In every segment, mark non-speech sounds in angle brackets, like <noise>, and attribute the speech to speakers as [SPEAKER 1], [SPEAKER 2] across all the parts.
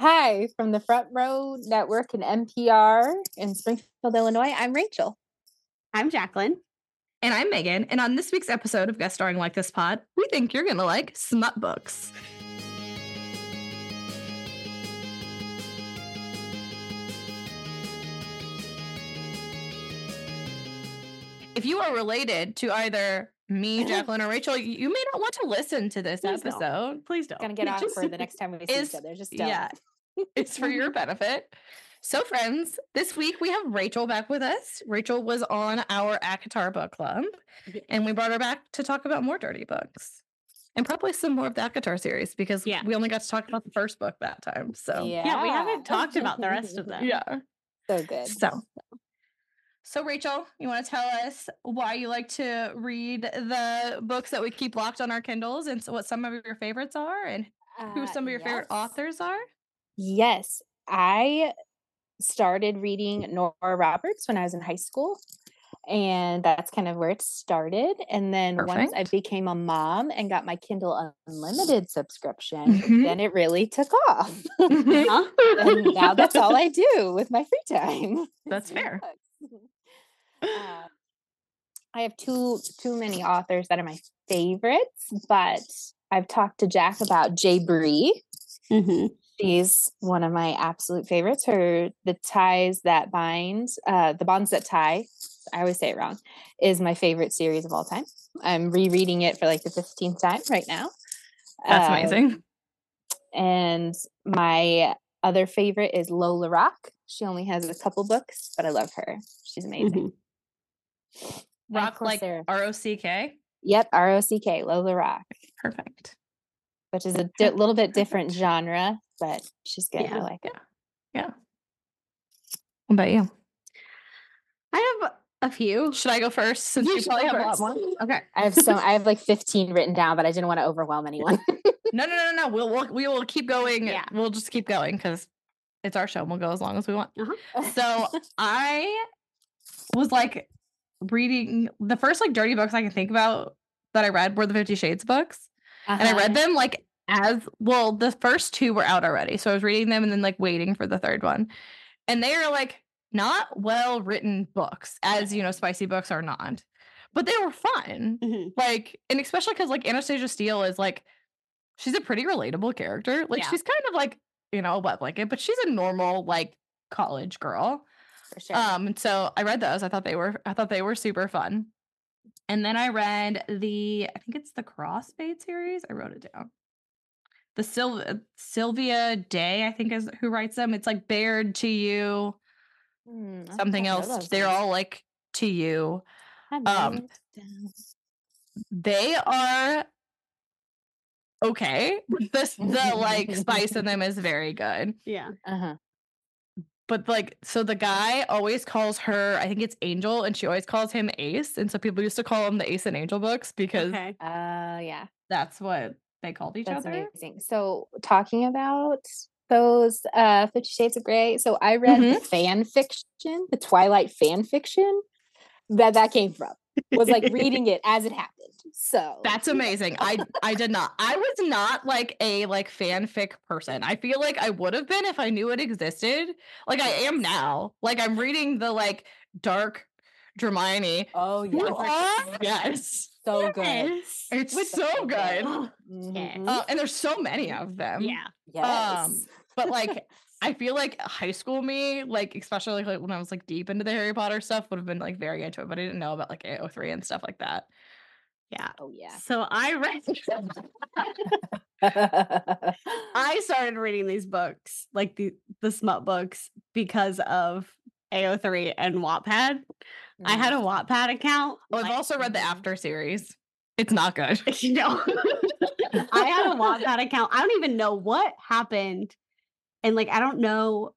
[SPEAKER 1] Live from the Front Row Network and NPR in Springfield, Illinois. I'm Rachel.
[SPEAKER 2] I'm Jacqueline.
[SPEAKER 3] And I'm Megan. And on this week's episode of Guest Starring Like This Pod, we think you're going to like smut books. If you are related to either
[SPEAKER 2] <laughs>
[SPEAKER 3] me, Jacqueline, or Rachel, you may not want to listen to this
[SPEAKER 2] Please don't.
[SPEAKER 3] episode. Please don't. <laughs>
[SPEAKER 1] Gonna get
[SPEAKER 2] <laughs>
[SPEAKER 3] It
[SPEAKER 1] out
[SPEAKER 3] just-
[SPEAKER 1] for the next time we see
[SPEAKER 3] Oh, is-
[SPEAKER 1] each other. Just don't.
[SPEAKER 3] Yeah. <laughs> it's for your benefit. So, friends, this week we have Rachel back with us. Rachel was on our ACOTAR book club,
[SPEAKER 2] Yeah.
[SPEAKER 3] and we brought her back to talk about more dirty books and probably some more of the ACOTAR series because
[SPEAKER 2] Yeah.
[SPEAKER 3] we only got to talk about the first book that time. So,
[SPEAKER 2] Yeah. we haven't talked about the
[SPEAKER 1] <laughs>
[SPEAKER 3] <laughs>
[SPEAKER 2] rest of them.
[SPEAKER 3] yeah.
[SPEAKER 1] So good.
[SPEAKER 3] So, so Rachel, you want to tell us why you like to read the books that we keep locked on our Kindles and so what some of your favorites are and who
[SPEAKER 1] Uh,
[SPEAKER 3] some of your favorite
[SPEAKER 1] yes. <laughs>
[SPEAKER 3] authors are? <laughs>
[SPEAKER 1] Yes, I started reading Nora Roberts when I was in high school. And that's kind of where it started. And then once I
[SPEAKER 3] Perfect.
[SPEAKER 1] became a mom and got my Kindle Unlimited subscription,
[SPEAKER 3] Mhm.
[SPEAKER 1] then it really took off. <laughs>
[SPEAKER 2] Huh?
[SPEAKER 3] <laughs>
[SPEAKER 1] and now
[SPEAKER 2] <laughs>
[SPEAKER 1] that's all I do with my free time. <laughs> is
[SPEAKER 3] That's
[SPEAKER 1] read
[SPEAKER 3] fair.
[SPEAKER 1] books. Uh, I have too too many authors that are my favorites, but I've talked to Jack about Jay Bree.
[SPEAKER 2] Mhm.
[SPEAKER 1] She's one of my absolute favorites. Her The Ties That Bind, uh, The Bonds That Tie, I always say it wrong, is my favorite series of all time. I'm rereading it for like the 15th time right now.
[SPEAKER 3] That's
[SPEAKER 1] Uh,
[SPEAKER 3] amazing.
[SPEAKER 1] And my other favorite is Lola Rock. She only has a couple books, but I love her. She's amazing.
[SPEAKER 2] Mhm.
[SPEAKER 1] And of
[SPEAKER 3] Mm-hmm. Rock
[SPEAKER 1] course
[SPEAKER 3] like
[SPEAKER 1] there-
[SPEAKER 3] R O C K.
[SPEAKER 1] Yep, R O C K, Lola Rock,
[SPEAKER 3] Perfect.
[SPEAKER 1] which is a
[SPEAKER 3] <laughs>
[SPEAKER 1] di- little bit different genre, but she's good. I
[SPEAKER 2] Yeah.
[SPEAKER 1] like it.
[SPEAKER 3] What about you?
[SPEAKER 2] I have a few.
[SPEAKER 3] Should I go first? Since
[SPEAKER 2] You
[SPEAKER 3] you,
[SPEAKER 2] should
[SPEAKER 3] probably
[SPEAKER 2] go
[SPEAKER 3] have a lot
[SPEAKER 2] first.
[SPEAKER 3] more. Okay.
[SPEAKER 1] I have so I have like 15 written down, but I didn't want to overwhelm anyone. <laughs>
[SPEAKER 3] No, no, no, no, no. We'll, we'll we will keep going.
[SPEAKER 2] Yeah.
[SPEAKER 3] We'll just keep going because it's our show. and We'll go as long as we want. So I was like reading the first like dirty books I can think about that I read were the Fifty Shades books. and I
[SPEAKER 1] Uh-huh,
[SPEAKER 3] read them like as well. The first two were out already, so I was reading them and then like waiting for the third one, and they are like not well written books, as you know, spicy books are not, but they were fun.
[SPEAKER 2] Mhm.
[SPEAKER 3] Like, and especially because like Anastasia Steele is like, she's a pretty relatable character. Like,
[SPEAKER 2] Yeah.
[SPEAKER 3] she's kind of like you know a wet blanket, but she's a normal like college girl.
[SPEAKER 1] for sure.
[SPEAKER 3] Um, and so I read those. I thought they were I thought they were super fun. And then I read the I think it's the Crossfade series. I wrote it down. The Syl- uh, Sylvia Day, I think is who writes them. It's like Baird to you,
[SPEAKER 1] Hmm, I think
[SPEAKER 3] something
[SPEAKER 1] I know
[SPEAKER 3] else.
[SPEAKER 1] those
[SPEAKER 3] They're
[SPEAKER 1] ones.
[SPEAKER 3] all like to you.
[SPEAKER 1] I know
[SPEAKER 3] um,
[SPEAKER 1] those down.
[SPEAKER 3] They are okay. <laughs> This the like spice
[SPEAKER 1] <laughs>
[SPEAKER 3] in them is very good.
[SPEAKER 2] Yeah.
[SPEAKER 1] Uh-huh.
[SPEAKER 3] but like so the guy always calls her i think it's angel and she always calls him ace and so people used to call him the ace and angel books because
[SPEAKER 2] Okay.
[SPEAKER 1] Uh, yeah,
[SPEAKER 3] that's what they called each
[SPEAKER 1] that's
[SPEAKER 3] other
[SPEAKER 1] amazing. So, talking about those uh, Fifty Shades of Grey. So, I read
[SPEAKER 2] Mm-hmm.
[SPEAKER 1] the fan fiction, the Twilight fan fiction that that came from. <laughs> Was like
[SPEAKER 2] <laughs>
[SPEAKER 1] reading it as it happened. So
[SPEAKER 3] that's amazing i i did not i was not like a like fanfic person i feel like i would have been if i knew it existed like i am now like i'm reading the like dark Dramini.
[SPEAKER 1] Oh
[SPEAKER 3] You
[SPEAKER 1] yeah,
[SPEAKER 3] are? <laughs> yes
[SPEAKER 1] so good.
[SPEAKER 2] Yes.
[SPEAKER 3] it's
[SPEAKER 1] With-
[SPEAKER 3] so good
[SPEAKER 2] <laughs>
[SPEAKER 1] <gasps> Mhm.
[SPEAKER 3] uh, and there's so many of
[SPEAKER 1] Um,
[SPEAKER 3] them
[SPEAKER 2] Yeah. um,
[SPEAKER 1] yes.
[SPEAKER 3] but like I feel like high school me, like especially like when I was like deep into the Harry Potter stuff, would have been like very into it, but I didn't know about like AO3 and stuff like that.
[SPEAKER 2] Yeah.
[SPEAKER 1] <laughs> oh <laughs> yeah.
[SPEAKER 2] So I read I started reading these books, like the the smut books, because of AO3 and Wattpad. I had a Wattpad account.
[SPEAKER 3] Oh, I've
[SPEAKER 2] like- <laughs>
[SPEAKER 3] also read the After series. It's not good. <laughs>
[SPEAKER 2] you know, I had a Wattpad account. I don't even know what happened. And like I don't know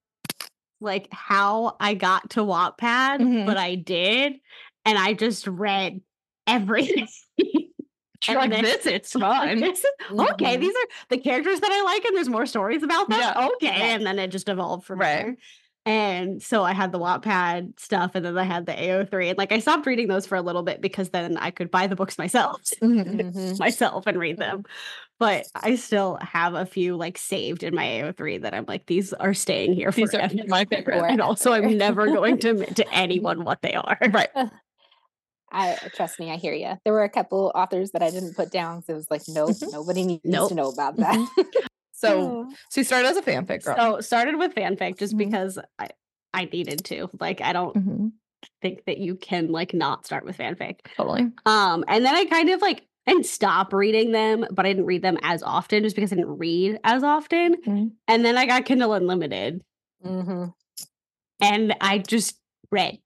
[SPEAKER 2] like how I got to Wattpad,
[SPEAKER 3] Mhm.
[SPEAKER 2] but I did. And I just read <laughs> everything.
[SPEAKER 3] You're
[SPEAKER 2] And
[SPEAKER 3] like
[SPEAKER 2] then-
[SPEAKER 3] this, <laughs> it's
[SPEAKER 2] Like,
[SPEAKER 3] fun. Mm-hmm.
[SPEAKER 2] this is-
[SPEAKER 1] Mm-hmm.
[SPEAKER 2] <laughs> okay, these are the characters that I like, and there's more stories about them.
[SPEAKER 3] Yeah.
[SPEAKER 2] Okay.
[SPEAKER 1] Right.
[SPEAKER 2] And then it just evolved from
[SPEAKER 3] Right.
[SPEAKER 2] there. And so I had the Wattpad stuff and then I had the AO3. And like I stopped reading those for a little bit because then I could buy the books myself
[SPEAKER 3] Mm-hmm. <laughs>
[SPEAKER 1] Mhm.
[SPEAKER 2] <laughs> myself and read them. But I still have a few like saved in my AO3 that I'm like, these are staying here
[SPEAKER 3] These are
[SPEAKER 2] forever.
[SPEAKER 3] my <laughs> favorite.
[SPEAKER 2] and also I'm
[SPEAKER 1] forever.
[SPEAKER 2] never going to admit
[SPEAKER 3] <laughs>
[SPEAKER 2] to anyone what they are.
[SPEAKER 3] Right.
[SPEAKER 2] <laughs>
[SPEAKER 1] I uh, trust me, I hear you. There were a couple authors that I didn't put down because it was like, nope,
[SPEAKER 3] Mm-hmm.
[SPEAKER 1] nobody needs
[SPEAKER 2] Nope.
[SPEAKER 1] to know about that. <laughs>
[SPEAKER 3] So so you started as a fanfic girl.
[SPEAKER 2] So started with fanfic just
[SPEAKER 3] Mhm.
[SPEAKER 2] because I, I needed to. Like I don't
[SPEAKER 3] Mhm,
[SPEAKER 2] think that you can like not start with fanfic.
[SPEAKER 3] Totally.
[SPEAKER 2] Um, and then I kind of like and stop reading them, but I didn't read them as often just because I didn't read as often.
[SPEAKER 3] Mhm.
[SPEAKER 2] And then I got Kindle Unlimited
[SPEAKER 1] hmm
[SPEAKER 2] and I just read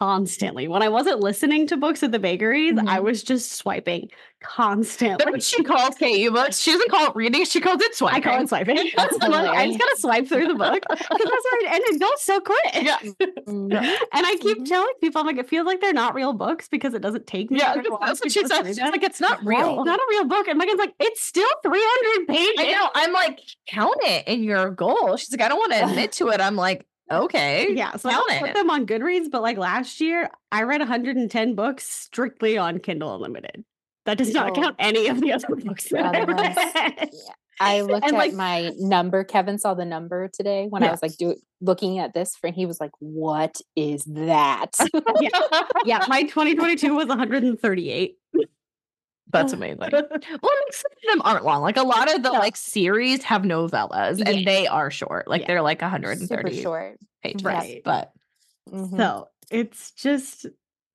[SPEAKER 2] constantly. When I wasn't listening to books at the bakeries, I
[SPEAKER 3] Mhm.
[SPEAKER 2] was just swiping constantly.
[SPEAKER 3] <laughs> That's what she calls KU books. She doesn't call it reading, she calls it
[SPEAKER 2] I
[SPEAKER 3] swiping.
[SPEAKER 2] call it swiping.
[SPEAKER 3] <laughs>
[SPEAKER 2] I <laughs>
[SPEAKER 1] That's
[SPEAKER 2] just gotta
[SPEAKER 1] hilarious.
[SPEAKER 2] swipe through the book because that's where it ended. Don't so quick.
[SPEAKER 3] <laughs> Yeah. Mm-hmm.
[SPEAKER 2] And I keep
[SPEAKER 1] Mhm.
[SPEAKER 2] telling people, I'm like, it feels like they're not real books because it doesn't take me.
[SPEAKER 3] Yeah,
[SPEAKER 2] very long
[SPEAKER 3] <laughs> that's
[SPEAKER 2] to
[SPEAKER 3] what she
[SPEAKER 2] go
[SPEAKER 3] said.
[SPEAKER 2] through
[SPEAKER 3] She's
[SPEAKER 2] them.
[SPEAKER 3] like, it's <laughs> not
[SPEAKER 1] Right.
[SPEAKER 3] real.
[SPEAKER 2] It's not a real book. And Megan's like, it's still 300 pages.
[SPEAKER 3] I know. I'm like, count it in your goal. She's like, I don't want <laughs> to admit to it. I'm like, okay.
[SPEAKER 2] Yeah, so I don't
[SPEAKER 3] Count
[SPEAKER 2] put
[SPEAKER 3] it.
[SPEAKER 2] them on Goodreads, but like last year, I read 110 books strictly on Kindle Unlimited. That does not
[SPEAKER 1] Oh.
[SPEAKER 2] count any of the other <laughs> books that I
[SPEAKER 1] Other ones.
[SPEAKER 2] read.
[SPEAKER 1] I
[SPEAKER 3] <laughs>
[SPEAKER 1] looked
[SPEAKER 2] And,
[SPEAKER 1] at
[SPEAKER 2] like-
[SPEAKER 1] my number. Kevin saw the number today when
[SPEAKER 2] Yeah.
[SPEAKER 1] I was like do, looking at this for and he was like, What is
[SPEAKER 3] <laughs>
[SPEAKER 1] that?
[SPEAKER 2] Yeah, my 2022 was 138.
[SPEAKER 3] That's amazing. Well,
[SPEAKER 1] Mm-hmm.
[SPEAKER 3] I mean, some of them aren't long. Like a lot of the
[SPEAKER 2] No.
[SPEAKER 3] like series have novellas
[SPEAKER 2] Yeah.
[SPEAKER 3] and they are short. Like
[SPEAKER 2] Yeah.
[SPEAKER 3] they're like
[SPEAKER 1] <laughs> Super
[SPEAKER 3] 130
[SPEAKER 1] short.
[SPEAKER 3] pages.
[SPEAKER 2] Right.
[SPEAKER 3] But
[SPEAKER 1] Mhm.
[SPEAKER 2] So it's just,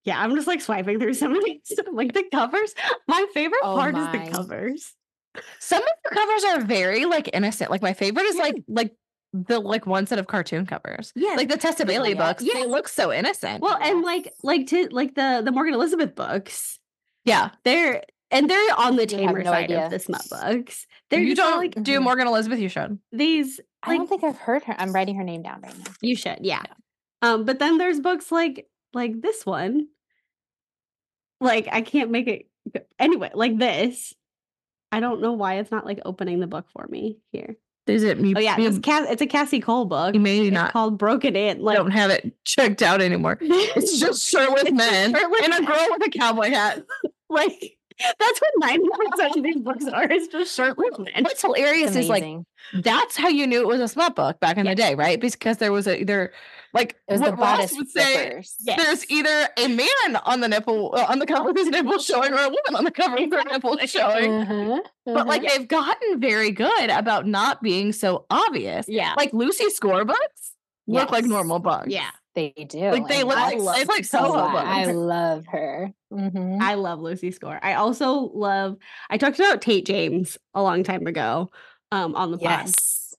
[SPEAKER 2] yeah, I'm just like swiping through some of these. Like the covers. My favorite
[SPEAKER 1] Oh
[SPEAKER 2] part is
[SPEAKER 1] my.
[SPEAKER 2] the covers.
[SPEAKER 3] some of the covers are very like innocent. Like my favorite is like like the like one set of cartoon covers.
[SPEAKER 2] Yeah.
[SPEAKER 3] Like the Tessa Bailey
[SPEAKER 1] yeah.
[SPEAKER 3] books. They look so
[SPEAKER 1] oh
[SPEAKER 3] innocent.
[SPEAKER 2] well, and like like to like the the Morgan Elizabeth books.
[SPEAKER 3] yeah.
[SPEAKER 2] they're and they're on the
[SPEAKER 1] You have
[SPEAKER 2] tamer
[SPEAKER 1] no
[SPEAKER 2] side
[SPEAKER 1] idea.
[SPEAKER 2] of the smut books. They're
[SPEAKER 3] you
[SPEAKER 2] just all,
[SPEAKER 3] don't
[SPEAKER 2] like mm-hmm.
[SPEAKER 3] do
[SPEAKER 1] Mhm.
[SPEAKER 3] Morgan Elizabeth, you should.
[SPEAKER 2] these.
[SPEAKER 1] I don't
[SPEAKER 2] like-
[SPEAKER 1] think I've heard her. I'm writing her name down right now.
[SPEAKER 2] You should, yeah. Um, but then there's books like like this one. Like I can't make it go- anyway. Like this, I don't know why it's not like opening the book for me here.
[SPEAKER 3] Is it me?
[SPEAKER 2] Oh yeah,
[SPEAKER 3] you,
[SPEAKER 2] it's, Cass- it's a Cassie Cole book.
[SPEAKER 3] you may
[SPEAKER 2] It's
[SPEAKER 3] not
[SPEAKER 2] called Broken In. <laughs> Like
[SPEAKER 3] don't have it checked out anymore. It's just shirtless
[SPEAKER 2] It's just
[SPEAKER 3] men
[SPEAKER 2] shirtless
[SPEAKER 3] and a
[SPEAKER 2] men.
[SPEAKER 3] girl with a cowboy hat.
[SPEAKER 2] like that's what
[SPEAKER 3] <laughs>
[SPEAKER 2] ninety percent of these books are. It's just shirtless men.
[SPEAKER 3] What's hilarious is like
[SPEAKER 1] Amazing.
[SPEAKER 3] that's how you knew it was a smut book back in
[SPEAKER 2] Yeah.
[SPEAKER 3] the day, right? Because there was a either like
[SPEAKER 1] it was
[SPEAKER 3] what
[SPEAKER 1] the
[SPEAKER 3] Ross
[SPEAKER 1] bodice
[SPEAKER 3] would say,
[SPEAKER 1] flippers.
[SPEAKER 3] there's either a man on the nipple uh, on the cover with his nipple showing, or a woman on the cover with her nipple showing.
[SPEAKER 1] Mhm,
[SPEAKER 3] But like
[SPEAKER 1] mhm.
[SPEAKER 3] they've gotten very good about not being so obvious.
[SPEAKER 2] <laughs> yeah,
[SPEAKER 3] Like Lucy score books look like
[SPEAKER 1] mm-hmm. Yes.
[SPEAKER 3] normal books.
[SPEAKER 2] yeah.
[SPEAKER 1] they do.
[SPEAKER 3] Like they
[SPEAKER 1] and
[SPEAKER 3] look
[SPEAKER 1] I
[SPEAKER 3] like,
[SPEAKER 1] love
[SPEAKER 3] it's like
[SPEAKER 1] her.
[SPEAKER 3] solo books.
[SPEAKER 1] I love her. Mhm.
[SPEAKER 2] I love Lucy Score. I also love. I talked about Tate James a long time ago um, on the pod,
[SPEAKER 1] Yes.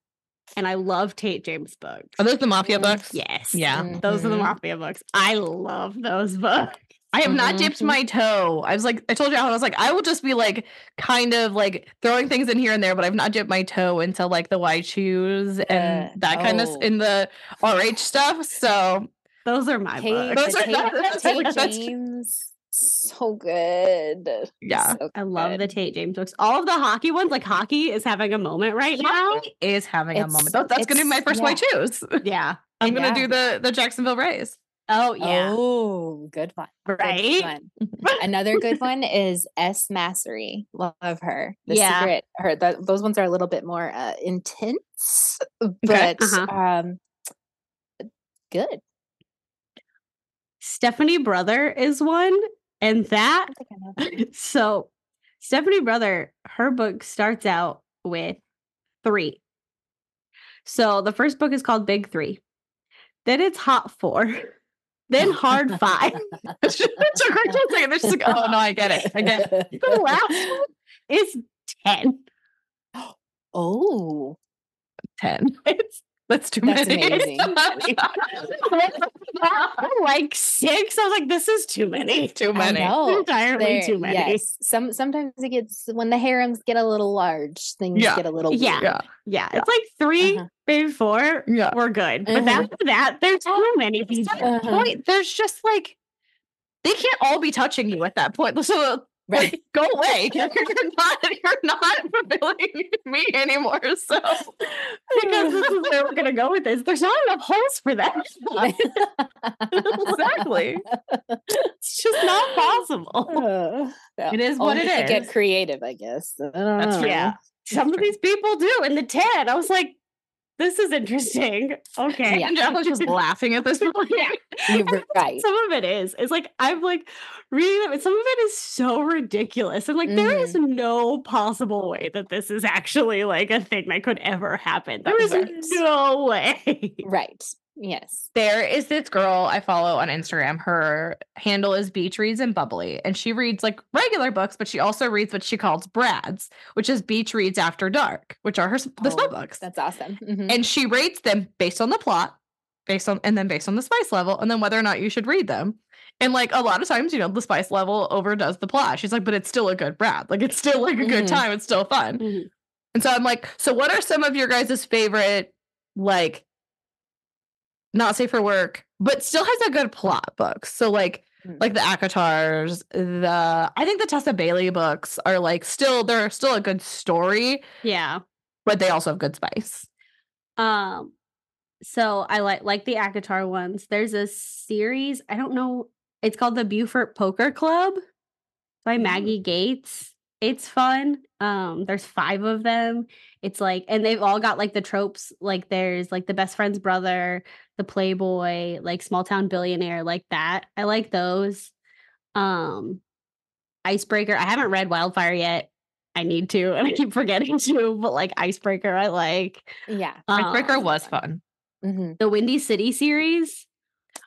[SPEAKER 2] and I love Tate James books.
[SPEAKER 3] Are those the mafia
[SPEAKER 1] Mm,
[SPEAKER 3] books?
[SPEAKER 2] yes,
[SPEAKER 3] Yeah. Mm-hmm.
[SPEAKER 2] those are the
[SPEAKER 1] Mhm.
[SPEAKER 2] mafia books. I love those books.
[SPEAKER 3] I have not
[SPEAKER 1] Mhm.
[SPEAKER 3] dipped my toe. I was like, I told you how I was like, I will just be like, kind of like throwing things in here and there, but I've not dipped my toe into like the why choose and
[SPEAKER 1] Uh,
[SPEAKER 3] that kind of
[SPEAKER 1] oh.
[SPEAKER 3] of in the RH stuff. So
[SPEAKER 2] Those are my
[SPEAKER 1] Tate,
[SPEAKER 2] books.
[SPEAKER 3] Those are- <laughs> that's-
[SPEAKER 1] Tate,
[SPEAKER 3] that's-
[SPEAKER 1] Tate James, so good.
[SPEAKER 3] yeah,
[SPEAKER 1] So
[SPEAKER 2] I love the
[SPEAKER 1] good.
[SPEAKER 2] Tate James books. All of the hockey ones, like hockey is having a moment right now.
[SPEAKER 3] Hockey is having a
[SPEAKER 1] It's-
[SPEAKER 3] moment. That- that's gonna be my
[SPEAKER 1] it's-
[SPEAKER 3] first why choose.
[SPEAKER 2] Yeah.
[SPEAKER 3] I'm gonna
[SPEAKER 1] Yeah.
[SPEAKER 3] do the the Jacksonville Rays. <laughs>
[SPEAKER 2] Oh yeah.
[SPEAKER 1] Oh, good one. Good
[SPEAKER 2] right.
[SPEAKER 1] one.
[SPEAKER 3] <laughs>
[SPEAKER 1] Another good one is S. Massery. Love her. The
[SPEAKER 2] Yeah.
[SPEAKER 1] Secret. Her. That, those ones are a little bit more uh, intense, but
[SPEAKER 2] Uh-huh.
[SPEAKER 1] um, good.
[SPEAKER 2] Stephanie Brother is one, and that
[SPEAKER 1] I think I know.
[SPEAKER 2] so Stephanie Brother, her book starts out with three. So the first book is called Big Three. Then it's Hot Four. <laughs> Then Hard Five. <laughs>
[SPEAKER 3] it took her just a second. She's like, oh no, I get it. I <laughs> get it.
[SPEAKER 2] The last one is ten.
[SPEAKER 1] <laughs>
[SPEAKER 2] <laughs>
[SPEAKER 1] Oh,
[SPEAKER 3] Ten. <laughs> It's that's too
[SPEAKER 1] That's
[SPEAKER 3] many. <laughs>
[SPEAKER 1] amazing.
[SPEAKER 2] <laughs> like six. I was like, this is too many.
[SPEAKER 3] too
[SPEAKER 1] I
[SPEAKER 3] many.
[SPEAKER 1] know.
[SPEAKER 2] Entirely
[SPEAKER 1] There-
[SPEAKER 2] too many.
[SPEAKER 1] Yes. Some sometimes it gets when the harems get a little large, things
[SPEAKER 3] Yeah.
[SPEAKER 1] get a little
[SPEAKER 2] Yeah.
[SPEAKER 1] weird.
[SPEAKER 3] Yeah.
[SPEAKER 2] Yeah,
[SPEAKER 3] Yeah.
[SPEAKER 2] it's like 3
[SPEAKER 1] Uh-huh.
[SPEAKER 2] maybe four.
[SPEAKER 3] Yeah.
[SPEAKER 2] We're good. But
[SPEAKER 1] Uh-huh.
[SPEAKER 2] after that, there's too many people.
[SPEAKER 3] At that
[SPEAKER 2] <laughs>
[SPEAKER 1] Uh-huh.
[SPEAKER 3] point, there's just like they can't all be touching you at that point. So
[SPEAKER 1] <laughs> Right.
[SPEAKER 3] <laughs> like, go away. <laughs> You're not you're not fulfilling me anymore. So
[SPEAKER 2] because this is where we're gonna go with this. There's not enough holes for that.
[SPEAKER 3] <laughs> exactly. It's just not possible.
[SPEAKER 1] Uh, yeah.
[SPEAKER 3] It is
[SPEAKER 1] <laughs>
[SPEAKER 3] what
[SPEAKER 1] Only
[SPEAKER 3] it
[SPEAKER 1] if you
[SPEAKER 3] is.
[SPEAKER 1] Get creative, I guess. I don't
[SPEAKER 3] That's
[SPEAKER 1] know.
[SPEAKER 3] true.
[SPEAKER 2] Yeah. Some of
[SPEAKER 3] true.
[SPEAKER 2] these people do in the tent. I was like, this is interesting. Okay.
[SPEAKER 1] Yeah.
[SPEAKER 3] <laughs> And Jack was <laughs> just laughing at this point.
[SPEAKER 2] Yeah.
[SPEAKER 1] <laughs>
[SPEAKER 3] <laughs>
[SPEAKER 1] You're right.
[SPEAKER 2] Some of it is. It's like I'm like reading them, and some of it is so ridiculous. I'm like, there is no possible way that this is actually like a thing that could ever happen. There is
[SPEAKER 1] Right.
[SPEAKER 2] no way.
[SPEAKER 1] Right. Yes.
[SPEAKER 3] There is this girl I follow on Instagram. Her handle is Beach Reads and Bubbly, and she reads like regular books, but she also reads what she calls Brads, which is Beach Reads After Dark, which are her s- the spell
[SPEAKER 1] Oh,
[SPEAKER 3] books.
[SPEAKER 1] That's awesome. Mhm.
[SPEAKER 3] And she rates them based on the plot, based on and then based on the spice level, and then whether or not you should read them. And like a lot of times, you know, the spice level overdoes the plot. She's like, but it's still a good Brad. Like it's still like a good
[SPEAKER 1] Mhm.
[SPEAKER 3] time. It's still fun.
[SPEAKER 2] Mhm.
[SPEAKER 3] And so I'm like, so what are some of your guys' favorite, like, not safe for work, but still has a good plot books? So like,
[SPEAKER 1] Mm.
[SPEAKER 3] like the Akatars, the I think the Tessa Bailey books are like still they're still a good story,
[SPEAKER 2] <laughs> Yeah.
[SPEAKER 3] but they also have good spice.
[SPEAKER 2] Um so I like like the Akatar ones. There's a series, I don't know, it's called the Beaufort Poker Club by
[SPEAKER 1] Mm.
[SPEAKER 2] Maggie Gates. It's fun. Um there's 5 of them. It's like and they've all got like the tropes like there's like the best friend's brother, the playboy, like small town billionaire like that. I like those. Um Icebreaker. I haven't read Wildfire yet. I need to <laughs> and I keep forgetting to, but like Icebreaker I like.
[SPEAKER 1] yeah.
[SPEAKER 3] Icebreaker
[SPEAKER 2] Um,
[SPEAKER 3] was fun.
[SPEAKER 1] Mhm.
[SPEAKER 2] the Windy City series.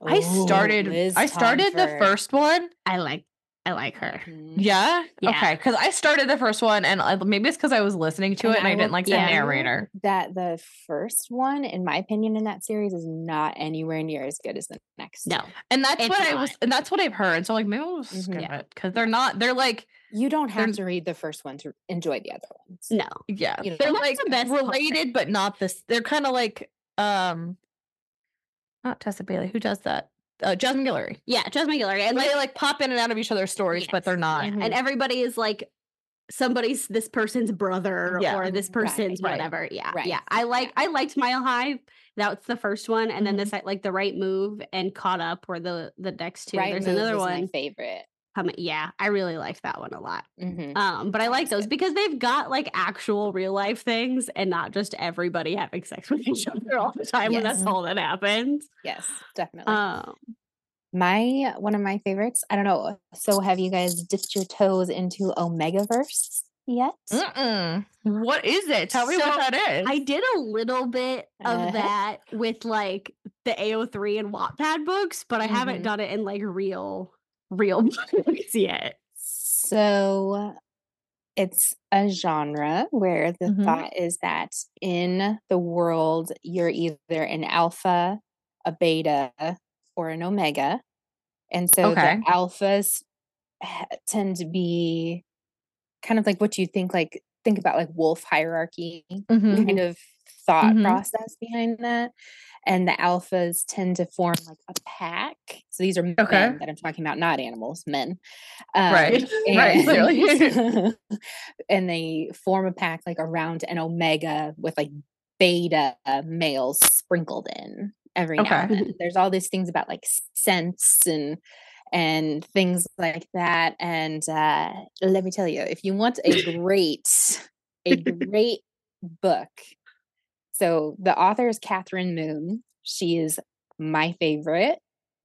[SPEAKER 3] I
[SPEAKER 1] Ooh,
[SPEAKER 3] started.
[SPEAKER 1] Liz Mm-hmm.
[SPEAKER 3] I started the
[SPEAKER 1] Tomford.
[SPEAKER 3] first one.
[SPEAKER 2] I like I like her.
[SPEAKER 1] Mhm.
[SPEAKER 3] Yeah.
[SPEAKER 2] Yeah.
[SPEAKER 3] Okay. Because I started the first one, and I, maybe it's because I was listening to
[SPEAKER 1] And
[SPEAKER 3] it and
[SPEAKER 1] I
[SPEAKER 3] I, didn't
[SPEAKER 1] will
[SPEAKER 3] like
[SPEAKER 2] tell
[SPEAKER 3] the
[SPEAKER 2] you-
[SPEAKER 3] narrator.
[SPEAKER 1] That the first one, in my opinion, in that series is not anywhere near as good as the next.
[SPEAKER 2] No.
[SPEAKER 3] And Mm-hmm. that's
[SPEAKER 2] It's
[SPEAKER 3] what I
[SPEAKER 2] not.
[SPEAKER 3] was. And that's what I've heard. So like maybe we'll
[SPEAKER 1] Mhm.
[SPEAKER 3] skip
[SPEAKER 2] Yeah.
[SPEAKER 3] it because they're not. They're like
[SPEAKER 1] You don't have
[SPEAKER 3] There's-
[SPEAKER 1] to read the first one to enjoy the other ones.
[SPEAKER 2] No.
[SPEAKER 3] yeah.
[SPEAKER 1] You know,
[SPEAKER 3] They're
[SPEAKER 2] that's
[SPEAKER 3] like
[SPEAKER 2] the best part.
[SPEAKER 3] related, but not this. They're kind of like um, not Tessa Bailey. Who does that? Uh, Jasmine Guillory.
[SPEAKER 2] Yeah, Jasmine Guillory. And
[SPEAKER 3] And
[SPEAKER 2] like,
[SPEAKER 3] they like pop in and out of each other's stories, but they're
[SPEAKER 2] Yes.
[SPEAKER 3] not.
[SPEAKER 1] Yeah.
[SPEAKER 2] and everybody is like somebody's this person's brother
[SPEAKER 3] Yeah.
[SPEAKER 2] or this
[SPEAKER 1] Right,
[SPEAKER 2] person's
[SPEAKER 3] right,
[SPEAKER 2] whatever. Yeah.
[SPEAKER 1] right.
[SPEAKER 2] Yeah. I like
[SPEAKER 1] Yeah. Mm-hmm.
[SPEAKER 2] I liked Mile High. That's the first one. And then
[SPEAKER 3] Mhm.
[SPEAKER 2] this I like the right move and caught up were the the next two.
[SPEAKER 1] Right
[SPEAKER 2] There's
[SPEAKER 1] Move
[SPEAKER 2] another
[SPEAKER 1] is my
[SPEAKER 2] one
[SPEAKER 1] favorite.
[SPEAKER 2] coming. Yeah. I really liked that one a lot.
[SPEAKER 1] Mhm.
[SPEAKER 2] Um, but I
[SPEAKER 1] That
[SPEAKER 2] like
[SPEAKER 1] was
[SPEAKER 2] those
[SPEAKER 1] good.
[SPEAKER 2] because they've got like actual real life things and not just everybody having sex with each other all the time when that's
[SPEAKER 1] Yes.
[SPEAKER 2] all that happens.
[SPEAKER 1] Yes, definitely.
[SPEAKER 2] Um,
[SPEAKER 1] my one of my favorites. I don't know. So have you guys dipped your toes into Omegaverse yet?
[SPEAKER 3] Mm-mm. What is it? Tell me
[SPEAKER 2] So,
[SPEAKER 3] what that is.
[SPEAKER 2] I did a little bit
[SPEAKER 1] Uh-huh.
[SPEAKER 2] of that with like the AO3 and Wattpad books, but I haven't
[SPEAKER 1] Mhm.
[SPEAKER 2] done it in like real, real <laughs> books yet.
[SPEAKER 1] So it's a genre where the
[SPEAKER 3] Mhm.
[SPEAKER 1] thought is that in the world, you're either an alpha, a beta, or an omega. And so
[SPEAKER 3] Okay.
[SPEAKER 1] the alphas h- tend to be kind of like what you think like think about like wolf hierarchy
[SPEAKER 3] Mhm.
[SPEAKER 1] kind of thought
[SPEAKER 3] Mhm.
[SPEAKER 1] process behind that. And the alphas tend to form like a pack. So these are men
[SPEAKER 3] Okay.
[SPEAKER 1] that I'm talking about, not animals, men. Um,
[SPEAKER 3] Right. <laughs> Right, clearly.
[SPEAKER 1] And, <laughs> and they form a pack like around an omega with like beta males sprinkled in every now and
[SPEAKER 2] Okay.
[SPEAKER 1] then. There's all these things about like scents and and things like that. And uh, let me tell you, if you want
[SPEAKER 3] <laughs>
[SPEAKER 1] a great, a great book, so the author is Catherine Moon. She is my favorite.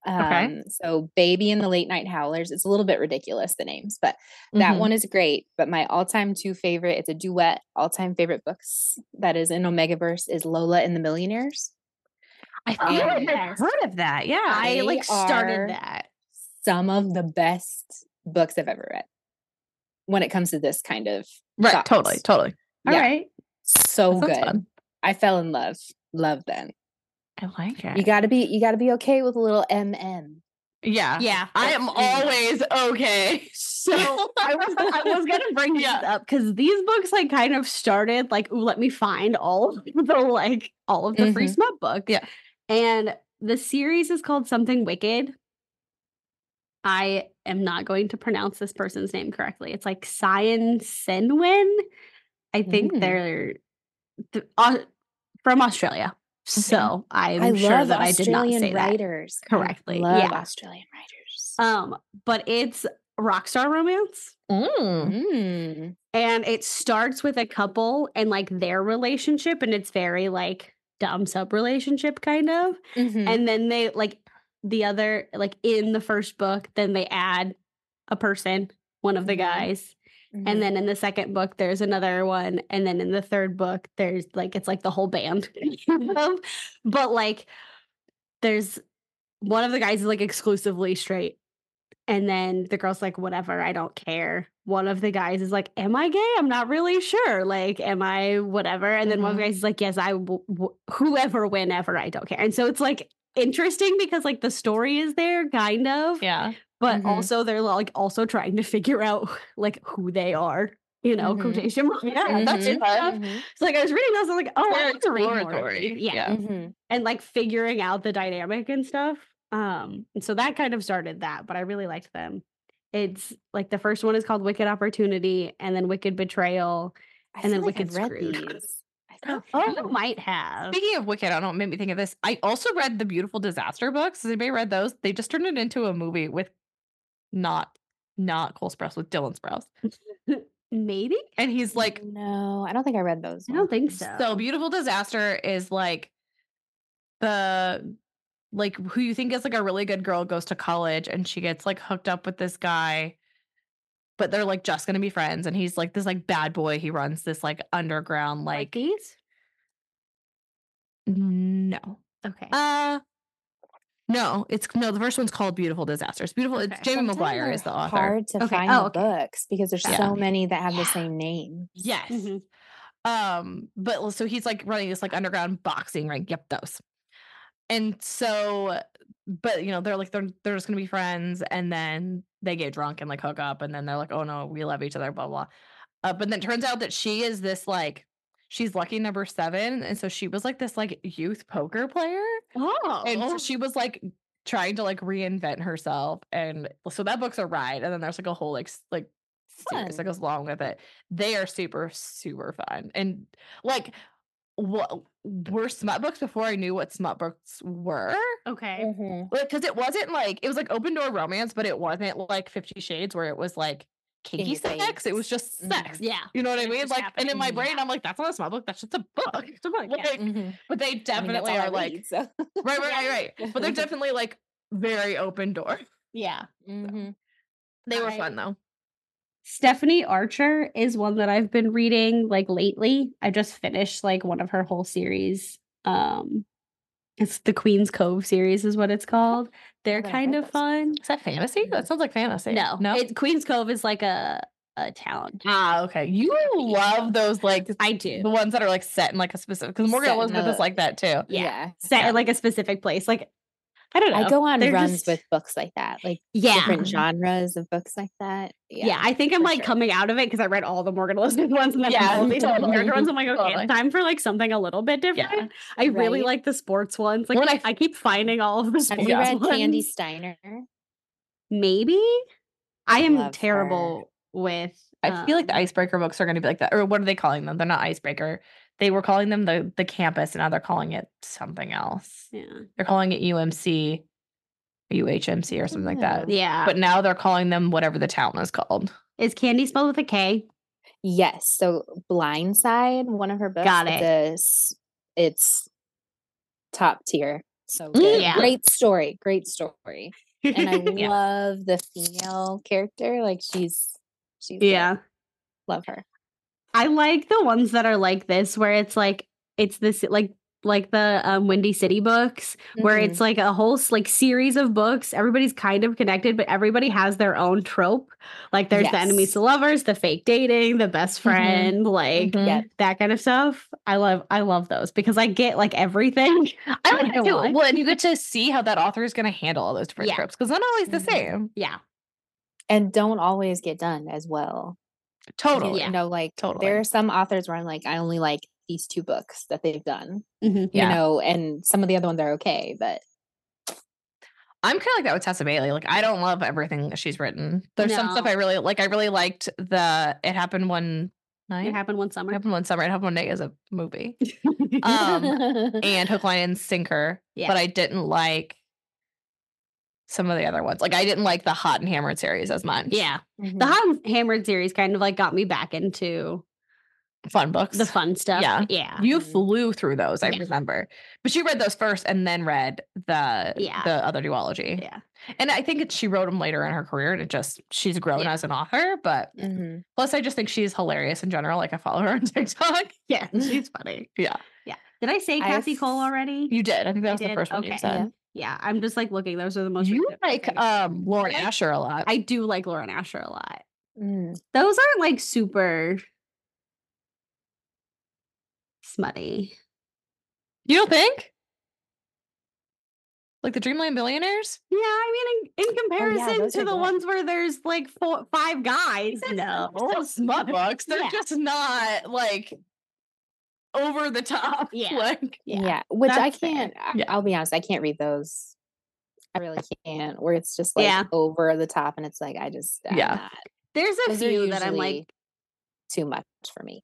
[SPEAKER 1] Um,
[SPEAKER 3] Okay.
[SPEAKER 1] So, Baby and the Late Night Howlers. It's a little bit ridiculous the names, but that
[SPEAKER 3] Mhm.
[SPEAKER 1] one is great. But my all-time two favorite. It's a duet. All-time favorite books that is in Omegaverse is Lola and the Millionaires.
[SPEAKER 3] I feel like I've
[SPEAKER 2] Yes.
[SPEAKER 3] heard of that. Yeah.
[SPEAKER 2] I
[SPEAKER 1] They
[SPEAKER 2] like started
[SPEAKER 1] are-
[SPEAKER 2] that.
[SPEAKER 1] Some of the best books I've ever read when it comes to this kind of
[SPEAKER 3] right.
[SPEAKER 1] thoughts.
[SPEAKER 3] Totally. Totally.
[SPEAKER 2] All
[SPEAKER 1] Yeah.
[SPEAKER 2] right.
[SPEAKER 1] so
[SPEAKER 3] That sounds
[SPEAKER 1] good.
[SPEAKER 3] fun.
[SPEAKER 1] I fell in love. Love them.
[SPEAKER 3] I like it.
[SPEAKER 1] You gotta be you gotta be okay with a little MM.
[SPEAKER 3] yeah.
[SPEAKER 2] Yeah.
[SPEAKER 3] I am always okay. <laughs> So
[SPEAKER 2] So I was,
[SPEAKER 3] <laughs>
[SPEAKER 2] I was gonna bring these
[SPEAKER 3] Yeah.
[SPEAKER 2] up because these books like kind of started like, ooh, let me find all of <laughs> the like all of the free
[SPEAKER 1] Mhm.
[SPEAKER 2] smut book.
[SPEAKER 3] Yeah.
[SPEAKER 2] And the series is called Something Wicked. I am not going to pronounce this person's name correctly. It's like Cyan Senwin. I think
[SPEAKER 1] Mm.
[SPEAKER 2] they're th- au- from Australia. So I'm
[SPEAKER 1] I
[SPEAKER 2] sure
[SPEAKER 1] love
[SPEAKER 2] that I did
[SPEAKER 1] Australian
[SPEAKER 2] not say that
[SPEAKER 1] writers. I
[SPEAKER 2] correctly.
[SPEAKER 1] love
[SPEAKER 2] Yeah.
[SPEAKER 1] Australian writers.
[SPEAKER 2] Um, but it's Rockstar Romance.
[SPEAKER 3] Mm-hmm.
[SPEAKER 1] Mm.
[SPEAKER 2] And it starts with a couple and like their relationship, and it's very like dumb sub relationship kind of.
[SPEAKER 1] Mhm.
[SPEAKER 2] And then they like the other, like in the first book, then they add a person, one of the
[SPEAKER 1] Mhm.
[SPEAKER 2] guys.
[SPEAKER 1] Mhm.
[SPEAKER 2] And then in the second book, there's another one. And then in the third book, there's like, it's like the whole band. <laughs> Um, but like, there's one of the guys is like exclusively straight. And then the girl's like, whatever, I don't care. One of the guys is like, am I gay? I'm not really sure. Like, am I whatever? And then one of the guys is like, yes, I, w- w- whoever, whenever, I don't care. And so it's like interesting because like the story is there kind of
[SPEAKER 3] Yeah.
[SPEAKER 2] but
[SPEAKER 1] Mhm.
[SPEAKER 3] Mm-hmm.
[SPEAKER 2] also they're like also trying to figure out like who they are, you know,
[SPEAKER 1] Mhm.
[SPEAKER 2] quotation marks.
[SPEAKER 3] Mm-hmm. Yeah,
[SPEAKER 2] and
[SPEAKER 1] that's
[SPEAKER 2] stuff.
[SPEAKER 1] Mhm.
[SPEAKER 2] So like I was reading those, I was like, oh, I
[SPEAKER 3] Very
[SPEAKER 2] need to read more. of
[SPEAKER 3] exploratory,
[SPEAKER 2] these. Yeah.
[SPEAKER 3] yeah.
[SPEAKER 1] Mhm.
[SPEAKER 2] and like figuring out the dynamic and stuff. Um, and so that kind of started that, but I really liked them. It's like the first one is called Wicked Opportunity, and then Wicked Betrayal.
[SPEAKER 1] I
[SPEAKER 2] And
[SPEAKER 1] feel
[SPEAKER 2] then
[SPEAKER 1] like I've
[SPEAKER 2] Wicked's
[SPEAKER 1] read
[SPEAKER 2] Screwed.
[SPEAKER 1] these. I think I've
[SPEAKER 2] Oh,
[SPEAKER 1] read them.
[SPEAKER 2] might have.
[SPEAKER 3] Speaking of Wicked, I don't know, made me think of this. I also read the Beautiful Disaster books. Has anybody read those? They just turned it into a movie with not not Cole Sprouse with Dylan Sprouse,
[SPEAKER 2] Maybe
[SPEAKER 3] and he's like
[SPEAKER 1] no, I don't think I read those.
[SPEAKER 2] I don't think
[SPEAKER 1] ones.
[SPEAKER 2] so.
[SPEAKER 3] Oh, So beautiful disaster is like the like who you think is like a really good girl goes to college and she gets like hooked up with this guy but they're like just going to be friends and he's like this like bad boy he runs this like underground
[SPEAKER 2] like
[SPEAKER 3] like
[SPEAKER 2] these.
[SPEAKER 3] no
[SPEAKER 2] Okay.
[SPEAKER 3] uh no it's no the first one's called beautiful disasters beautiful
[SPEAKER 2] Okay.
[SPEAKER 3] it's jamie
[SPEAKER 1] Sometimes
[SPEAKER 3] mcguire
[SPEAKER 1] they're
[SPEAKER 3] is the author
[SPEAKER 1] Hard to
[SPEAKER 2] Okay.
[SPEAKER 1] find
[SPEAKER 2] Oh,
[SPEAKER 1] the books because there's
[SPEAKER 3] Yeah.
[SPEAKER 1] so many that have
[SPEAKER 2] Yeah.
[SPEAKER 1] the same name.
[SPEAKER 3] yes
[SPEAKER 2] Mhm.
[SPEAKER 1] Mm-hmm.
[SPEAKER 3] Um, but l- so he's like running this like underground boxing ring. Yep, those. And so, but you know, they're like they're they're just gonna be friends, and then they get drunk and like hook up, and then they're like, oh no, we love each other, blah blah. Uh, but then it turns out that she is this like she's lucky number seven, and so she was like this like youth poker player,
[SPEAKER 2] oh,
[SPEAKER 3] and so she was like trying to like reinvent herself, and so that book's a ride, and then there's like a whole like s- like series that
[SPEAKER 1] Fun.
[SPEAKER 3] goes along with it. They are super super fun, and like what were smut books before I knew what smut books were
[SPEAKER 2] okay.
[SPEAKER 3] because it wasn't like it was like open door romance, but it wasn't like Fifty Shades where it was like kinky
[SPEAKER 1] Kinky Mm-hmm.
[SPEAKER 3] sex. It was
[SPEAKER 1] sex.
[SPEAKER 3] just sex.
[SPEAKER 2] Yeah.
[SPEAKER 3] You know what I
[SPEAKER 2] It's
[SPEAKER 3] mean?
[SPEAKER 2] just
[SPEAKER 3] Like, and in my
[SPEAKER 1] happening.
[SPEAKER 3] brain, I'm like, that's not a smut book. That's just a book.
[SPEAKER 1] <laughs>
[SPEAKER 2] It's a book, yeah.
[SPEAKER 3] Like,
[SPEAKER 1] Mhm.
[SPEAKER 3] But they
[SPEAKER 1] I mean, that's
[SPEAKER 3] definitely
[SPEAKER 1] all I
[SPEAKER 3] are
[SPEAKER 2] <laughs>
[SPEAKER 3] like
[SPEAKER 1] read, so.
[SPEAKER 3] right, right, right, <laughs> right. But they're definitely like very open door.
[SPEAKER 2] Yeah. Mm-hmm.
[SPEAKER 1] Mhm.
[SPEAKER 3] They were
[SPEAKER 2] I-
[SPEAKER 3] fun though.
[SPEAKER 2] Stephanie Archer is one that I've been reading like lately. I just finished like one of her whole series. Um it's the Queen's Cove series is what it's called. They're
[SPEAKER 1] haven't
[SPEAKER 2] kind
[SPEAKER 1] heard
[SPEAKER 2] of
[SPEAKER 1] those.
[SPEAKER 2] fun.
[SPEAKER 3] Is that fantasy? That sounds like fantasy.
[SPEAKER 2] No.
[SPEAKER 3] no.
[SPEAKER 2] It, Queen's Cove is like a a town.
[SPEAKER 3] ah, okay. You love those like
[SPEAKER 2] I
[SPEAKER 3] the
[SPEAKER 2] do.
[SPEAKER 3] ones that are like set in like a specific because Morgan
[SPEAKER 1] Set in
[SPEAKER 3] Elizabeth is
[SPEAKER 1] a-
[SPEAKER 3] like that too.
[SPEAKER 2] Yeah.
[SPEAKER 1] Yeah.
[SPEAKER 2] Set in like a specific place. Like I don't know.
[SPEAKER 1] I go on
[SPEAKER 2] They're
[SPEAKER 1] runs
[SPEAKER 2] just-
[SPEAKER 1] with books like that, like
[SPEAKER 2] Yeah.
[SPEAKER 1] different genres of books like that.
[SPEAKER 2] Yeah, I think I'm
[SPEAKER 1] for
[SPEAKER 2] like
[SPEAKER 1] sure.
[SPEAKER 2] coming out of it because I read all the Morgan Elizabeth <laughs> ones and then
[SPEAKER 3] Yeah,
[SPEAKER 2] all these
[SPEAKER 3] totally.
[SPEAKER 2] character ones. I'm like, okay,
[SPEAKER 3] Totally.
[SPEAKER 2] it's time for like something a little bit different.
[SPEAKER 3] Yeah.
[SPEAKER 2] I really
[SPEAKER 1] Right.
[SPEAKER 2] like the sports ones. Like
[SPEAKER 3] When I-
[SPEAKER 2] I, keep finding all of the
[SPEAKER 1] Have
[SPEAKER 2] sports
[SPEAKER 1] you read
[SPEAKER 2] ones.
[SPEAKER 1] Candy Steiner?
[SPEAKER 2] Maybe I am
[SPEAKER 1] love her.
[SPEAKER 2] terrible with.
[SPEAKER 3] I feel like the
[SPEAKER 2] um,
[SPEAKER 3] icebreaker books are going to be like that. Or what are they calling them? They're not icebreaker. They were calling them the the campus, and now they're calling it something else.
[SPEAKER 2] Yeah.
[SPEAKER 3] They're calling it UMC, UHMC, or something like that.
[SPEAKER 1] Yeah.
[SPEAKER 2] Yeah.
[SPEAKER 3] But now they're calling them whatever the town is called.
[SPEAKER 2] is candy spelled with a K?
[SPEAKER 1] Yes. So Blindside, one of her books.
[SPEAKER 2] Got
[SPEAKER 1] it's
[SPEAKER 2] it.
[SPEAKER 1] a s- it's top tier. So
[SPEAKER 3] Mm,
[SPEAKER 1] good.
[SPEAKER 2] yeah.
[SPEAKER 1] great story. Great story.
[SPEAKER 2] <laughs>
[SPEAKER 1] And I
[SPEAKER 3] Yeah.
[SPEAKER 1] love the female character. Like she's she's great.
[SPEAKER 2] yeah.
[SPEAKER 1] love her.
[SPEAKER 2] I like the ones that are like this, where it's like it's this like like the um, Windy City books, where
[SPEAKER 3] Mm-hmm.
[SPEAKER 1] Mhm.
[SPEAKER 2] it's like a whole s- like series of books. Everybody's kind of connected, but everybody has their own trope. Like there's the enemies
[SPEAKER 1] Yes.
[SPEAKER 2] to lovers, the fake dating, the best
[SPEAKER 3] Mm-hmm.
[SPEAKER 2] friend, like
[SPEAKER 3] Mhm.
[SPEAKER 1] Yeah.
[SPEAKER 2] that kind of stuff. I love I love those because I get like everything.
[SPEAKER 3] <laughs> I like
[SPEAKER 2] <laughs> I
[SPEAKER 3] it too.
[SPEAKER 2] like.
[SPEAKER 3] Well, and you get to see how that author is going to handle all those different
[SPEAKER 2] Yeah. Mm-hmm.
[SPEAKER 3] trips because not always the
[SPEAKER 1] Mhm.
[SPEAKER 3] same.
[SPEAKER 2] Yeah.
[SPEAKER 1] And don't always get done as well. You
[SPEAKER 3] Totally.
[SPEAKER 2] Yeah.
[SPEAKER 1] know, like
[SPEAKER 3] Totally.
[SPEAKER 1] there are some authors where I'm like, I only like these two books that they've done.
[SPEAKER 3] Yeah.
[SPEAKER 1] You know, and some of the other ones are okay, but
[SPEAKER 3] I'm kind of like that with Tessa Bailey. Like I don't love everything that she's written. There's some stuff
[SPEAKER 2] No.
[SPEAKER 3] I really like. I really liked the It Happened One nine.
[SPEAKER 2] It happened one summer.
[SPEAKER 3] It happened one summer. It happened one night as a movie.
[SPEAKER 2] <laughs>
[SPEAKER 3] um, <laughs> and Hook, Line, and Sinker.
[SPEAKER 2] Yeah.
[SPEAKER 3] But I didn't like some of the other ones. Like I didn't like the Hot and Hammered series as much.
[SPEAKER 2] yeah.
[SPEAKER 1] Mm-hmm,
[SPEAKER 3] Mm.
[SPEAKER 2] The Hot and Hammered series kind of like got me back into
[SPEAKER 3] Fun books.
[SPEAKER 2] the fun stuff.
[SPEAKER 3] Yeah.
[SPEAKER 2] Yeah.
[SPEAKER 3] You
[SPEAKER 1] Mhm.
[SPEAKER 3] flew through those, I
[SPEAKER 2] Yeah.
[SPEAKER 3] remember. But she read those first and then read the
[SPEAKER 2] Yeah.
[SPEAKER 3] the other duology.
[SPEAKER 2] Yeah.
[SPEAKER 3] And I think it, she wrote them later in her career and it just she's grown
[SPEAKER 2] Yeah. Mm.
[SPEAKER 3] as an author, but
[SPEAKER 1] Mhm.
[SPEAKER 3] plus I just think she's hilarious in general. Like I follow her on <laughs> TikTok.
[SPEAKER 2] Yeah. <laughs> She's funny.
[SPEAKER 3] <laughs> Yeah.
[SPEAKER 2] Did I say
[SPEAKER 1] I
[SPEAKER 2] Cassie Cole
[SPEAKER 1] f-
[SPEAKER 2] already?
[SPEAKER 3] You did. I think that was
[SPEAKER 2] I
[SPEAKER 3] the
[SPEAKER 2] did?
[SPEAKER 3] first one
[SPEAKER 2] Okay.
[SPEAKER 3] you said.
[SPEAKER 2] yeah. I'm just like looking. Those are the most.
[SPEAKER 3] You
[SPEAKER 2] recent
[SPEAKER 3] like
[SPEAKER 2] things.
[SPEAKER 3] um Lauren
[SPEAKER 2] I like-
[SPEAKER 3] Asher a lot.
[SPEAKER 2] I do like Lauren Asher a lot.
[SPEAKER 1] Mm.
[SPEAKER 2] Those aren't like super smutty.
[SPEAKER 3] you don't think? Like the Dreamland Billionaires?
[SPEAKER 2] Yeah, I mean, in, in comparison
[SPEAKER 1] those
[SPEAKER 2] to
[SPEAKER 1] are
[SPEAKER 2] the
[SPEAKER 1] good.
[SPEAKER 2] ones where there's like four, five guys,
[SPEAKER 3] <laughs>
[SPEAKER 2] no, <laughs>
[SPEAKER 3] They're still smut books. They're
[SPEAKER 2] Yeah.
[SPEAKER 3] just not like over the top. <laughs>
[SPEAKER 2] Yeah. <laughs>
[SPEAKER 3] Like
[SPEAKER 1] Yeah.
[SPEAKER 2] Yeah,
[SPEAKER 1] which I
[SPEAKER 2] that's fair.
[SPEAKER 1] can't. I,
[SPEAKER 3] Yeah.
[SPEAKER 1] I'll be honest, I can't read those. I really can't. Where it's just like
[SPEAKER 2] Yeah.
[SPEAKER 1] over the top, and it's like I just I'm
[SPEAKER 3] Yeah.
[SPEAKER 1] not-
[SPEAKER 2] there's a
[SPEAKER 1] Those are
[SPEAKER 2] few that I'm
[SPEAKER 1] usually
[SPEAKER 2] like,
[SPEAKER 1] too much for me.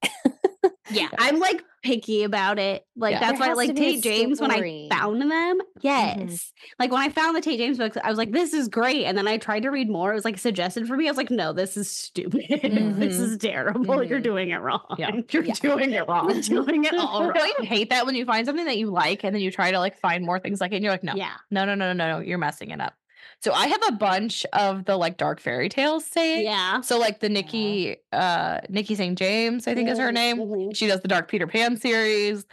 [SPEAKER 2] yeah, I'm like picky about it. Like
[SPEAKER 3] Yeah.
[SPEAKER 2] that's
[SPEAKER 1] There
[SPEAKER 2] why,
[SPEAKER 1] has to
[SPEAKER 2] like
[SPEAKER 1] be a
[SPEAKER 2] Tate James, when I
[SPEAKER 1] story. Mm-hmm.
[SPEAKER 2] found them, yes, like when I found the Tate James books, I was like, this is great, and then I tried to read more. It was like suggested for me. I was like, no, this is stupid. <laughs> this
[SPEAKER 3] Mhm.
[SPEAKER 2] is terrible. You're
[SPEAKER 1] Mhm.
[SPEAKER 2] doing it wrong.
[SPEAKER 3] Yeah.
[SPEAKER 2] <laughs> You're
[SPEAKER 1] Mm-hmm. Yeah.
[SPEAKER 2] doing it
[SPEAKER 1] <laughs>
[SPEAKER 2] wrong. You're doing it <laughs> all
[SPEAKER 3] Don't you
[SPEAKER 2] wrong.
[SPEAKER 3] hate that when you find something that you like and then you try to like find more things like it and you're like, no,
[SPEAKER 2] Yeah,
[SPEAKER 3] no, no, no, no, no, no, you're messing it up. So I have a bunch of the like dark fairy tales saying.
[SPEAKER 2] yeah.
[SPEAKER 3] So like the Nikki, uh Nikki St. James, I think is her name.
[SPEAKER 2] Mhm.
[SPEAKER 3] She does the Dark Peter Pan series.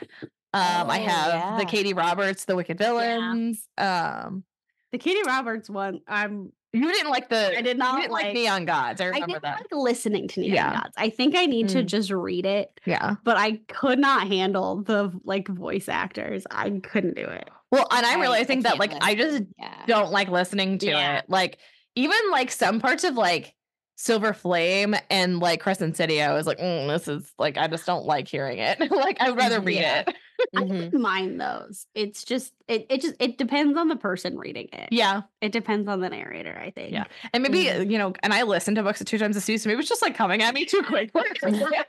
[SPEAKER 3] Um, I
[SPEAKER 1] Oh,
[SPEAKER 3] have the
[SPEAKER 1] yeah.
[SPEAKER 3] Katie Roberts, the Wicked Villains. Um,
[SPEAKER 2] The Katie Roberts one, I'm
[SPEAKER 3] you didn't like the
[SPEAKER 2] I did
[SPEAKER 3] you
[SPEAKER 2] not
[SPEAKER 3] didn't like,
[SPEAKER 2] like-
[SPEAKER 3] Neon Gods. I
[SPEAKER 2] I
[SPEAKER 3] remember
[SPEAKER 2] didn't
[SPEAKER 3] that.
[SPEAKER 2] like listening to Neon
[SPEAKER 3] Yeah.
[SPEAKER 2] Gods. I think I need to
[SPEAKER 1] Mm.
[SPEAKER 2] just read it,
[SPEAKER 3] yeah.
[SPEAKER 2] but I could not handle the like voice actors. I couldn't do it.
[SPEAKER 3] Well, and I'm
[SPEAKER 1] I-
[SPEAKER 3] realizing
[SPEAKER 1] I
[SPEAKER 3] that
[SPEAKER 1] can't
[SPEAKER 3] like I just
[SPEAKER 1] listen. yeah.
[SPEAKER 3] don't like listening to
[SPEAKER 2] Yeah.
[SPEAKER 3] it. Like even like some parts of like Silver Flame and like Crescent City, I was like, mm, this is like I just don't like hearing it. <laughs> like I would rather
[SPEAKER 1] Mhm.
[SPEAKER 3] read
[SPEAKER 2] Yeah.
[SPEAKER 3] it.
[SPEAKER 2] I <laughs>
[SPEAKER 1] Mhm.
[SPEAKER 2] wouldn't mind those. It's just it it just it depends on the person reading it.
[SPEAKER 3] Yeah,
[SPEAKER 2] It depends on the narrator, I think.
[SPEAKER 3] Yeah. and maybe you know, and I listen to books two times a season. Maybe it's just like coming at me too quick. <laughs>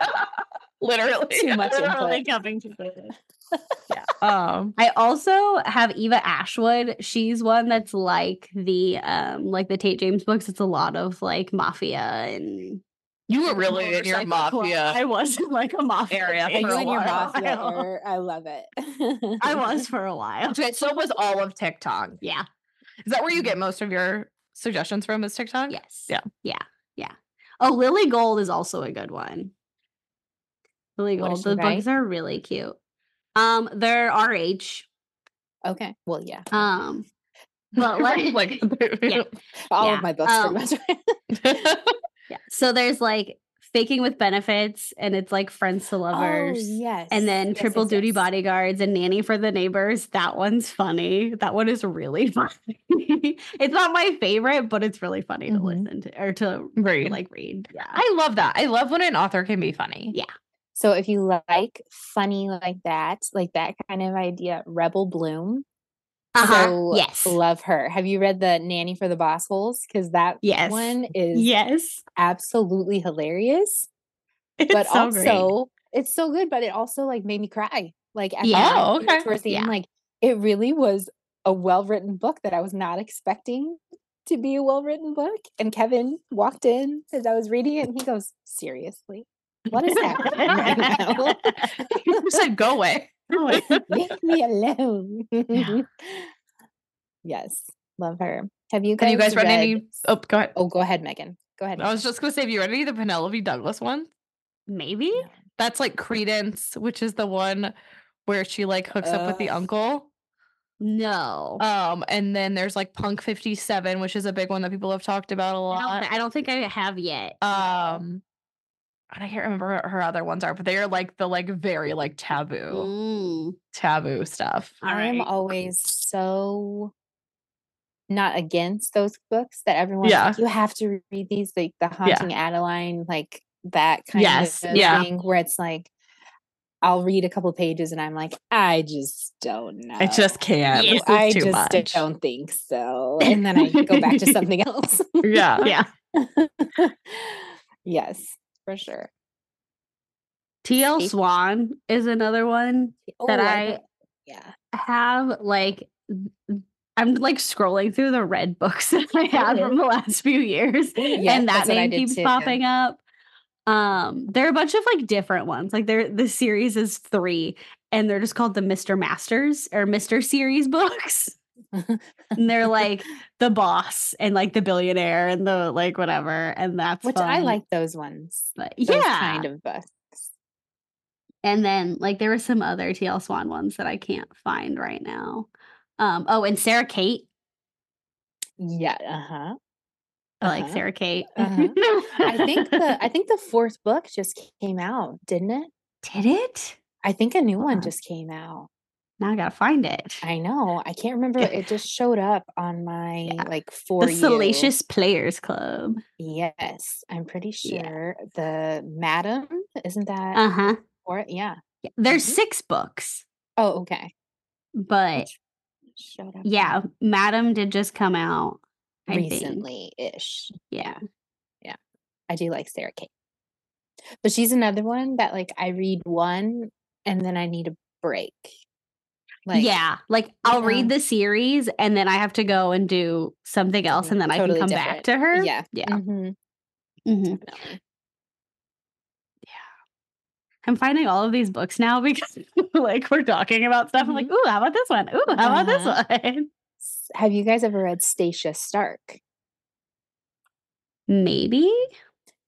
[SPEAKER 3] Literally
[SPEAKER 1] Too much
[SPEAKER 2] <laughs>
[SPEAKER 3] Literally.
[SPEAKER 1] input.
[SPEAKER 2] coming to this.
[SPEAKER 3] Um,
[SPEAKER 2] I also have Eva Ashwood. She's one that's like the um like the Tate James books. It's a lot of like mafia and
[SPEAKER 3] you were really in your
[SPEAKER 2] motorcycle club.
[SPEAKER 3] mafia.
[SPEAKER 2] <laughs> I was in like a mafia
[SPEAKER 3] area
[SPEAKER 2] thing
[SPEAKER 3] for
[SPEAKER 1] Are
[SPEAKER 2] for
[SPEAKER 1] you
[SPEAKER 3] a
[SPEAKER 2] a
[SPEAKER 1] in your
[SPEAKER 2] <laughs> while.
[SPEAKER 1] mafia error? I love it. <laughs>
[SPEAKER 2] I was for a while.
[SPEAKER 3] Okay, so was all of TikTok.
[SPEAKER 2] Yeah.
[SPEAKER 3] Is that where you get most of your suggestions from? Is TikTok?
[SPEAKER 2] Yes.
[SPEAKER 3] Yeah.
[SPEAKER 2] Yeah. Yeah. Oh, Lily Gold is also a good one. Lily
[SPEAKER 1] What does she
[SPEAKER 2] Gold. The
[SPEAKER 1] write?
[SPEAKER 2] books are really cute. Um, they're RH.
[SPEAKER 1] Okay. Well, yeah.
[SPEAKER 2] Um, but like,
[SPEAKER 3] like,
[SPEAKER 2] Yeah.
[SPEAKER 3] <laughs>
[SPEAKER 1] All
[SPEAKER 2] yeah,
[SPEAKER 1] of my books <laughs>
[SPEAKER 2] um,
[SPEAKER 1] pretty much.
[SPEAKER 2] yeah. So there's like faking with benefits, and it's like friends to lovers.
[SPEAKER 1] Oh, yes.
[SPEAKER 2] And then
[SPEAKER 1] Yes,
[SPEAKER 2] Triple
[SPEAKER 1] yes,
[SPEAKER 2] Duty
[SPEAKER 1] yes.
[SPEAKER 2] Bodyguards and Nanny for the Neighbors. That one's funny. That one is really <laughs> funny. it's not my favorite, but it's really funny
[SPEAKER 3] Mhm.
[SPEAKER 1] Mm-hmm.
[SPEAKER 2] to listen to or to
[SPEAKER 3] Right.
[SPEAKER 2] like read. Yeah.
[SPEAKER 3] I love that. I love when an author can be funny.
[SPEAKER 2] Yeah.
[SPEAKER 1] So if you like funny like that, like that kind of idea, Rebel Bloom. So
[SPEAKER 2] Uh-huh. yes.
[SPEAKER 1] love her. Have you read the Nanny for the Boss Holes? Because that
[SPEAKER 2] Yes.
[SPEAKER 1] one is
[SPEAKER 2] Yes.
[SPEAKER 1] absolutely hilarious.
[SPEAKER 2] <laughs> It's
[SPEAKER 1] but
[SPEAKER 2] so great.
[SPEAKER 1] also it's so good, but it also like made me cry. Like at the
[SPEAKER 2] Yeah.
[SPEAKER 1] end,
[SPEAKER 3] Oh, okay.
[SPEAKER 1] towards the
[SPEAKER 2] Yeah.
[SPEAKER 1] end, like it really was a well written book that I was not expecting to be a well written book. And Kevin walked in as I was reading it and he goes, Seriously, what is <laughs>
[SPEAKER 2] <laughs>
[SPEAKER 1] happening right now?
[SPEAKER 3] <laughs> You said go away.
[SPEAKER 1] <laughs>
[SPEAKER 2] <laughs>
[SPEAKER 1] Leave me alone.
[SPEAKER 3] Yeah.
[SPEAKER 1] <laughs> yes. Love her. Have you guys,
[SPEAKER 3] Have you guys read any? Oh, go ahead.
[SPEAKER 1] Oh, go ahead, Megan. Go ahead.
[SPEAKER 3] I was just gonna say, have you read any of the Penelope Douglas ones?
[SPEAKER 2] Maybe.
[SPEAKER 3] That's like Credence, which is the one where she like hooks up with the
[SPEAKER 1] Ugh.
[SPEAKER 3] uncle.
[SPEAKER 2] No.
[SPEAKER 3] Um, and then there's like Punk 57, which is a big one that people have talked about a
[SPEAKER 2] I, don't,
[SPEAKER 3] lot.
[SPEAKER 2] thi- I don't think I have yet.
[SPEAKER 3] Um, and I can't remember what her other ones are, but they are like the like very like taboo,
[SPEAKER 2] Mm,
[SPEAKER 3] taboo stuff.
[SPEAKER 2] all
[SPEAKER 1] I'm
[SPEAKER 2] right.
[SPEAKER 1] always so not against those books that everyone's
[SPEAKER 3] Yeah.
[SPEAKER 1] like, you have to read these, like the Haunting Adeline, like that kind
[SPEAKER 3] Yes,
[SPEAKER 1] of
[SPEAKER 3] yeah.
[SPEAKER 1] thing where it's like I'll read a couple pages and I'm like, I just don't know.
[SPEAKER 3] I just can't.
[SPEAKER 2] Yeah.
[SPEAKER 3] This is
[SPEAKER 1] I
[SPEAKER 3] too
[SPEAKER 1] just
[SPEAKER 3] much.
[SPEAKER 1] don't <laughs> think so. And then I go back to
[SPEAKER 3] <laughs>
[SPEAKER 1] something else.
[SPEAKER 2] uh,
[SPEAKER 3] Yeah.
[SPEAKER 1] <laughs>
[SPEAKER 2] Yeah.
[SPEAKER 1] yes, for sure.
[SPEAKER 2] TL
[SPEAKER 1] Safe.
[SPEAKER 2] Swan is another one that
[SPEAKER 1] Oh,
[SPEAKER 2] I
[SPEAKER 1] don't- yeah.
[SPEAKER 2] have like th- I'm like scrolling through the red books <laughs> that I have
[SPEAKER 1] Okay.
[SPEAKER 2] from the last few years.
[SPEAKER 1] Yeah,
[SPEAKER 2] and that
[SPEAKER 1] that's what I
[SPEAKER 2] name
[SPEAKER 1] did
[SPEAKER 2] keeps
[SPEAKER 1] too.
[SPEAKER 2] popping up. Um, there are a bunch of like different ones. Like there the series is three, and they're just called the Mr. Masters or Mr. Series <laughs> books. and they're like the boss and like the billionaire and the like whatever. And
[SPEAKER 1] <laughs>
[SPEAKER 2] that's
[SPEAKER 1] Which I
[SPEAKER 2] fun.
[SPEAKER 1] like those ones.
[SPEAKER 2] But
[SPEAKER 1] Those
[SPEAKER 2] yeah.
[SPEAKER 1] kind of books.
[SPEAKER 2] And then like there were some other TL Swan ones that I can't find right now. Um, oh, and Sarah Kate.
[SPEAKER 1] Yeah. Uh-huh.
[SPEAKER 2] I like
[SPEAKER 1] Uh-huh.
[SPEAKER 2] Sarah Kate. <laughs>
[SPEAKER 1] Uh-huh. I think the I think the fourth book just came out, didn't it?
[SPEAKER 2] did it.
[SPEAKER 1] I think a new one
[SPEAKER 2] on.
[SPEAKER 1] just came out.
[SPEAKER 2] Now I gotta find it.
[SPEAKER 1] I know. I can't remember.
[SPEAKER 2] Get-
[SPEAKER 1] It just showed up on my
[SPEAKER 2] Yeah.
[SPEAKER 1] like for
[SPEAKER 2] The
[SPEAKER 1] you.
[SPEAKER 2] Salacious Players Club.
[SPEAKER 1] Yes, I'm pretty
[SPEAKER 2] Yeah.
[SPEAKER 1] sure the madam isn't that
[SPEAKER 2] Uh huh.
[SPEAKER 1] or yeah.
[SPEAKER 2] There's
[SPEAKER 1] Mhm.
[SPEAKER 2] six books,
[SPEAKER 1] Oh, okay.
[SPEAKER 2] but
[SPEAKER 1] Showed up
[SPEAKER 2] yeah, Madam did just come out I think.
[SPEAKER 1] recently ish.
[SPEAKER 2] Yeah.
[SPEAKER 1] I do like Sarah Kate. But she's another one that like I read one and then I need a break.
[SPEAKER 2] yeah. Like I'll read
[SPEAKER 1] uh-huh.
[SPEAKER 2] the series and then I have to go and do something else
[SPEAKER 1] Something
[SPEAKER 2] and then I
[SPEAKER 1] totally
[SPEAKER 2] can come back
[SPEAKER 1] different.
[SPEAKER 2] to her.
[SPEAKER 1] Yeah.
[SPEAKER 2] Yeah.
[SPEAKER 1] mhm,
[SPEAKER 2] Mhm.
[SPEAKER 1] definitely.
[SPEAKER 2] I'm finding all of these books now <laughs> because like we're talking about stuff. I'm like,
[SPEAKER 1] Mm-hmm.
[SPEAKER 2] ooh, how about this one? Ooh, how about
[SPEAKER 1] Uh-huh.
[SPEAKER 2] this one? <laughs>
[SPEAKER 1] S- Have you guys ever read Stacia Stark?
[SPEAKER 2] Maybe.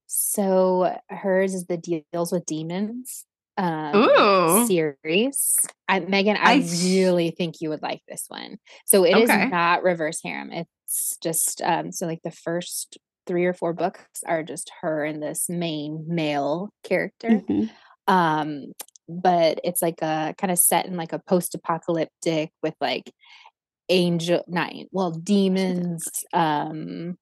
[SPEAKER 1] So hers is the deals with demons um,
[SPEAKER 3] Ooh.
[SPEAKER 1] series. I, Megan, I,
[SPEAKER 3] I s-
[SPEAKER 1] really think you would like this one. So it is
[SPEAKER 3] Okay.
[SPEAKER 1] not reverse harem. It's just um, so like the first three or four books are just her and this main male character.
[SPEAKER 2] Mhm.
[SPEAKER 1] Um, but it's like a kind of set in like a post-apocalyptic with like angel nine well demons um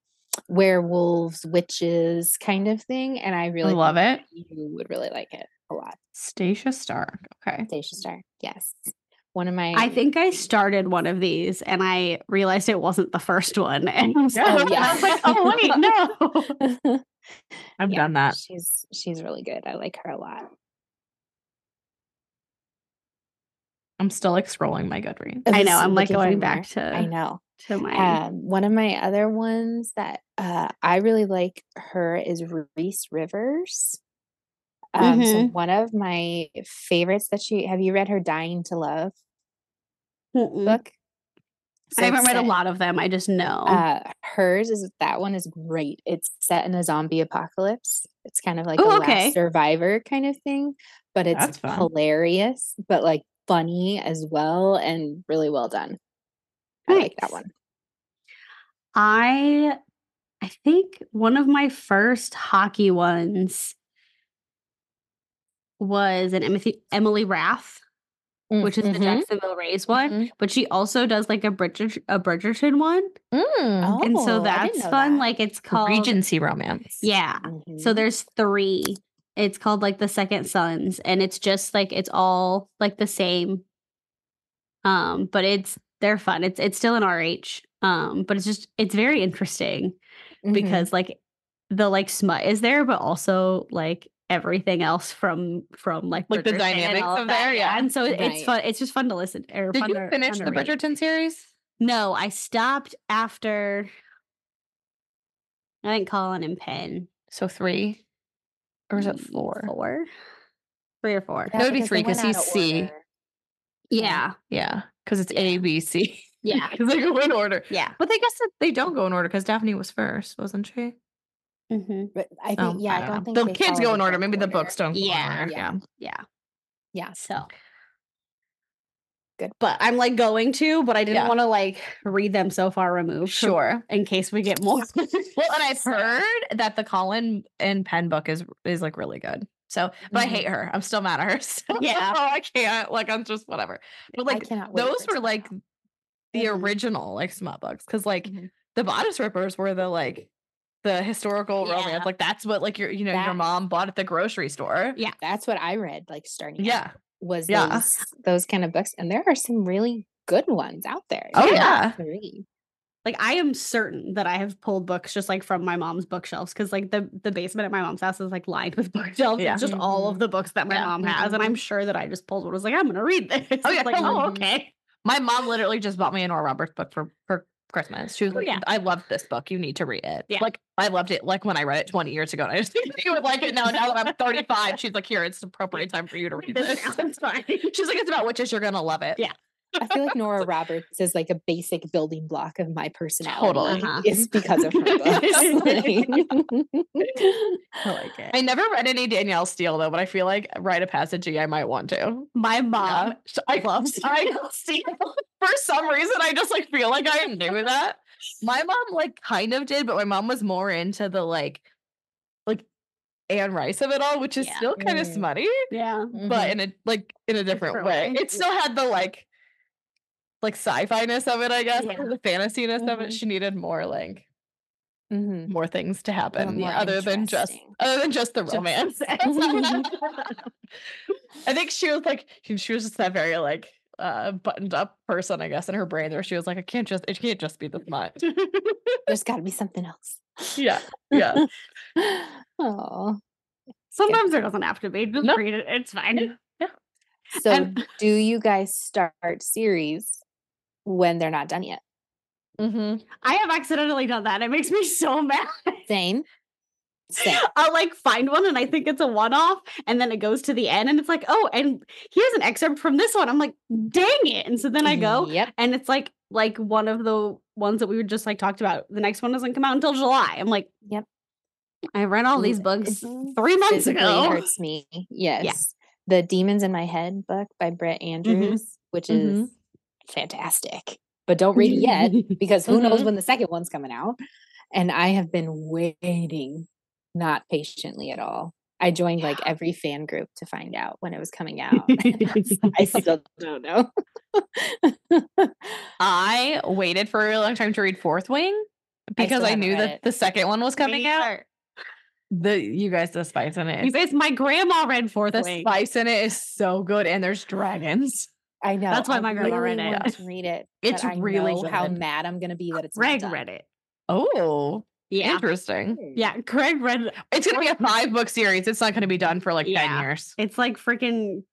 [SPEAKER 1] werewolves witches kind of thing and i really
[SPEAKER 3] I love it.
[SPEAKER 1] think you would really like it a lot
[SPEAKER 3] Stacia Stark. Okay.
[SPEAKER 1] Dacia Star yes one of my
[SPEAKER 2] I think I started one of these and I realized it wasn't the first one. <laughs> And so
[SPEAKER 1] Oh,
[SPEAKER 2] I was like, oh, wait,
[SPEAKER 1] <laughs>
[SPEAKER 2] no.
[SPEAKER 3] I've
[SPEAKER 1] Yeah.
[SPEAKER 3] done that.
[SPEAKER 1] she's she's really good i like her a lot
[SPEAKER 3] I'm still like scrolling my Goodreads.
[SPEAKER 2] I know.
[SPEAKER 1] Just
[SPEAKER 2] I'm like
[SPEAKER 1] looking for
[SPEAKER 2] going
[SPEAKER 1] more.
[SPEAKER 2] back to,
[SPEAKER 1] i know
[SPEAKER 2] to my.
[SPEAKER 1] um one of my other ones that uh i really like her is reese rivers um so
[SPEAKER 2] Mhm.
[SPEAKER 1] one of my favorites that she have you read her dying to love
[SPEAKER 2] Mm-mm.
[SPEAKER 1] book. So
[SPEAKER 2] Mm-hmm. I haven't
[SPEAKER 1] it's
[SPEAKER 2] read a
[SPEAKER 1] set-
[SPEAKER 2] lot of them. I just know.
[SPEAKER 1] Uh, hers is that one is great. It's set in a zombie apocalypse. It's kind of like
[SPEAKER 2] Ooh,
[SPEAKER 1] a
[SPEAKER 2] okay.
[SPEAKER 1] last survivor kind of thing, but
[SPEAKER 3] That's
[SPEAKER 1] it's
[SPEAKER 3] fun.
[SPEAKER 1] hilarious, but like funny as well and really well done. I like that
[SPEAKER 2] Nice.
[SPEAKER 1] one.
[SPEAKER 2] I I think one of my first hockey ones was an Emily, Emily Rath,
[SPEAKER 1] Mm,
[SPEAKER 2] which is the
[SPEAKER 1] mhm,
[SPEAKER 2] Jacksonville Rays one,
[SPEAKER 1] mhm.
[SPEAKER 2] but she also does like a Bridger, a Bridgerton one.
[SPEAKER 3] Mm.
[SPEAKER 1] Oh,
[SPEAKER 2] and so
[SPEAKER 1] I didn't
[SPEAKER 2] that's
[SPEAKER 1] know
[SPEAKER 2] fun.
[SPEAKER 1] that.
[SPEAKER 2] Like it's called
[SPEAKER 3] Regency romance.
[SPEAKER 2] Yeah. So
[SPEAKER 3] Mm-hmm.
[SPEAKER 1] Mhm.
[SPEAKER 2] there's three. It's called like the Second Sons, and it's just like it's all like the same. Um, but it's they're fun. It's it's still an RH. Um, but it's just it's very interesting
[SPEAKER 3] Mm-hmm.
[SPEAKER 1] Mhm.
[SPEAKER 2] because like the like smut is there, but also like everything else from from like
[SPEAKER 3] Like the
[SPEAKER 2] Bridgerton and
[SPEAKER 3] dynamics
[SPEAKER 2] all
[SPEAKER 3] of there, yeah.
[SPEAKER 2] and so it- it's
[SPEAKER 1] Right.
[SPEAKER 2] fun. It's just fun to listen. Or
[SPEAKER 3] Did
[SPEAKER 2] fun
[SPEAKER 3] you
[SPEAKER 2] to-
[SPEAKER 3] finish
[SPEAKER 2] fun to
[SPEAKER 3] the
[SPEAKER 2] read.
[SPEAKER 3] Bridgerton series?
[SPEAKER 2] No, I stopped after. I think Colin and Penn
[SPEAKER 3] So three, or is it
[SPEAKER 2] Mm,
[SPEAKER 3] four?
[SPEAKER 2] Four, three or four.
[SPEAKER 1] Yeah,
[SPEAKER 3] That would be
[SPEAKER 1] because they
[SPEAKER 3] three, 'cause
[SPEAKER 1] went out
[SPEAKER 3] he's
[SPEAKER 1] of
[SPEAKER 3] C.
[SPEAKER 1] order.
[SPEAKER 2] Yeah,
[SPEAKER 3] Yeah, because it's A, B, C. <laughs>
[SPEAKER 2] yeah,
[SPEAKER 3] Because they go in order.
[SPEAKER 2] yeah.
[SPEAKER 3] But they guess that they don't go in order because Daphne was first, wasn't she?
[SPEAKER 2] hmm
[SPEAKER 1] But I think,
[SPEAKER 3] Oh,
[SPEAKER 1] yeah, I don't,
[SPEAKER 3] know.
[SPEAKER 1] think
[SPEAKER 3] the
[SPEAKER 1] they
[SPEAKER 3] kids
[SPEAKER 1] follow
[SPEAKER 3] go
[SPEAKER 1] the
[SPEAKER 3] in order. Maybe the
[SPEAKER 1] order.
[SPEAKER 3] books don't.
[SPEAKER 2] Yeah.
[SPEAKER 3] Go in order.
[SPEAKER 1] Yeah.
[SPEAKER 3] yeah.
[SPEAKER 2] Yeah.
[SPEAKER 1] Yeah.
[SPEAKER 2] So
[SPEAKER 1] Good.
[SPEAKER 2] But I'm like going to, but I didn't
[SPEAKER 3] Yeah.
[SPEAKER 2] want to like read them so far removed. <laughs> from-
[SPEAKER 3] Sure.
[SPEAKER 2] In case we get
[SPEAKER 3] <laughs>
[SPEAKER 2] more.
[SPEAKER 3] Well, and I've
[SPEAKER 2] So-
[SPEAKER 3] heard that the Colin and Penn book is is like really good. So, but I hate her. I'm still mad at her. <laughs> So.
[SPEAKER 2] Yeah.
[SPEAKER 3] oh, I can't. Like, I'm just whatever. But
[SPEAKER 1] I
[SPEAKER 3] like,
[SPEAKER 1] cannot wait for
[SPEAKER 3] those
[SPEAKER 1] it to
[SPEAKER 3] were
[SPEAKER 1] come
[SPEAKER 3] like
[SPEAKER 1] out. Mm-hmm.
[SPEAKER 3] the
[SPEAKER 2] Mhm.
[SPEAKER 3] original like smut books because like
[SPEAKER 1] Mhm.
[SPEAKER 3] the bodice rippers were the like the historical
[SPEAKER 2] Yeah.
[SPEAKER 3] romance. Like that's what like your you know your
[SPEAKER 1] That-
[SPEAKER 3] mom bought at the grocery store.
[SPEAKER 2] Yeah.
[SPEAKER 1] That's what I read, like starting. out.
[SPEAKER 3] Yeah.
[SPEAKER 1] was
[SPEAKER 3] Yeah.
[SPEAKER 1] those, those kind of books. And there are some really good ones out there.
[SPEAKER 3] Oh,
[SPEAKER 1] that
[SPEAKER 3] yeah.
[SPEAKER 1] to read.
[SPEAKER 2] like I am certain that I have pulled books just like from my mom's bookshelves because like the the basement at my mom's house is like lined with <laughs> bookshelves.
[SPEAKER 3] Yeah.
[SPEAKER 2] It's just all
[SPEAKER 1] Mhm.
[SPEAKER 2] of the books that my
[SPEAKER 3] Yeah.
[SPEAKER 2] mom has, and I'm sure that I just pulled one. I was like, I'm gonna read this.
[SPEAKER 3] Oh,
[SPEAKER 2] It's <laughs>
[SPEAKER 3] yeah. <laughs>
[SPEAKER 2] like oh
[SPEAKER 1] Mhm.
[SPEAKER 2] okay.
[SPEAKER 3] My mom literally just bought me an Oral Roberts book for for Christmas. She was
[SPEAKER 2] Oh,
[SPEAKER 3] like,
[SPEAKER 2] yeah.
[SPEAKER 3] "I love this book. You need to read it."
[SPEAKER 2] Yeah.
[SPEAKER 3] Like I loved it. Like when I read it 20 years ago, and I <laughs> just think you would like it now. Now that I'm 35,
[SPEAKER 1] <laughs>
[SPEAKER 3] she's like, "Here, it's the appropriate time for you to read
[SPEAKER 2] Read this
[SPEAKER 3] this."
[SPEAKER 2] now. It's fine.
[SPEAKER 3] <laughs> She's like, "It's about witches. You're gonna love it."
[SPEAKER 2] Yeah.
[SPEAKER 1] I feel like
[SPEAKER 3] <laughs>
[SPEAKER 1] Nora Roberts is like a basic building block of my personality.
[SPEAKER 3] Totally.
[SPEAKER 2] Uh-huh.
[SPEAKER 1] It's because
[SPEAKER 3] <laughs>
[SPEAKER 1] of her <laughs> books.
[SPEAKER 3] I like it. I never read any Danielle Steele though, but I feel like write a passage I might want to.
[SPEAKER 2] My mom
[SPEAKER 3] Yeah. So I love
[SPEAKER 2] loves <laughs>
[SPEAKER 3] Danielle Steele. For some reason, I just like feel like I knew that. My mom like kind of did, but my mom was more into the like like Anne Rice of it all, which is
[SPEAKER 2] Yeah.
[SPEAKER 3] still kind of
[SPEAKER 1] Mm.
[SPEAKER 3] smutty,
[SPEAKER 2] Yeah.
[SPEAKER 3] <laughs> but in a like in a Mm-hmm. different,
[SPEAKER 2] Different
[SPEAKER 3] way.
[SPEAKER 2] way.
[SPEAKER 3] It still had the like like sci-fi-ness of it, I guess,
[SPEAKER 2] Yeah.
[SPEAKER 3] or <laughs> the fantasy-ness of it.
[SPEAKER 1] Mhm.
[SPEAKER 3] She needed more like
[SPEAKER 1] Mhm.
[SPEAKER 3] more things to happen
[SPEAKER 1] more
[SPEAKER 3] yeah, other than just
[SPEAKER 1] interesting.
[SPEAKER 3] other than just
[SPEAKER 2] <laughs>
[SPEAKER 3] the romance.
[SPEAKER 1] Mm-hmm.
[SPEAKER 3] <laughs> I think she was like she she was just that very like uh buttoned up person, I guess, in her brain where she was like, I can't just it can't just be this much. <laughs>
[SPEAKER 1] There's got to be something else. <gasps>
[SPEAKER 3] yeah. Yeah.
[SPEAKER 1] Oh,
[SPEAKER 2] Sometimes there doesn't have to be. Just
[SPEAKER 3] No.
[SPEAKER 2] read it. It's fine.
[SPEAKER 1] so
[SPEAKER 2] And-
[SPEAKER 1] do you guys start series when they're not done yet?
[SPEAKER 3] <laughs> Mm-hmm.
[SPEAKER 2] I have accidentally done that. It makes me <laughs> so mad.
[SPEAKER 1] Same.
[SPEAKER 2] <gasps>
[SPEAKER 1] Same.
[SPEAKER 2] I'll like find one and I think it's a one off, and then it goes to the end and it's like, oh, and here's an excerpt from this one. I'm like, dang it. And so then I go
[SPEAKER 1] Yep.
[SPEAKER 2] and it's like like one of the ones that we were just like talked about. The next one doesn't come out until July. I'm like,
[SPEAKER 1] Yep.
[SPEAKER 2] I read all these
[SPEAKER 1] Mm,
[SPEAKER 2] books
[SPEAKER 1] it
[SPEAKER 2] three months
[SPEAKER 1] Physically
[SPEAKER 2] ago.
[SPEAKER 1] hurts
[SPEAKER 2] <laughs>
[SPEAKER 1] me. Yes. The Demons in My Head book by Brett
[SPEAKER 2] Mm-hmm.
[SPEAKER 1] Andrews, which is
[SPEAKER 3] Mhm.
[SPEAKER 1] fantastic. But don't read it yet
[SPEAKER 2] <laughs>
[SPEAKER 1] because who knows
[SPEAKER 2] Mm-hmm.
[SPEAKER 3] Mhm.
[SPEAKER 1] when the second one's coming out. And I have been waiting, not patiently at all. I joined like every fan group to find out when it was
[SPEAKER 2] <laughs>
[SPEAKER 1] coming out. I still don't know.
[SPEAKER 3] I waited for a really long time to read Fourth Wing because
[SPEAKER 1] still
[SPEAKER 3] I,
[SPEAKER 1] haven't
[SPEAKER 3] knew
[SPEAKER 1] read
[SPEAKER 3] that
[SPEAKER 1] it.
[SPEAKER 3] the second one was coming
[SPEAKER 2] Me
[SPEAKER 3] out.
[SPEAKER 2] either.
[SPEAKER 3] The you guys the spice in it.
[SPEAKER 2] You
[SPEAKER 3] is-
[SPEAKER 2] guys, my grandma read Fourth
[SPEAKER 3] The
[SPEAKER 2] Wing.
[SPEAKER 3] spice in it is so good and there's dragons.
[SPEAKER 1] I know.
[SPEAKER 2] That's why
[SPEAKER 1] I
[SPEAKER 2] my grandma
[SPEAKER 1] really
[SPEAKER 2] read it.
[SPEAKER 1] want to read it. but
[SPEAKER 3] It's
[SPEAKER 1] I
[SPEAKER 3] really
[SPEAKER 1] know how
[SPEAKER 3] good.
[SPEAKER 1] mad I'm going to be that it's
[SPEAKER 2] Greg
[SPEAKER 1] not done.
[SPEAKER 2] read it.
[SPEAKER 3] Oh,
[SPEAKER 2] Yeah.
[SPEAKER 3] interesting.
[SPEAKER 2] <laughs> Yeah. Greg read
[SPEAKER 3] It's gonna be a five book series. It's not gonna be done for like
[SPEAKER 2] Yeah.
[SPEAKER 3] ten years.
[SPEAKER 2] it's like freaking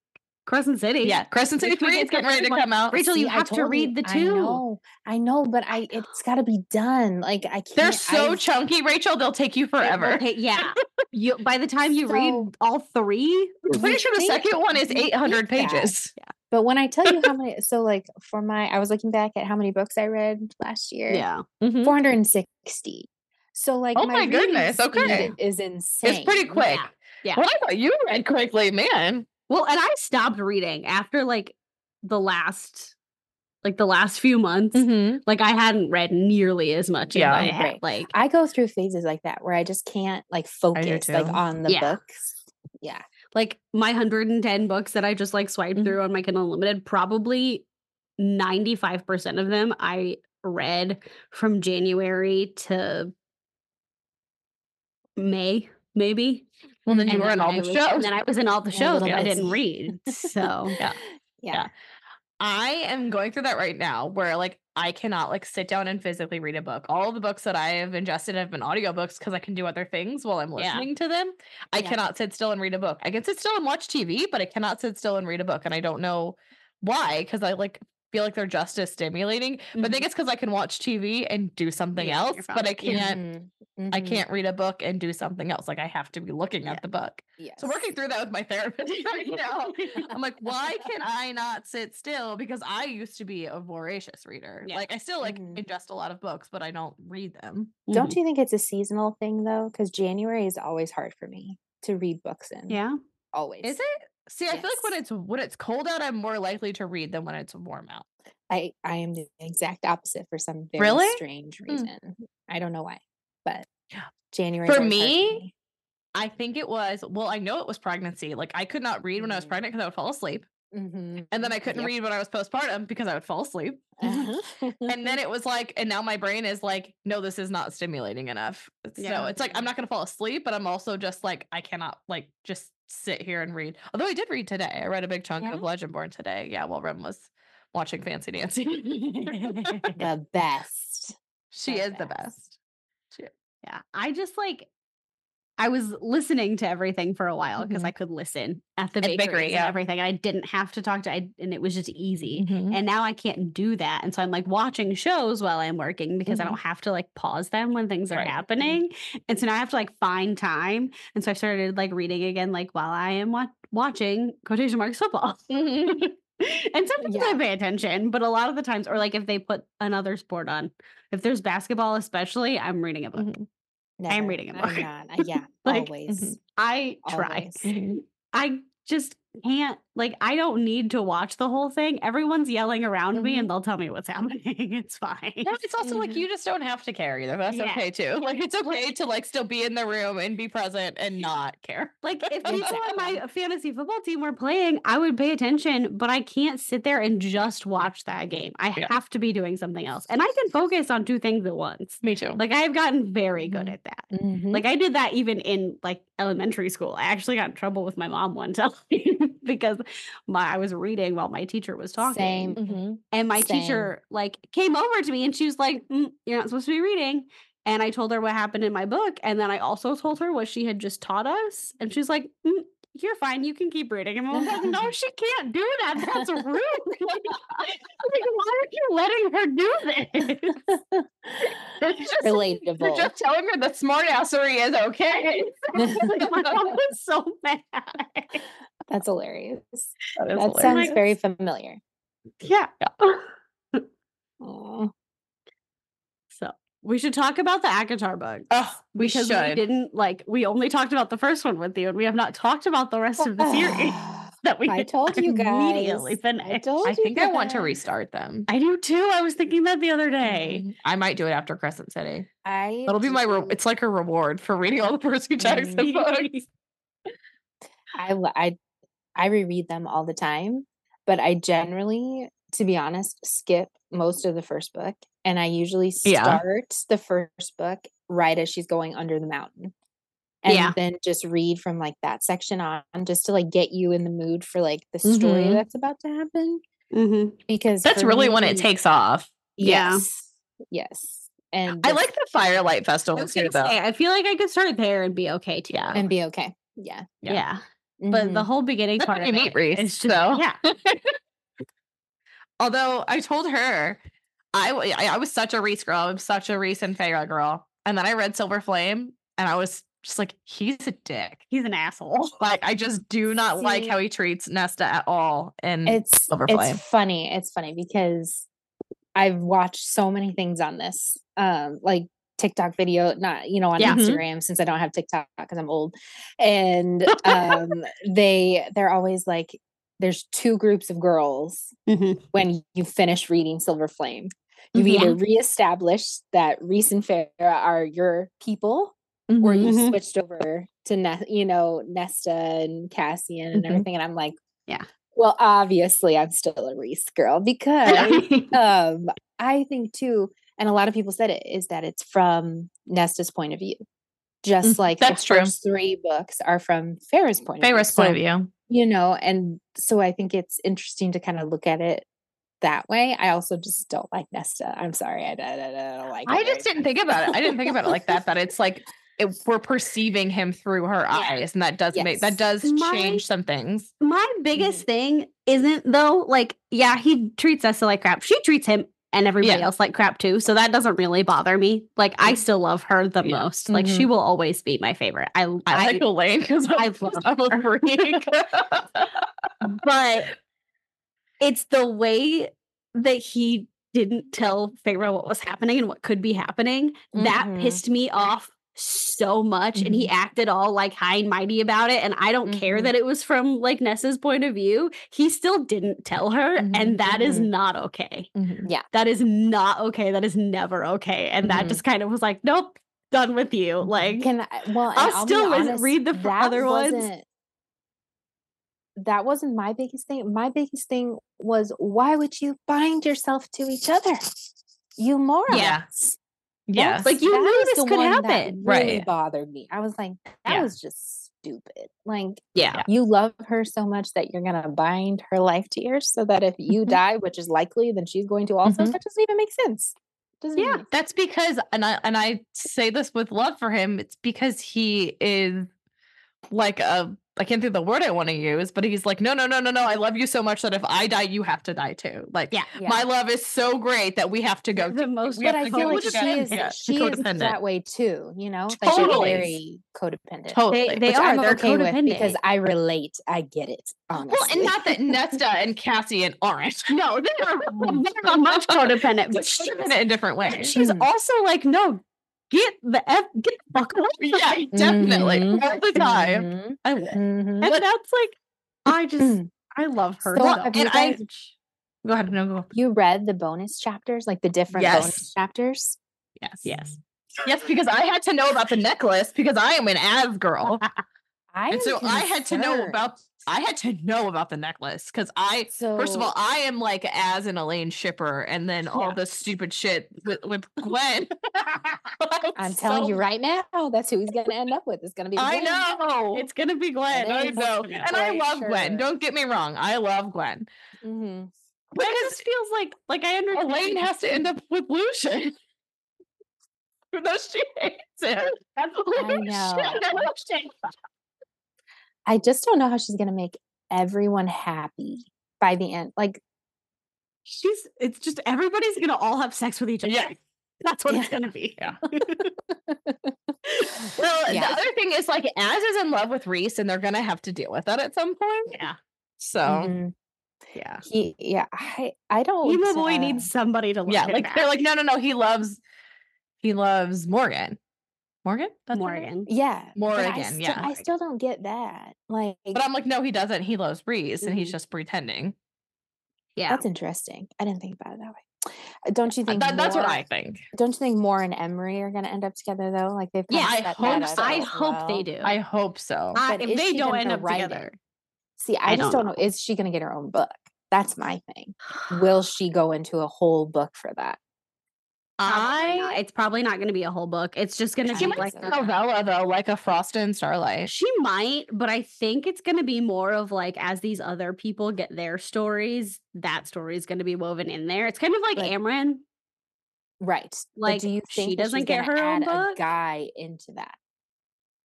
[SPEAKER 2] Crescent City. <laughs>
[SPEAKER 3] Yeah, Crescent City
[SPEAKER 2] Which we
[SPEAKER 3] Three
[SPEAKER 2] did
[SPEAKER 3] is getting ready to
[SPEAKER 2] everyone-
[SPEAKER 3] come out.
[SPEAKER 2] Rachel, you
[SPEAKER 1] See, I
[SPEAKER 2] have to
[SPEAKER 1] told
[SPEAKER 2] read the
[SPEAKER 1] I
[SPEAKER 2] two.
[SPEAKER 1] know, I know, but I it's got to be done. Like I can't.
[SPEAKER 3] They're so
[SPEAKER 1] I've-
[SPEAKER 3] chunky, Rachel. They'll take you
[SPEAKER 2] It will
[SPEAKER 3] forever.
[SPEAKER 2] take- <laughs> yeah. You by the time you read
[SPEAKER 1] So-
[SPEAKER 2] all three,
[SPEAKER 3] I'm pretty
[SPEAKER 1] you
[SPEAKER 3] sure the
[SPEAKER 1] think-
[SPEAKER 3] second one is
[SPEAKER 1] you
[SPEAKER 3] eight hundred
[SPEAKER 1] think that.
[SPEAKER 3] pages.
[SPEAKER 1] But when I tell you how
[SPEAKER 2] <laughs>
[SPEAKER 1] many, so like for my, I was looking back at how many books I read last year.
[SPEAKER 2] yeah. Mm-hmm.
[SPEAKER 3] Mhm.
[SPEAKER 1] four hundred and sixty. So like,
[SPEAKER 3] Oh my
[SPEAKER 1] reading
[SPEAKER 3] goodness,
[SPEAKER 1] speed
[SPEAKER 3] okay.
[SPEAKER 1] is insane.
[SPEAKER 3] It's pretty quick.
[SPEAKER 2] Yeah, yeah.
[SPEAKER 3] <laughs> Well, I thought you read quickly, man.
[SPEAKER 2] Well, and I stopped reading after like the last like the last few months. Like I hadn't read nearly as much
[SPEAKER 3] Yeah.
[SPEAKER 2] as I had
[SPEAKER 1] Right.
[SPEAKER 2] like
[SPEAKER 1] I go through phases like that where I just can't like focus like
[SPEAKER 3] too.
[SPEAKER 1] on the
[SPEAKER 2] Yeah.
[SPEAKER 1] books. Yeah,
[SPEAKER 2] like my 110 books that I just like swiped
[SPEAKER 3] Mhm.
[SPEAKER 2] through on my Kindle Unlimited, probably 95% of them I read from January to May, maybe.
[SPEAKER 3] Well, then you
[SPEAKER 2] And
[SPEAKER 3] were in all
[SPEAKER 2] I was-
[SPEAKER 3] the shows. Oh,
[SPEAKER 2] And then I was in all
[SPEAKER 3] <laughs>
[SPEAKER 2] the
[SPEAKER 1] Yeah,
[SPEAKER 2] shows
[SPEAKER 1] little
[SPEAKER 2] that I didn't
[SPEAKER 1] bits.
[SPEAKER 2] read. So
[SPEAKER 3] Yeah.
[SPEAKER 1] <laughs> yeah.
[SPEAKER 3] I am going through that right now where like I cannot like sit down and physically read a book. All the books that I have ingested have been audiobooks because I can do other things while I'm
[SPEAKER 2] Yeah.
[SPEAKER 3] listening to them. I
[SPEAKER 1] Yeah.
[SPEAKER 3] cannot sit still and read a book. I can sit still and watch TV, but I cannot sit still and read a book. And I don't know why, because I like feel like they're just as stimulating. But I think it's because I can watch TV and do something
[SPEAKER 2] Mm-hmm. Yeah,
[SPEAKER 3] else,
[SPEAKER 2] you're
[SPEAKER 3] but I
[SPEAKER 2] fine. Yeah. Mm-hmm.
[SPEAKER 3] can't
[SPEAKER 1] Mhm,
[SPEAKER 3] I
[SPEAKER 1] mhm,
[SPEAKER 3] can't read a book and do something else. Like I have to be looking
[SPEAKER 1] Yeah.
[SPEAKER 3] at the book.
[SPEAKER 1] Yes.
[SPEAKER 3] So working through that with my therapist <laughs>
[SPEAKER 2] <laughs>
[SPEAKER 3] right now. I'm like, why can I not sit still? Because I used to be a voracious reader.
[SPEAKER 2] Yeah.
[SPEAKER 3] Like I still like
[SPEAKER 1] Mhm.
[SPEAKER 3] ingest a lot of books, but I don't read them.
[SPEAKER 1] Don't you think it's a seasonal thing though? Because January is always hard for me to read books <laughs> in.
[SPEAKER 2] Mm. Yeah.
[SPEAKER 1] always.
[SPEAKER 3] Is it? See, I feel like when
[SPEAKER 1] Yes.
[SPEAKER 3] it's when it's cold out, I'm more likely to read than when it's warm out.
[SPEAKER 1] I I am the exact opposite for some very
[SPEAKER 3] Really?
[SPEAKER 1] strange
[SPEAKER 3] Hmm.
[SPEAKER 1] reason. I don't know why, but January
[SPEAKER 3] For
[SPEAKER 1] is always hard
[SPEAKER 3] me, I think it was well, I know it was pregnancy. Like I could not read when I was
[SPEAKER 1] Mm.
[SPEAKER 3] pregnant because I would fall asleep.
[SPEAKER 1] Mhm,
[SPEAKER 3] And then I couldn't
[SPEAKER 1] yep,
[SPEAKER 3] read <laughs> when I was postpartum because I would fall asleep.
[SPEAKER 1] <laughs> uh-huh. <laughs>
[SPEAKER 3] and then it was like, and now my brain is like, no, this is not stimulating enough. So
[SPEAKER 2] Yeah.
[SPEAKER 3] it's like I'm not gonna fall asleep, but I'm also just like I cannot like just sit here and read. Although I did read today, I read a big chunk
[SPEAKER 1] Yeah?
[SPEAKER 3] of Legendborn <laughs> today. Yeah, while Ren was watching Fancy Nancy.
[SPEAKER 1] the best.
[SPEAKER 3] She
[SPEAKER 1] the
[SPEAKER 3] is the
[SPEAKER 1] best.
[SPEAKER 3] best.
[SPEAKER 2] Yeah. I just like I was listening to everything for a while because I could listen at the
[SPEAKER 3] Mm-hmm. the
[SPEAKER 2] bakery,
[SPEAKER 3] bakery,
[SPEAKER 2] and
[SPEAKER 3] yeah.
[SPEAKER 2] everything. I didn't have to talk to I and it was just easy.
[SPEAKER 1] Mm-hmm.
[SPEAKER 3] Mhm.
[SPEAKER 2] And now I can't do that. And so I'm like watching shows while I'm working because I
[SPEAKER 1] Mm-hmm.
[SPEAKER 3] Mhm.
[SPEAKER 2] don't have to like pause them when things are
[SPEAKER 3] Right.
[SPEAKER 2] happening. And so now I have to like find time. And so I started like reading again, like while I am wa- watching quotation marks football. <laughs>
[SPEAKER 3] Mm-hmm.
[SPEAKER 2] and sometimes I
[SPEAKER 1] Yeah.
[SPEAKER 2] pay attention, but a lot of the times, or like if they put another sport on, if there's basketball, especially, I'm reading a book.
[SPEAKER 1] Mm-hmm.
[SPEAKER 2] I'm
[SPEAKER 3] Mhm.
[SPEAKER 1] Never.
[SPEAKER 2] reading a
[SPEAKER 1] I'm
[SPEAKER 2] book.
[SPEAKER 1] not.
[SPEAKER 3] <laughs>
[SPEAKER 1] I- yeah,
[SPEAKER 2] Like,
[SPEAKER 1] always.
[SPEAKER 3] mhm.
[SPEAKER 2] I try.
[SPEAKER 1] Always. Mm-hmm.
[SPEAKER 3] Mhm.
[SPEAKER 2] I just can't like I don't need to watch the whole thing. Everyone's yelling around me
[SPEAKER 1] Mm-hmm.
[SPEAKER 3] Mhm.
[SPEAKER 2] and they'll tell me what's <laughs> happening. It's fine.
[SPEAKER 3] No, it's also like you just don't have to care either. That's
[SPEAKER 2] Yeah.
[SPEAKER 3] okay too. mm-hmm. Like it's okay to like still be in the room and be present and not care.
[SPEAKER 2] Like if people on my fantasy football team were playing, I would pay attention, but I can't sit there and just watch that game. I
[SPEAKER 3] Yeah.
[SPEAKER 2] have to be doing something else. And I can focus on two things at once.
[SPEAKER 3] Me too.
[SPEAKER 2] Like I've gotten very good
[SPEAKER 3] Mhm.
[SPEAKER 2] at that.
[SPEAKER 1] Mm-hmm.
[SPEAKER 2] Like I did that even in like elementary school. I actually got in trouble with my mom one <laughs> time because my I was reading while my teacher was talking.
[SPEAKER 1] Same.
[SPEAKER 3] Mm-hmm. <laughs>
[SPEAKER 2] And my
[SPEAKER 1] Same.
[SPEAKER 2] teacher like came over to me and she was like, "Mm, "You're not supposed to be reading." And I told her what happened in my book, and then I also told her what she had just taught us, and she's like, "Mm, "You're fine. You can keep reading." And I was like, "No, she can't do that. That's rude." <laughs> Like, I was like, "Why are you letting her do this?" <laughs>
[SPEAKER 1] <laughs>
[SPEAKER 3] <laughs> That's just- You're
[SPEAKER 1] Relatable.
[SPEAKER 3] just telling her the smart assery is okay.
[SPEAKER 2] Like, my mom was so <laughs> mad.
[SPEAKER 1] That's hilarious.
[SPEAKER 3] That,
[SPEAKER 1] that sounds very familiar.
[SPEAKER 2] Yeah. <laughs>
[SPEAKER 1] Aw.
[SPEAKER 2] So we should talk about the Akatar bug.
[SPEAKER 3] Oh, we
[SPEAKER 2] because we
[SPEAKER 3] should.
[SPEAKER 2] didn't like we only talked about the first one with you and we have not talked about the rest of the series <laughs> that we
[SPEAKER 1] Oh, I told you guys.
[SPEAKER 2] immediately finished.
[SPEAKER 1] I told
[SPEAKER 3] I
[SPEAKER 1] you
[SPEAKER 3] think I want to
[SPEAKER 1] guys.
[SPEAKER 3] restart them.
[SPEAKER 2] I do too. I was thinking that the other day.
[SPEAKER 3] Mhm. I might do it after Crescent City.
[SPEAKER 1] <sighs> I
[SPEAKER 3] That'll be my. Re-
[SPEAKER 1] do-
[SPEAKER 3] it's like a reward for
[SPEAKER 2] <laughs>
[SPEAKER 3] reading all the Percy
[SPEAKER 1] Mm-hmm.
[SPEAKER 3] Jackson
[SPEAKER 2] Mm.
[SPEAKER 3] books.
[SPEAKER 1] I lo- I I reread them all the time, but I generally, to be honest, skip most of the first book, and I usually
[SPEAKER 3] Yeah.
[SPEAKER 1] start the first book right as she's going under the mountain, and
[SPEAKER 2] Yeah.
[SPEAKER 1] then just read from like that section on, just to like get you in the mood for like the story
[SPEAKER 3] Mhm.
[SPEAKER 1] that's about to happen.
[SPEAKER 2] Mhm.
[SPEAKER 1] Because
[SPEAKER 3] That's
[SPEAKER 1] for
[SPEAKER 3] really
[SPEAKER 1] me,
[SPEAKER 3] when it takes off.
[SPEAKER 2] Yeah.
[SPEAKER 1] Yes, yes, and
[SPEAKER 3] I
[SPEAKER 1] just-
[SPEAKER 3] like the Firelight Festival
[SPEAKER 2] I was
[SPEAKER 3] too,
[SPEAKER 2] gonna
[SPEAKER 3] though.
[SPEAKER 2] say, I feel like I could start there and be okay too.
[SPEAKER 3] Yeah.
[SPEAKER 1] and be okay. Yeah, Mm-hmm.
[SPEAKER 2] Yeah. But the whole beginning
[SPEAKER 3] That's
[SPEAKER 2] part
[SPEAKER 3] when you
[SPEAKER 2] of
[SPEAKER 3] meet
[SPEAKER 2] it
[SPEAKER 3] Reese,
[SPEAKER 2] is just
[SPEAKER 3] so.
[SPEAKER 2] yeah.
[SPEAKER 3] Although I told her, I, w- I- I was such a Reese girl. I'm such a Reese and Feyre girl. And then I read Silver Flame, and I was just like, he's a dick.
[SPEAKER 2] He's an asshole.
[SPEAKER 3] Like I just do not like
[SPEAKER 1] See-
[SPEAKER 3] how he treats Nesta at all. And
[SPEAKER 1] it's
[SPEAKER 3] Silver Flame.
[SPEAKER 1] it's funny. It's funny because I've watched so many things on this, um, like TikTok video, not you know on
[SPEAKER 2] Yeah. Mhm.
[SPEAKER 1] Instagram since I don't have TikTok because I'm old, and um, they they're always like, there's two groups of girls
[SPEAKER 2] <laughs> Mhm.
[SPEAKER 1] when you finish reading Silver Flame. You
[SPEAKER 2] Mhm.
[SPEAKER 1] either reestablish that Reese and Farah are your people, or you
[SPEAKER 3] Mm-hmm.
[SPEAKER 2] Mhm.
[SPEAKER 1] switched over to ne- you know Nesta and Cassian and
[SPEAKER 3] Mhm.
[SPEAKER 1] everything, and I'm like,
[SPEAKER 2] Yeah.
[SPEAKER 1] Well, obviously, I'm still a Reese girl
[SPEAKER 3] <laughs>
[SPEAKER 1] because
[SPEAKER 2] <laughs>
[SPEAKER 1] um, I think too, and a lot of people said it is that it's from Nesta's point of view, just
[SPEAKER 3] Mhm.
[SPEAKER 1] like
[SPEAKER 3] That's
[SPEAKER 1] the
[SPEAKER 3] true.
[SPEAKER 1] first three books are from Farrah's
[SPEAKER 2] Mm-hmm.
[SPEAKER 1] point of view.
[SPEAKER 3] Feyre's point
[SPEAKER 1] So,
[SPEAKER 3] of view.
[SPEAKER 1] you know, and so I think it's interesting to kind of look at it that way. I also just don't like Nesta. I'm sorry, I, I- I- I don't like.
[SPEAKER 3] I
[SPEAKER 1] her
[SPEAKER 3] just didn't think about it. I didn't think about it like that. That it's like it, we're perceiving him through her eyes, and that does make that
[SPEAKER 1] Yes.
[SPEAKER 3] does
[SPEAKER 2] My-
[SPEAKER 3] change some things.
[SPEAKER 2] My biggest
[SPEAKER 3] Mm-hmm.
[SPEAKER 2] thing isn't though, like, yeah, he treats us like crap. She treats him and everybody
[SPEAKER 3] Yeah. Mm.
[SPEAKER 2] else like crap too. So that doesn't really bother me. Like, I still love her the
[SPEAKER 3] Yeah. Mm-hmm.
[SPEAKER 2] most. Like, she will always be my favorite. I,
[SPEAKER 3] I
[SPEAKER 2] I
[SPEAKER 3] like Elaine because
[SPEAKER 2] I
[SPEAKER 3] I
[SPEAKER 2] love
[SPEAKER 3] I'm
[SPEAKER 2] <laughs>
[SPEAKER 3] a freak.
[SPEAKER 2] but it's the way that he didn't tell Pharaoh what was happening and what could be happening that
[SPEAKER 1] Mhm.
[SPEAKER 2] pissed me off so much and he acted all like high and mighty about it and I don't care
[SPEAKER 3] Mhm.
[SPEAKER 2] that it was from like Nessa's point of view he still didn't tell her
[SPEAKER 3] Mhm.
[SPEAKER 2] and that is
[SPEAKER 1] Mhm.
[SPEAKER 2] not okay
[SPEAKER 3] Mhm.
[SPEAKER 2] that is not okay that is never okay and that
[SPEAKER 3] Mhm.
[SPEAKER 2] just kind of was like nope done with you like
[SPEAKER 1] Can I, well, and
[SPEAKER 2] I'll
[SPEAKER 1] be
[SPEAKER 2] still res-
[SPEAKER 1] honest,
[SPEAKER 2] read the fr-
[SPEAKER 1] that
[SPEAKER 2] other ones.
[SPEAKER 1] wasn't- That wasn't my biggest thing. My biggest thing was why would you bind yourself to each other? You morons.
[SPEAKER 3] Yes.
[SPEAKER 2] Like, you
[SPEAKER 1] That
[SPEAKER 2] knew
[SPEAKER 1] was
[SPEAKER 2] this
[SPEAKER 1] the
[SPEAKER 2] could
[SPEAKER 1] one
[SPEAKER 2] happen.
[SPEAKER 1] That really
[SPEAKER 3] Right.
[SPEAKER 1] bothered me. I was like, that
[SPEAKER 3] Yeah.
[SPEAKER 1] was just stupid. Like
[SPEAKER 2] yeah
[SPEAKER 1] you love her so much that you're gonna bind her life to yours so that if you
[SPEAKER 3] Mhm.
[SPEAKER 2] Mm-hmm.
[SPEAKER 1] die, which is likely, then she's going to also.
[SPEAKER 3] Mhm.
[SPEAKER 1] That doesn't even make sense. Doesn't
[SPEAKER 2] Yeah.
[SPEAKER 1] mean
[SPEAKER 3] That's because, and I and I say this with love for him. It's because he is like a I can't think of the word I want to use, but he's like, no, no, no, no, no. I love you so much that if I die, you have to die too. Like,
[SPEAKER 2] Yeah.
[SPEAKER 1] yeah.
[SPEAKER 3] my love is so great that we have to go.
[SPEAKER 2] the most
[SPEAKER 3] we
[SPEAKER 1] but
[SPEAKER 3] have
[SPEAKER 1] I
[SPEAKER 3] to
[SPEAKER 1] feel
[SPEAKER 3] go
[SPEAKER 1] like
[SPEAKER 3] with
[SPEAKER 1] she
[SPEAKER 3] them.
[SPEAKER 1] is
[SPEAKER 3] Yeah,
[SPEAKER 1] she is
[SPEAKER 3] codependent.
[SPEAKER 1] that way too, you know?
[SPEAKER 3] Totally.
[SPEAKER 1] Like she's very codependent.
[SPEAKER 3] Totally.
[SPEAKER 2] They
[SPEAKER 1] Which
[SPEAKER 2] are,
[SPEAKER 1] I'm
[SPEAKER 2] they're
[SPEAKER 1] okay with because
[SPEAKER 2] codependent.
[SPEAKER 1] I relate. I get it. Honestly.
[SPEAKER 3] well,
[SPEAKER 1] <laughs>
[SPEAKER 3] and not that Nesta and Cassian <laughs> aren't.
[SPEAKER 2] No, they are
[SPEAKER 3] <laughs>
[SPEAKER 2] they're much Oh, codependent,
[SPEAKER 3] but
[SPEAKER 2] but
[SPEAKER 3] she's
[SPEAKER 2] she's,
[SPEAKER 3] in a different way.
[SPEAKER 2] she's
[SPEAKER 1] Mhm.
[SPEAKER 2] also like, no, get the F, get the fuck away. from
[SPEAKER 3] yeah, mm-hmm.
[SPEAKER 2] me."
[SPEAKER 3] <laughs> definitely
[SPEAKER 1] Mhm.
[SPEAKER 3] all the time.
[SPEAKER 1] Mhm,
[SPEAKER 3] I love it.
[SPEAKER 1] mhm.
[SPEAKER 2] And that's like,
[SPEAKER 3] <clears throat>
[SPEAKER 2] I just,
[SPEAKER 1] Mm.
[SPEAKER 2] I love her.
[SPEAKER 1] So
[SPEAKER 2] So
[SPEAKER 1] have you
[SPEAKER 3] and I
[SPEAKER 1] guys-
[SPEAKER 3] go ahead. No, go.
[SPEAKER 1] You read the bonus chapters, like the different
[SPEAKER 3] Yes.
[SPEAKER 1] bonus chapters.
[SPEAKER 3] Yes,
[SPEAKER 2] yes.
[SPEAKER 3] yes. Because I had to know about the necklace because I am an Av girl,
[SPEAKER 1] I
[SPEAKER 3] and
[SPEAKER 1] am
[SPEAKER 3] so I had to know
[SPEAKER 1] concerned.
[SPEAKER 3] about. I had to know about the necklace because I
[SPEAKER 1] So
[SPEAKER 3] First of all, I am like as an Elaine shipper, and then all
[SPEAKER 2] Yeah.
[SPEAKER 3] this stupid shit with, with <laughs> Gwen.
[SPEAKER 1] I'm telling you right now, that's who he's going to end up with. It's going to be.
[SPEAKER 3] I
[SPEAKER 1] Gwen.
[SPEAKER 3] know.
[SPEAKER 2] It's gonna be Gwen.
[SPEAKER 1] It
[SPEAKER 3] I
[SPEAKER 1] is.
[SPEAKER 3] know. And I
[SPEAKER 1] Right,
[SPEAKER 3] love
[SPEAKER 1] sure.
[SPEAKER 3] Gwen. Don't get me wrong. I love Gwen.
[SPEAKER 1] Mhm.
[SPEAKER 2] But it just feels like like I understand.
[SPEAKER 3] Elaine has to end up with Lucian. <laughs> Even though she hates him. That's <laughs> Lucian.
[SPEAKER 1] know. I just don't know how she's going to make everyone happy by the end. Like,
[SPEAKER 2] She's it's just everybody's gonna all have sex with each other.
[SPEAKER 3] Yeah.
[SPEAKER 2] That's what it's
[SPEAKER 1] Yeah.
[SPEAKER 2] gonna
[SPEAKER 3] <laughs>
[SPEAKER 2] be. <laughs> Yeah.
[SPEAKER 3] Well,
[SPEAKER 1] Yeah.
[SPEAKER 3] the other thing is like Az is in love with Reese, and they're gonna have to deal with that at some point.
[SPEAKER 2] yeah.
[SPEAKER 3] So
[SPEAKER 1] mhm,
[SPEAKER 3] yeah.
[SPEAKER 1] he, yeah, I, I don't.
[SPEAKER 2] Emo boy
[SPEAKER 1] uh,
[SPEAKER 2] needs somebody to love.
[SPEAKER 3] yeah
[SPEAKER 2] him
[SPEAKER 3] like
[SPEAKER 2] back.
[SPEAKER 3] they're like no no no he loves he loves morgan morgan her name?
[SPEAKER 2] Morgan.
[SPEAKER 1] Yeah. but I
[SPEAKER 3] morgan
[SPEAKER 1] still-
[SPEAKER 2] Oh
[SPEAKER 3] yeah
[SPEAKER 1] I still don't get that. Like,
[SPEAKER 3] but i'm like no he doesn't he loves reese and he's
[SPEAKER 2] Mhm.
[SPEAKER 3] just pretending
[SPEAKER 2] Yeah.
[SPEAKER 1] that's interesting. I didn't think about it that way. Uh, Don't you
[SPEAKER 3] Uh,
[SPEAKER 1] think
[SPEAKER 3] that- that's what
[SPEAKER 1] Moore-
[SPEAKER 3] i think
[SPEAKER 1] Don't you think Moore and Emery are going to end up together though? Like they've. kinda
[SPEAKER 3] Yeah, I
[SPEAKER 1] set that
[SPEAKER 3] hope
[SPEAKER 1] up
[SPEAKER 3] so. I
[SPEAKER 2] I
[SPEAKER 1] as
[SPEAKER 2] hope they
[SPEAKER 1] well.
[SPEAKER 2] do.
[SPEAKER 3] i hope so
[SPEAKER 2] I-
[SPEAKER 1] But
[SPEAKER 2] if
[SPEAKER 1] is
[SPEAKER 2] they
[SPEAKER 1] she
[SPEAKER 2] don't
[SPEAKER 1] gonna
[SPEAKER 2] end up
[SPEAKER 1] write it?
[SPEAKER 2] together,
[SPEAKER 1] See, I,
[SPEAKER 2] I
[SPEAKER 1] just
[SPEAKER 2] don't
[SPEAKER 1] don't know. Is she going to get her own book? That's my thing. <gasps> Will she go into a whole book for that?
[SPEAKER 2] Probably not.
[SPEAKER 3] i
[SPEAKER 2] it's probably not gonna be a whole book. It's just gonna
[SPEAKER 1] I
[SPEAKER 3] she
[SPEAKER 2] be
[SPEAKER 1] think
[SPEAKER 2] like
[SPEAKER 3] might
[SPEAKER 1] so.
[SPEAKER 3] like novella though like a frost and starlight
[SPEAKER 2] She might, but I think it's going to be more of like as these other people get their stories, that story is going to be woven in there. It's kind of like
[SPEAKER 1] Like-
[SPEAKER 2] Amran.
[SPEAKER 1] Right. But
[SPEAKER 2] Like,
[SPEAKER 1] do you
[SPEAKER 2] she
[SPEAKER 1] think that
[SPEAKER 2] doesn't
[SPEAKER 1] she's
[SPEAKER 2] get
[SPEAKER 1] gonna
[SPEAKER 2] her own
[SPEAKER 1] add
[SPEAKER 2] book?
[SPEAKER 1] a guy into that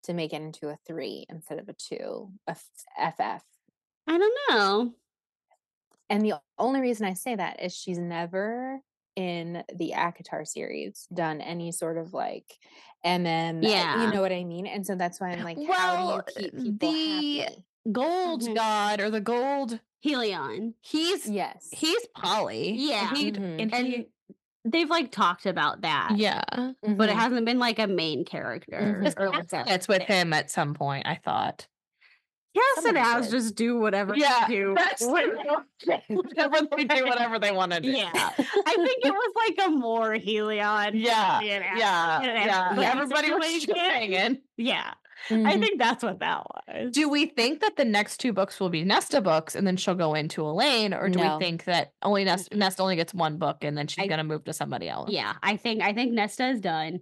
[SPEAKER 1] to make it into a three instead of a two, a f- FF?
[SPEAKER 2] I don't know.
[SPEAKER 1] And the only reason I say that is she's never in the Akatar series done any sort of like MM.
[SPEAKER 2] Yeah. eh,
[SPEAKER 1] You know what I mean? And so that's why I'm like, how
[SPEAKER 3] Well,
[SPEAKER 1] do you keep people
[SPEAKER 3] the-
[SPEAKER 1] happy?
[SPEAKER 3] gold
[SPEAKER 2] Mhm.
[SPEAKER 3] god or the gold
[SPEAKER 2] Helion.
[SPEAKER 3] he's
[SPEAKER 1] Yes.
[SPEAKER 3] he's polly
[SPEAKER 2] Yeah.
[SPEAKER 3] and, he-
[SPEAKER 1] Mhm.
[SPEAKER 3] and
[SPEAKER 2] And
[SPEAKER 3] he-
[SPEAKER 2] they've like talked about that.
[SPEAKER 3] yeah
[SPEAKER 2] But it
[SPEAKER 1] Mhm.
[SPEAKER 2] hasn't been like a main character.
[SPEAKER 1] Mhm.
[SPEAKER 2] Or like a-
[SPEAKER 3] that's with him at some point i thought
[SPEAKER 2] Cass and
[SPEAKER 1] Somebody
[SPEAKER 2] As
[SPEAKER 1] did.
[SPEAKER 2] just do whatever
[SPEAKER 3] Yeah,
[SPEAKER 2] they do.
[SPEAKER 3] that's
[SPEAKER 2] whatever- <laughs>
[SPEAKER 3] <laughs> whatever they do, whatever they want to do.
[SPEAKER 2] yeah. I think it was like a more Helion.
[SPEAKER 3] <laughs> yeah,
[SPEAKER 2] you know,
[SPEAKER 3] yeah,
[SPEAKER 2] in an
[SPEAKER 3] yeah.
[SPEAKER 2] <laughs> African
[SPEAKER 3] Everybody was
[SPEAKER 2] Uh, situation. Mm-hmm.
[SPEAKER 3] hanging.
[SPEAKER 2] Yeah. I
[SPEAKER 1] Mhm.
[SPEAKER 2] think that's what that was.
[SPEAKER 3] Do we think that the next two books will be Nesta books, and then she'll go into Elaine, or do
[SPEAKER 1] No.
[SPEAKER 3] we think that only Nesta, Nesta only gets one book, and then she's
[SPEAKER 2] I-
[SPEAKER 3] gonna move to somebody else?
[SPEAKER 2] Yeah, I think I think Nesta is done.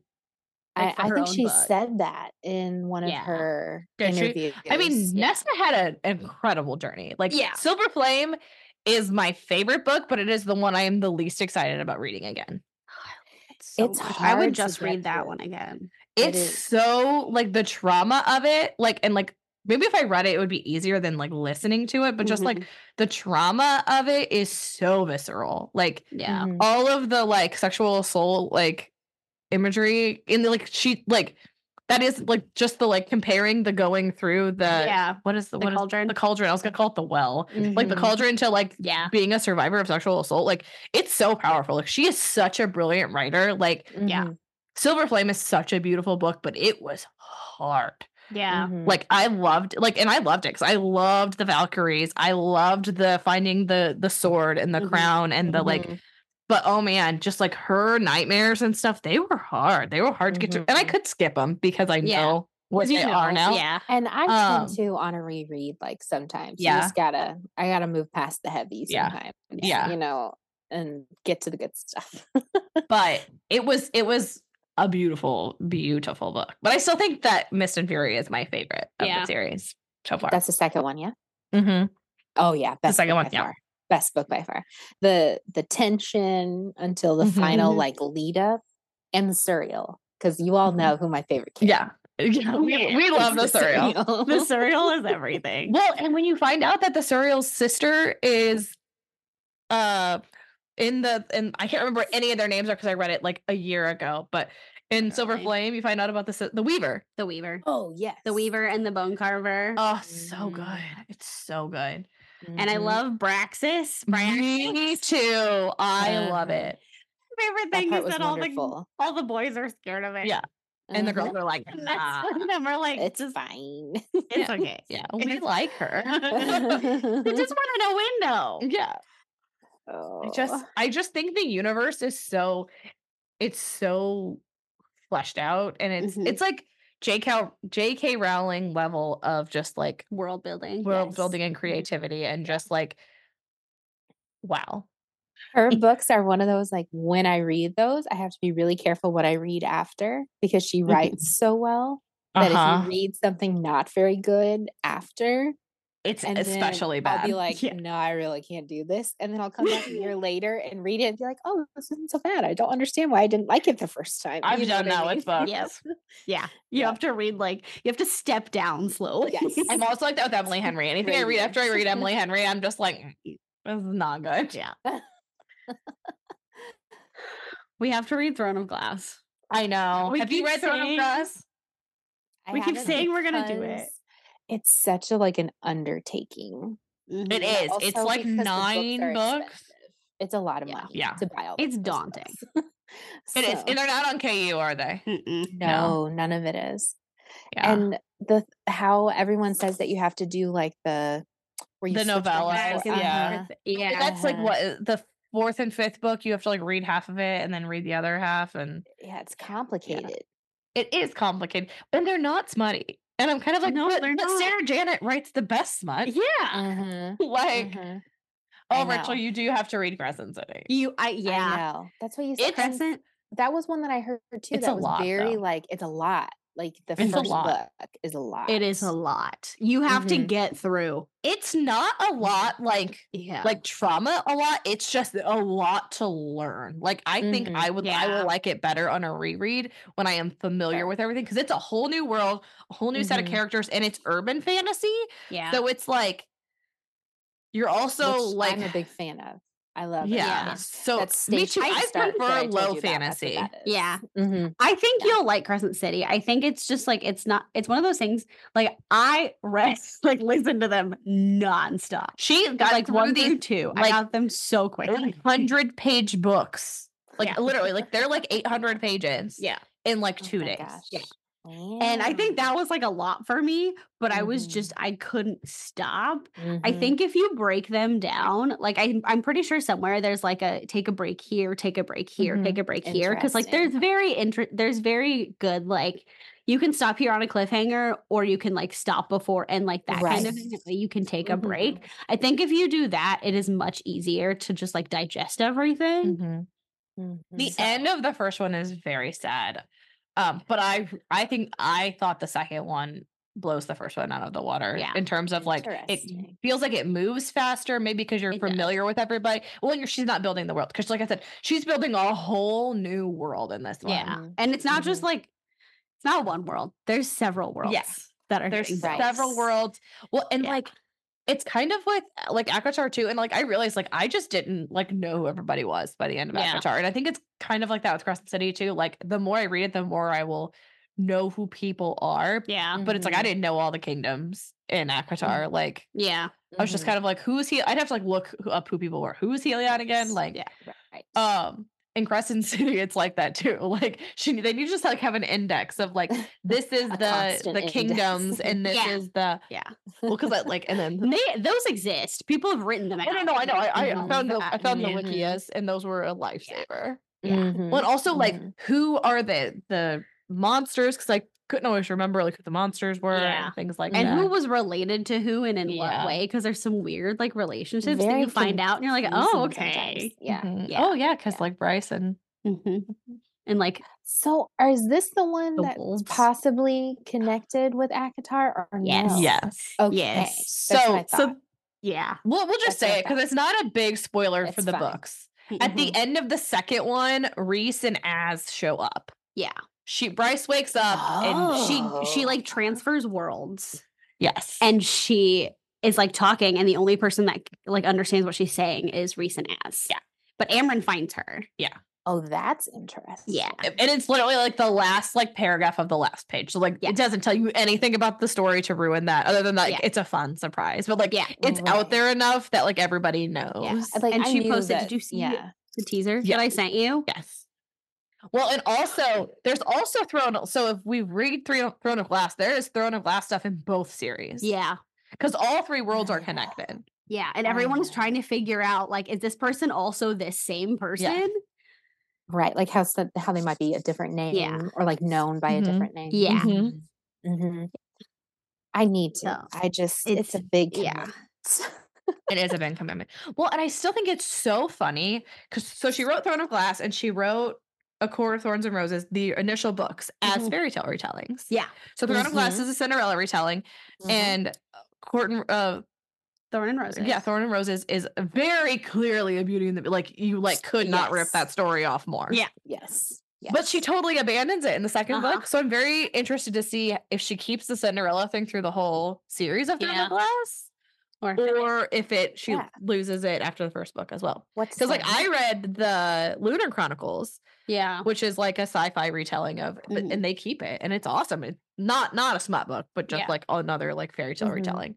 [SPEAKER 1] I,
[SPEAKER 2] like, for
[SPEAKER 1] I
[SPEAKER 2] her
[SPEAKER 1] think
[SPEAKER 2] own
[SPEAKER 1] she
[SPEAKER 2] book.
[SPEAKER 1] said that in one of
[SPEAKER 2] Yeah.
[SPEAKER 1] her
[SPEAKER 3] Did she?
[SPEAKER 1] interviews.
[SPEAKER 3] I mean,
[SPEAKER 1] yeah.
[SPEAKER 3] Nesta had an incredible journey. Like,
[SPEAKER 2] Yeah.
[SPEAKER 3] Silver Flame is my favorite book, but it is the one I am the least excited about reading again.
[SPEAKER 1] It's
[SPEAKER 2] I
[SPEAKER 1] hard
[SPEAKER 2] would
[SPEAKER 1] to
[SPEAKER 2] just
[SPEAKER 1] get
[SPEAKER 2] read that
[SPEAKER 1] through.
[SPEAKER 2] one again.
[SPEAKER 1] It
[SPEAKER 3] it's
[SPEAKER 1] is.
[SPEAKER 3] so like the trauma of it like and like maybe if i read it it would be easier than like listening to it but just
[SPEAKER 1] Mm-hmm.
[SPEAKER 3] like
[SPEAKER 2] Mm-hmm.
[SPEAKER 3] the trauma of it is so visceral like
[SPEAKER 2] Yeah.
[SPEAKER 1] Mhm.
[SPEAKER 3] all of the like sexual assault like imagery and like she like that is like just the like comparing the going through the
[SPEAKER 2] yeah.
[SPEAKER 3] what is the,
[SPEAKER 2] The
[SPEAKER 3] what is
[SPEAKER 2] cauldron. Mm-hmm.
[SPEAKER 3] the cauldron i was gonna call it the well like the
[SPEAKER 1] Mhm.
[SPEAKER 3] cauldron to like
[SPEAKER 2] yeah.
[SPEAKER 3] being a survivor of sexual assault like it's so powerful like she is such a brilliant writer like
[SPEAKER 2] yeah.
[SPEAKER 1] Mhm.
[SPEAKER 3] Silver Flame is such a beautiful book, but it was hard.
[SPEAKER 2] Yeah.
[SPEAKER 1] Mhm.
[SPEAKER 3] Like I loved, like, and I loved it because I loved the Valkyries. I loved the finding the the sword and the
[SPEAKER 2] Mhm.
[SPEAKER 3] crown and the like.
[SPEAKER 1] Mhm.
[SPEAKER 3] But oh man, just like her nightmares and stuff, they were hard. They were hard to get through, and I
[SPEAKER 1] Mhm.
[SPEAKER 3] could skip them because I
[SPEAKER 2] Mm-hmm. Yeah.
[SPEAKER 3] know what
[SPEAKER 2] 'Cause
[SPEAKER 3] they
[SPEAKER 2] you know,
[SPEAKER 3] are now.
[SPEAKER 2] <laughs> Yeah.
[SPEAKER 1] And I
[SPEAKER 3] Um,
[SPEAKER 1] tend to on a reread, like sometimes.
[SPEAKER 3] yeah.
[SPEAKER 1] You just gotta I gotta move past the heavy
[SPEAKER 3] Yeah.
[SPEAKER 1] sometimes.
[SPEAKER 3] Yeah.
[SPEAKER 1] You know, and get to the good stuff. <laughs>
[SPEAKER 3] But it was it was a beautiful, beautiful book. But I still think that Mist and Fury is my favorite of
[SPEAKER 2] Yeah.
[SPEAKER 3] the series so far.
[SPEAKER 1] That's the second one, yeah?
[SPEAKER 3] Mhm.
[SPEAKER 1] Oh yeah.
[SPEAKER 3] second
[SPEAKER 1] book
[SPEAKER 3] one,
[SPEAKER 1] by
[SPEAKER 3] yeah.
[SPEAKER 1] far. best book by far. The the tension until the
[SPEAKER 3] Mhm.
[SPEAKER 1] final like lead up and the cereal because you all
[SPEAKER 3] Mhm.
[SPEAKER 1] know who my favorite character <laughs>
[SPEAKER 3] Yeah. <laughs> Yeah. We,
[SPEAKER 2] Yeah.
[SPEAKER 3] we love the
[SPEAKER 1] is,
[SPEAKER 3] cereal.
[SPEAKER 2] The cereal is everything.
[SPEAKER 3] Well, and when you find out that the cereal's sister is uh in the and I can't remember any of their names because I read it like a year ago, but in Silver
[SPEAKER 2] Apparently.
[SPEAKER 3] Flame you find out about the si- the Weaver.
[SPEAKER 2] The Weaver.
[SPEAKER 1] <laughs> Oh yes,
[SPEAKER 2] The Weaver and the Bone Carver.
[SPEAKER 3] Oh, so
[SPEAKER 1] Mm.
[SPEAKER 3] good. It's so good.
[SPEAKER 2] And I
[SPEAKER 1] Mhm.
[SPEAKER 2] love Braxis. Braxis.
[SPEAKER 3] Me too. I love
[SPEAKER 1] Uh-huh.
[SPEAKER 3] it.
[SPEAKER 2] favorite
[SPEAKER 1] that
[SPEAKER 2] thing
[SPEAKER 1] part
[SPEAKER 2] is
[SPEAKER 1] was
[SPEAKER 2] that all the,
[SPEAKER 1] wonderful.
[SPEAKER 2] all the boys are scared of it.
[SPEAKER 3] Yeah. And the
[SPEAKER 1] Uh-huh.
[SPEAKER 3] girls are like,
[SPEAKER 2] <laughs> And
[SPEAKER 3] nah.
[SPEAKER 2] That's when them are like,
[SPEAKER 1] It's <laughs>
[SPEAKER 2] just,
[SPEAKER 3] <laughs>
[SPEAKER 1] fine.
[SPEAKER 2] it's <laughs> okay.
[SPEAKER 3] yeah, we like <laughs> her.
[SPEAKER 2] they
[SPEAKER 1] <laughs>
[SPEAKER 2] just wanted a window.
[SPEAKER 3] yeah. I just
[SPEAKER 1] Oh,
[SPEAKER 3] I just think the universe is so it's so fleshed out and it's
[SPEAKER 1] Mm-hmm.
[SPEAKER 2] Mhm.
[SPEAKER 3] it's like JK JK Rowling level of just like
[SPEAKER 2] World building.
[SPEAKER 3] world
[SPEAKER 1] Yes.
[SPEAKER 3] <laughs> building and creativity and just like wow.
[SPEAKER 1] her books are one of those like when I read those, I have to be really careful what I read after because she writes so well that
[SPEAKER 3] Uh-huh.
[SPEAKER 1] if you read something not very good after,
[SPEAKER 3] It's
[SPEAKER 1] and then
[SPEAKER 3] especially bad. <laughs>
[SPEAKER 1] I'll be like,
[SPEAKER 3] Yeah.
[SPEAKER 1] no, I really can't do this, and then I'll come back a year later and read it and be like, oh, this isn't so bad. I don't understand why I didn't like it the first time.
[SPEAKER 3] I've
[SPEAKER 1] You know
[SPEAKER 3] done
[SPEAKER 1] what I
[SPEAKER 3] that with
[SPEAKER 1] mean?
[SPEAKER 3] books.
[SPEAKER 2] Yep. Yeah. You
[SPEAKER 1] Yeah.
[SPEAKER 2] have to read like you have to step down slowly.
[SPEAKER 1] Yes.
[SPEAKER 3] I'm also like that with Emily Henry. Anything I read after I read
[SPEAKER 1] <laughs>
[SPEAKER 3] Emily Henry, I'm just like "Mm, this is not good.
[SPEAKER 2] yeah. <laughs> we have to read Throne of Glass.
[SPEAKER 3] I know.
[SPEAKER 2] We
[SPEAKER 3] Have you
[SPEAKER 2] keep
[SPEAKER 3] read Throne of
[SPEAKER 2] saying-
[SPEAKER 3] Glass?
[SPEAKER 1] I
[SPEAKER 2] We keep
[SPEAKER 1] haven't
[SPEAKER 2] saying we're gonna do it.
[SPEAKER 1] because It's such a like an undertaking.
[SPEAKER 3] It
[SPEAKER 2] Mhm.
[SPEAKER 1] But
[SPEAKER 3] is. It's
[SPEAKER 1] also
[SPEAKER 3] like
[SPEAKER 1] because the books
[SPEAKER 3] nine
[SPEAKER 1] are
[SPEAKER 3] books.
[SPEAKER 1] expensive. It's a lot of
[SPEAKER 2] Yeah.
[SPEAKER 1] money
[SPEAKER 3] Yeah.
[SPEAKER 1] to buy all.
[SPEAKER 2] It's
[SPEAKER 1] those
[SPEAKER 2] daunting.
[SPEAKER 1] <laughs> books.
[SPEAKER 3] It is.
[SPEAKER 1] So-
[SPEAKER 3] And they're not on KU, are they?
[SPEAKER 2] Mm-mm.
[SPEAKER 1] No, none of it is.
[SPEAKER 3] Yeah.
[SPEAKER 1] And the how everyone says that you have to do like the where you
[SPEAKER 3] The
[SPEAKER 1] switch back and
[SPEAKER 3] novella,
[SPEAKER 1] forth,
[SPEAKER 3] Magazine, Oh, yeah.
[SPEAKER 1] uh-huh.
[SPEAKER 3] But
[SPEAKER 2] Yeah.
[SPEAKER 3] That's like
[SPEAKER 1] Uh-huh.
[SPEAKER 3] what uh, the fourth and fifth book, you have to like read half of it and then read the other half. And
[SPEAKER 1] Yeah, it's complicated.
[SPEAKER 3] it is complicated. And they're not smutty. And I'm kind of like,
[SPEAKER 2] No,
[SPEAKER 3] but,
[SPEAKER 2] they're
[SPEAKER 3] but
[SPEAKER 2] not.
[SPEAKER 3] Sarah Janet writes the best smut.
[SPEAKER 2] yeah.
[SPEAKER 1] Uh-huh,
[SPEAKER 3] <laughs> Mm-hmm. Like,
[SPEAKER 1] uh-huh. I
[SPEAKER 3] oh, Rachel,
[SPEAKER 1] know.
[SPEAKER 3] you do have to read Crescent City.
[SPEAKER 2] You I
[SPEAKER 1] I
[SPEAKER 2] yeah.
[SPEAKER 1] know. That's what you
[SPEAKER 3] It's-
[SPEAKER 1] said. That was one that I heard too.
[SPEAKER 3] It's a
[SPEAKER 1] that was
[SPEAKER 3] lot,
[SPEAKER 1] very
[SPEAKER 3] though.
[SPEAKER 1] like it's a lot. Like the
[SPEAKER 3] It's a
[SPEAKER 1] first
[SPEAKER 3] lot.
[SPEAKER 1] book is a lot.
[SPEAKER 2] It is a lot. You have to
[SPEAKER 3] Mm-hmm.
[SPEAKER 1] Mhm.
[SPEAKER 2] get through.
[SPEAKER 3] It's not a lot like
[SPEAKER 2] Yeah.
[SPEAKER 3] like trauma a lot. It's just a lot to learn. Like I think
[SPEAKER 1] Mhm.
[SPEAKER 3] I would I
[SPEAKER 2] Yeah.
[SPEAKER 3] will like it better on a reread when I am familiar
[SPEAKER 1] Sure.
[SPEAKER 3] with everything because it's a whole new world, a whole new set of
[SPEAKER 1] Mhm.
[SPEAKER 3] characters, and it's urban fantasy.
[SPEAKER 2] yeah.
[SPEAKER 3] So it's like you're also
[SPEAKER 1] which
[SPEAKER 3] like
[SPEAKER 1] I'm a big fan of. I love it.
[SPEAKER 3] yeah.
[SPEAKER 2] yeah.
[SPEAKER 3] So
[SPEAKER 1] That's
[SPEAKER 3] me too.
[SPEAKER 1] station
[SPEAKER 3] I
[SPEAKER 1] start that
[SPEAKER 3] prefer
[SPEAKER 1] told
[SPEAKER 3] low
[SPEAKER 1] you about. That's what
[SPEAKER 3] fantasy. Mm-hmm.
[SPEAKER 1] that is.
[SPEAKER 2] Yeah.
[SPEAKER 1] Mhm.
[SPEAKER 2] I think
[SPEAKER 1] Yeah.
[SPEAKER 2] you'll like Crescent City. I think it's just like it's not. It's one of those things. Like I read, <laughs> like listen to them nonstop.
[SPEAKER 3] She got
[SPEAKER 2] Like one through two, I
[SPEAKER 3] like,
[SPEAKER 2] got them so quickly.
[SPEAKER 3] these hundred page books. Like
[SPEAKER 2] Yeah.
[SPEAKER 3] literally, like they're like eight hundred pages.
[SPEAKER 2] <laughs> Yeah,
[SPEAKER 3] in like
[SPEAKER 1] Oh
[SPEAKER 3] two
[SPEAKER 1] my
[SPEAKER 3] days.
[SPEAKER 1] gosh.
[SPEAKER 2] Yeah. and
[SPEAKER 1] Oh.
[SPEAKER 2] I think that was like a lot for me. But I was
[SPEAKER 1] Mhm.
[SPEAKER 2] just I couldn't stop.
[SPEAKER 1] Wow.
[SPEAKER 2] I
[SPEAKER 1] Mhm.
[SPEAKER 2] think if you break them down, like I, I'm pretty sure somewhere there's like a take a break here, take a break here,
[SPEAKER 3] Mhm.
[SPEAKER 2] take a break here, because like
[SPEAKER 1] Mm-hmm. Interesting.
[SPEAKER 2] there's very inter- there's very good like you can stop here on a cliffhanger, or you can like stop before and like that kind
[SPEAKER 1] Right.
[SPEAKER 2] of thing. that way You can take a
[SPEAKER 1] Mhm.
[SPEAKER 2] break. I think if you do that, it is much easier to just like digest
[SPEAKER 1] Mm-hmm.
[SPEAKER 2] everything.
[SPEAKER 3] The
[SPEAKER 1] Mhm.
[SPEAKER 3] end of the first one is very sad. Um, but I I think I thought the second one blows the first one out of the water
[SPEAKER 2] Yeah.
[SPEAKER 3] in terms of like it
[SPEAKER 1] Interesting.
[SPEAKER 3] feels like it moves faster, maybe because you're
[SPEAKER 2] It does.
[SPEAKER 3] familiar with everybody. Well, you're, she's not building the world because, like I said, she's building a whole new world in this one.
[SPEAKER 2] Yeah.
[SPEAKER 1] Mhm.
[SPEAKER 2] And it's not just like it's not one world. There's several worlds that are
[SPEAKER 3] there's
[SPEAKER 2] doing
[SPEAKER 1] Right.
[SPEAKER 2] that.
[SPEAKER 3] several worlds. Well, and
[SPEAKER 2] Yeah.
[SPEAKER 3] like it's kind of with uh, like Avatar too, and like I realized like I just didn't like know who everybody was by the end of
[SPEAKER 2] Yeah.
[SPEAKER 3] Avatar, and I think it's kind of like that with Crescent City too. Like the more I read it, the more I will know who people are.
[SPEAKER 2] Yeah.
[SPEAKER 3] But it's like I
[SPEAKER 1] Mhm.
[SPEAKER 3] didn't know all the kingdoms in Avatar.
[SPEAKER 2] Mm-hmm.
[SPEAKER 3] Like
[SPEAKER 2] Yeah.
[SPEAKER 3] I was just
[SPEAKER 1] Mhm.
[SPEAKER 3] kind of like, who's he? I'd have to like look who- up who people were. Who's Helion again? Like,
[SPEAKER 2] yeah.
[SPEAKER 1] Right.
[SPEAKER 3] um in Crescent <laughs> City, it's like that too. <laughs> Like she they need to just like have an index of like this is
[SPEAKER 1] A
[SPEAKER 3] the
[SPEAKER 1] constant
[SPEAKER 3] the
[SPEAKER 1] index.
[SPEAKER 3] kingdoms and this
[SPEAKER 2] Yeah.
[SPEAKER 3] is the
[SPEAKER 2] Yeah.
[SPEAKER 3] well because I like and then
[SPEAKER 2] And they those exist. People have written them out.
[SPEAKER 3] I don't know Oh, I know I, I
[SPEAKER 1] Mhm.
[SPEAKER 3] found the I found the
[SPEAKER 1] Mhm.
[SPEAKER 3] wikias and those were a
[SPEAKER 2] Yeah.
[SPEAKER 3] lifesaver.
[SPEAKER 2] yeah.
[SPEAKER 1] Mhm.
[SPEAKER 3] Well, and also like
[SPEAKER 1] Mhm.
[SPEAKER 3] who are the the monsters? Because I couldn't always remember like who the monsters were
[SPEAKER 2] Yeah.
[SPEAKER 3] and things like
[SPEAKER 2] and
[SPEAKER 3] that.
[SPEAKER 2] who was related to who and in
[SPEAKER 3] Yeah.
[SPEAKER 2] what way because there's some weird like relationships that
[SPEAKER 1] Very
[SPEAKER 2] you find out and you're like oh
[SPEAKER 1] Confusing sometimes.
[SPEAKER 2] okay
[SPEAKER 1] Yeah.
[SPEAKER 3] Mhm.
[SPEAKER 2] Yeah.
[SPEAKER 3] Oh yeah, because
[SPEAKER 1] Yeah.
[SPEAKER 3] like Bryson.
[SPEAKER 2] Mhm. and like
[SPEAKER 1] <laughs> So, are- is this the one
[SPEAKER 2] The
[SPEAKER 1] that's
[SPEAKER 2] wolves.
[SPEAKER 1] possibly connected with Akatar or
[SPEAKER 2] Yes.
[SPEAKER 1] no?
[SPEAKER 3] Yes.
[SPEAKER 1] Okay.
[SPEAKER 2] Yes.
[SPEAKER 1] that's what Oh. I
[SPEAKER 3] so so
[SPEAKER 1] thought.
[SPEAKER 2] Yeah.
[SPEAKER 3] We'll, we'll
[SPEAKER 1] That's
[SPEAKER 3] just say
[SPEAKER 1] what
[SPEAKER 3] it
[SPEAKER 1] I
[SPEAKER 3] because it's not a big spoiler for
[SPEAKER 1] It's
[SPEAKER 3] the
[SPEAKER 1] fine. Mm-hmm.
[SPEAKER 3] books. At
[SPEAKER 2] mm-hmm.
[SPEAKER 3] the end of the second one, Reese and Az show up.
[SPEAKER 2] Yeah.
[SPEAKER 3] She Bryce wakes up and
[SPEAKER 2] She she
[SPEAKER 1] Oh.
[SPEAKER 2] like transfers worlds
[SPEAKER 3] she yes
[SPEAKER 2] and she is like talking and the only person that like understands what she's saying is recent as.
[SPEAKER 3] Yeah.
[SPEAKER 2] But Amryn finds her.
[SPEAKER 1] Oh, that's interesting.
[SPEAKER 2] Yeah.
[SPEAKER 3] and it's literally like the last like paragraph of the last page. So like
[SPEAKER 2] Yeah.
[SPEAKER 3] it doesn't tell you anything about the story to ruin that. Other than that, like,
[SPEAKER 2] Yeah.
[SPEAKER 3] it's a fun surprise. But like
[SPEAKER 2] Yeah.
[SPEAKER 3] it's out
[SPEAKER 1] Right.
[SPEAKER 3] there enough that like everybody knows.
[SPEAKER 1] Like,
[SPEAKER 2] And
[SPEAKER 1] I
[SPEAKER 2] she
[SPEAKER 1] knew
[SPEAKER 2] posted,
[SPEAKER 1] that-
[SPEAKER 2] "Did you see it?"
[SPEAKER 1] Yeah.
[SPEAKER 2] The teaser
[SPEAKER 3] Yeah.
[SPEAKER 2] that I sent you.
[SPEAKER 3] Yes. Well, and also there's also Throne. So if we read Three Throne of Glass, there is Throne of Glass stuff in both series.
[SPEAKER 2] Yeah.
[SPEAKER 3] because all three worlds
[SPEAKER 2] <laughs>
[SPEAKER 3] are
[SPEAKER 1] Yeah.
[SPEAKER 3] connected.
[SPEAKER 2] Yeah. And everyone's
[SPEAKER 1] Wow.
[SPEAKER 2] trying to figure out like, is this person also this same person?
[SPEAKER 1] Right. Like how some- how they might be a different name or like known by
[SPEAKER 3] Mhm.
[SPEAKER 1] a different name.
[SPEAKER 2] Yeah.
[SPEAKER 3] Mhm.
[SPEAKER 1] Mhm. I need to.
[SPEAKER 2] So,
[SPEAKER 1] I just it's, a
[SPEAKER 2] it's-
[SPEAKER 1] big
[SPEAKER 2] yeah.
[SPEAKER 1] commitment.
[SPEAKER 3] It is a big commitment. Well, and I still think it's so funny because so she wrote Throne of Glass and she wrote A Core of Thorns and Roses, the initial books as
[SPEAKER 2] Mhm.
[SPEAKER 3] fairy tale retellings.
[SPEAKER 2] Yeah. Mm-hmm.
[SPEAKER 3] So Throne of Glass is a Cinderella retelling,
[SPEAKER 1] Mm-hmm.
[SPEAKER 3] and Court and uh,
[SPEAKER 2] Thorn and Roses.
[SPEAKER 3] yeah, Thorn and Roses is very clearly a Beauty and the like you like could not rip
[SPEAKER 2] Yes.
[SPEAKER 3] that story off more.
[SPEAKER 2] Yeah.
[SPEAKER 1] yes.
[SPEAKER 3] But she totally abandons it in the 2nd
[SPEAKER 2] Uh-huh.
[SPEAKER 3] book. So I'm very interested to see if she keeps the Cinderella thing through the whole series of Throne
[SPEAKER 2] Yeah.
[SPEAKER 3] of Glass.
[SPEAKER 2] Or-
[SPEAKER 3] or if it she
[SPEAKER 1] Yeah.
[SPEAKER 3] loses it after the first book as well.
[SPEAKER 1] What's
[SPEAKER 3] Because like
[SPEAKER 1] the-
[SPEAKER 3] I uh, read the Lunar Chronicles,
[SPEAKER 2] yeah.
[SPEAKER 3] which is like a sci-fi retelling of, but-
[SPEAKER 2] Mhm.
[SPEAKER 3] and they keep it, and it's awesome. It's not not a smut book, but just
[SPEAKER 2] Yeah. Mm-hmm,
[SPEAKER 3] like another like fairy tale
[SPEAKER 1] Mhm.
[SPEAKER 3] retelling.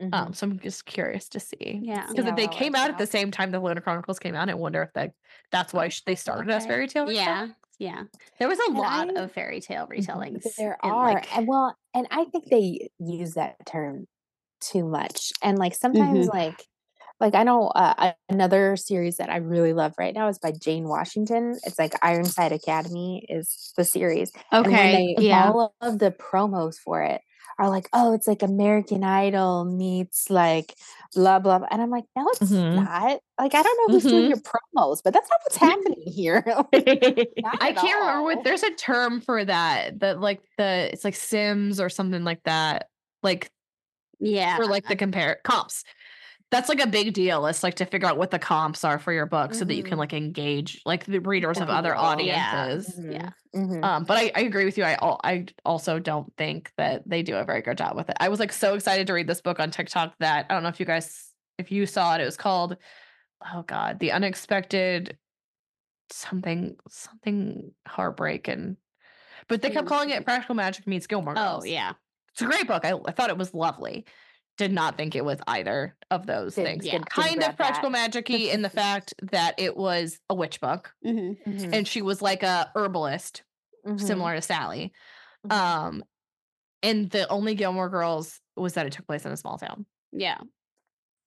[SPEAKER 1] Mhm.
[SPEAKER 3] Um, so I'm just curious to see.
[SPEAKER 2] Yeah.
[SPEAKER 1] See
[SPEAKER 3] because
[SPEAKER 1] how
[SPEAKER 3] if they
[SPEAKER 1] that
[SPEAKER 3] came
[SPEAKER 1] works
[SPEAKER 3] out at the
[SPEAKER 1] out.
[SPEAKER 3] same time the Lunar Chronicles came out, I wonder if that that's why sh- they started as
[SPEAKER 1] Okay.
[SPEAKER 3] fairy tale. retelling.
[SPEAKER 2] Yeah. Yeah. There was a lot of fairy tale retellings.
[SPEAKER 1] Mm-hmm. There
[SPEAKER 2] and,
[SPEAKER 1] are.
[SPEAKER 2] like-
[SPEAKER 1] and well, and I think they use that term too much. And like sometimes like like I know uh, a- another series that I really love right now is by Jane Washington. It's like Ironside Academy is the series. And when
[SPEAKER 2] okay.
[SPEAKER 1] they-
[SPEAKER 2] Yeah.
[SPEAKER 1] All of the promos for it are like, oh, it's like American Idol meets like blah blah. blah. And I'm like, no, it's
[SPEAKER 3] Mhm.
[SPEAKER 1] not. Like I don't know who's
[SPEAKER 3] Mhm.
[SPEAKER 1] doing your promos, but that's not what's happening here. <laughs>
[SPEAKER 3] I can't remember what there's a term for that. That like the it's like Sims or something like that. Like
[SPEAKER 2] Yeah.
[SPEAKER 3] for
[SPEAKER 2] <laughs>
[SPEAKER 3] like the compare comps. That's like a big deal. It's like to figure out what the comps are for your book so that you can
[SPEAKER 1] Mhm.
[SPEAKER 3] like engage like the readers of
[SPEAKER 1] Other
[SPEAKER 3] other
[SPEAKER 1] people,
[SPEAKER 2] Mm-hmm. yeah. Mm-hmm.
[SPEAKER 3] audiences.
[SPEAKER 2] Yeah.
[SPEAKER 1] Mhm.
[SPEAKER 3] Um, but I, I agree with you. I al- I also don't think that they do a very good job with it. I was like so excited to read this book on TikTok that I don't know if you guys if you saw it. It was called oh god, the unexpected something something heartbreak and but they kept
[SPEAKER 2] Mm.
[SPEAKER 3] calling it Practical Magic meets Gilmore
[SPEAKER 2] Oh
[SPEAKER 3] Girls.
[SPEAKER 2] yeah.
[SPEAKER 3] it's a great book. I, I thought it was lovely. Did not think it was either of those
[SPEAKER 1] Didn't-
[SPEAKER 3] things.
[SPEAKER 2] yeah,
[SPEAKER 1] didn't- didn't
[SPEAKER 3] Kind of
[SPEAKER 1] grab that.
[SPEAKER 3] Practical Magic-y <laughs> in the fact that it was a witch book
[SPEAKER 2] hmm
[SPEAKER 1] Mhm.
[SPEAKER 3] and she was like a herbalist
[SPEAKER 1] Mhm.
[SPEAKER 3] similar to Sally.
[SPEAKER 1] Mhm.
[SPEAKER 3] Um, and the only Gilmore Girls was that it took place in a small town.
[SPEAKER 2] Yeah.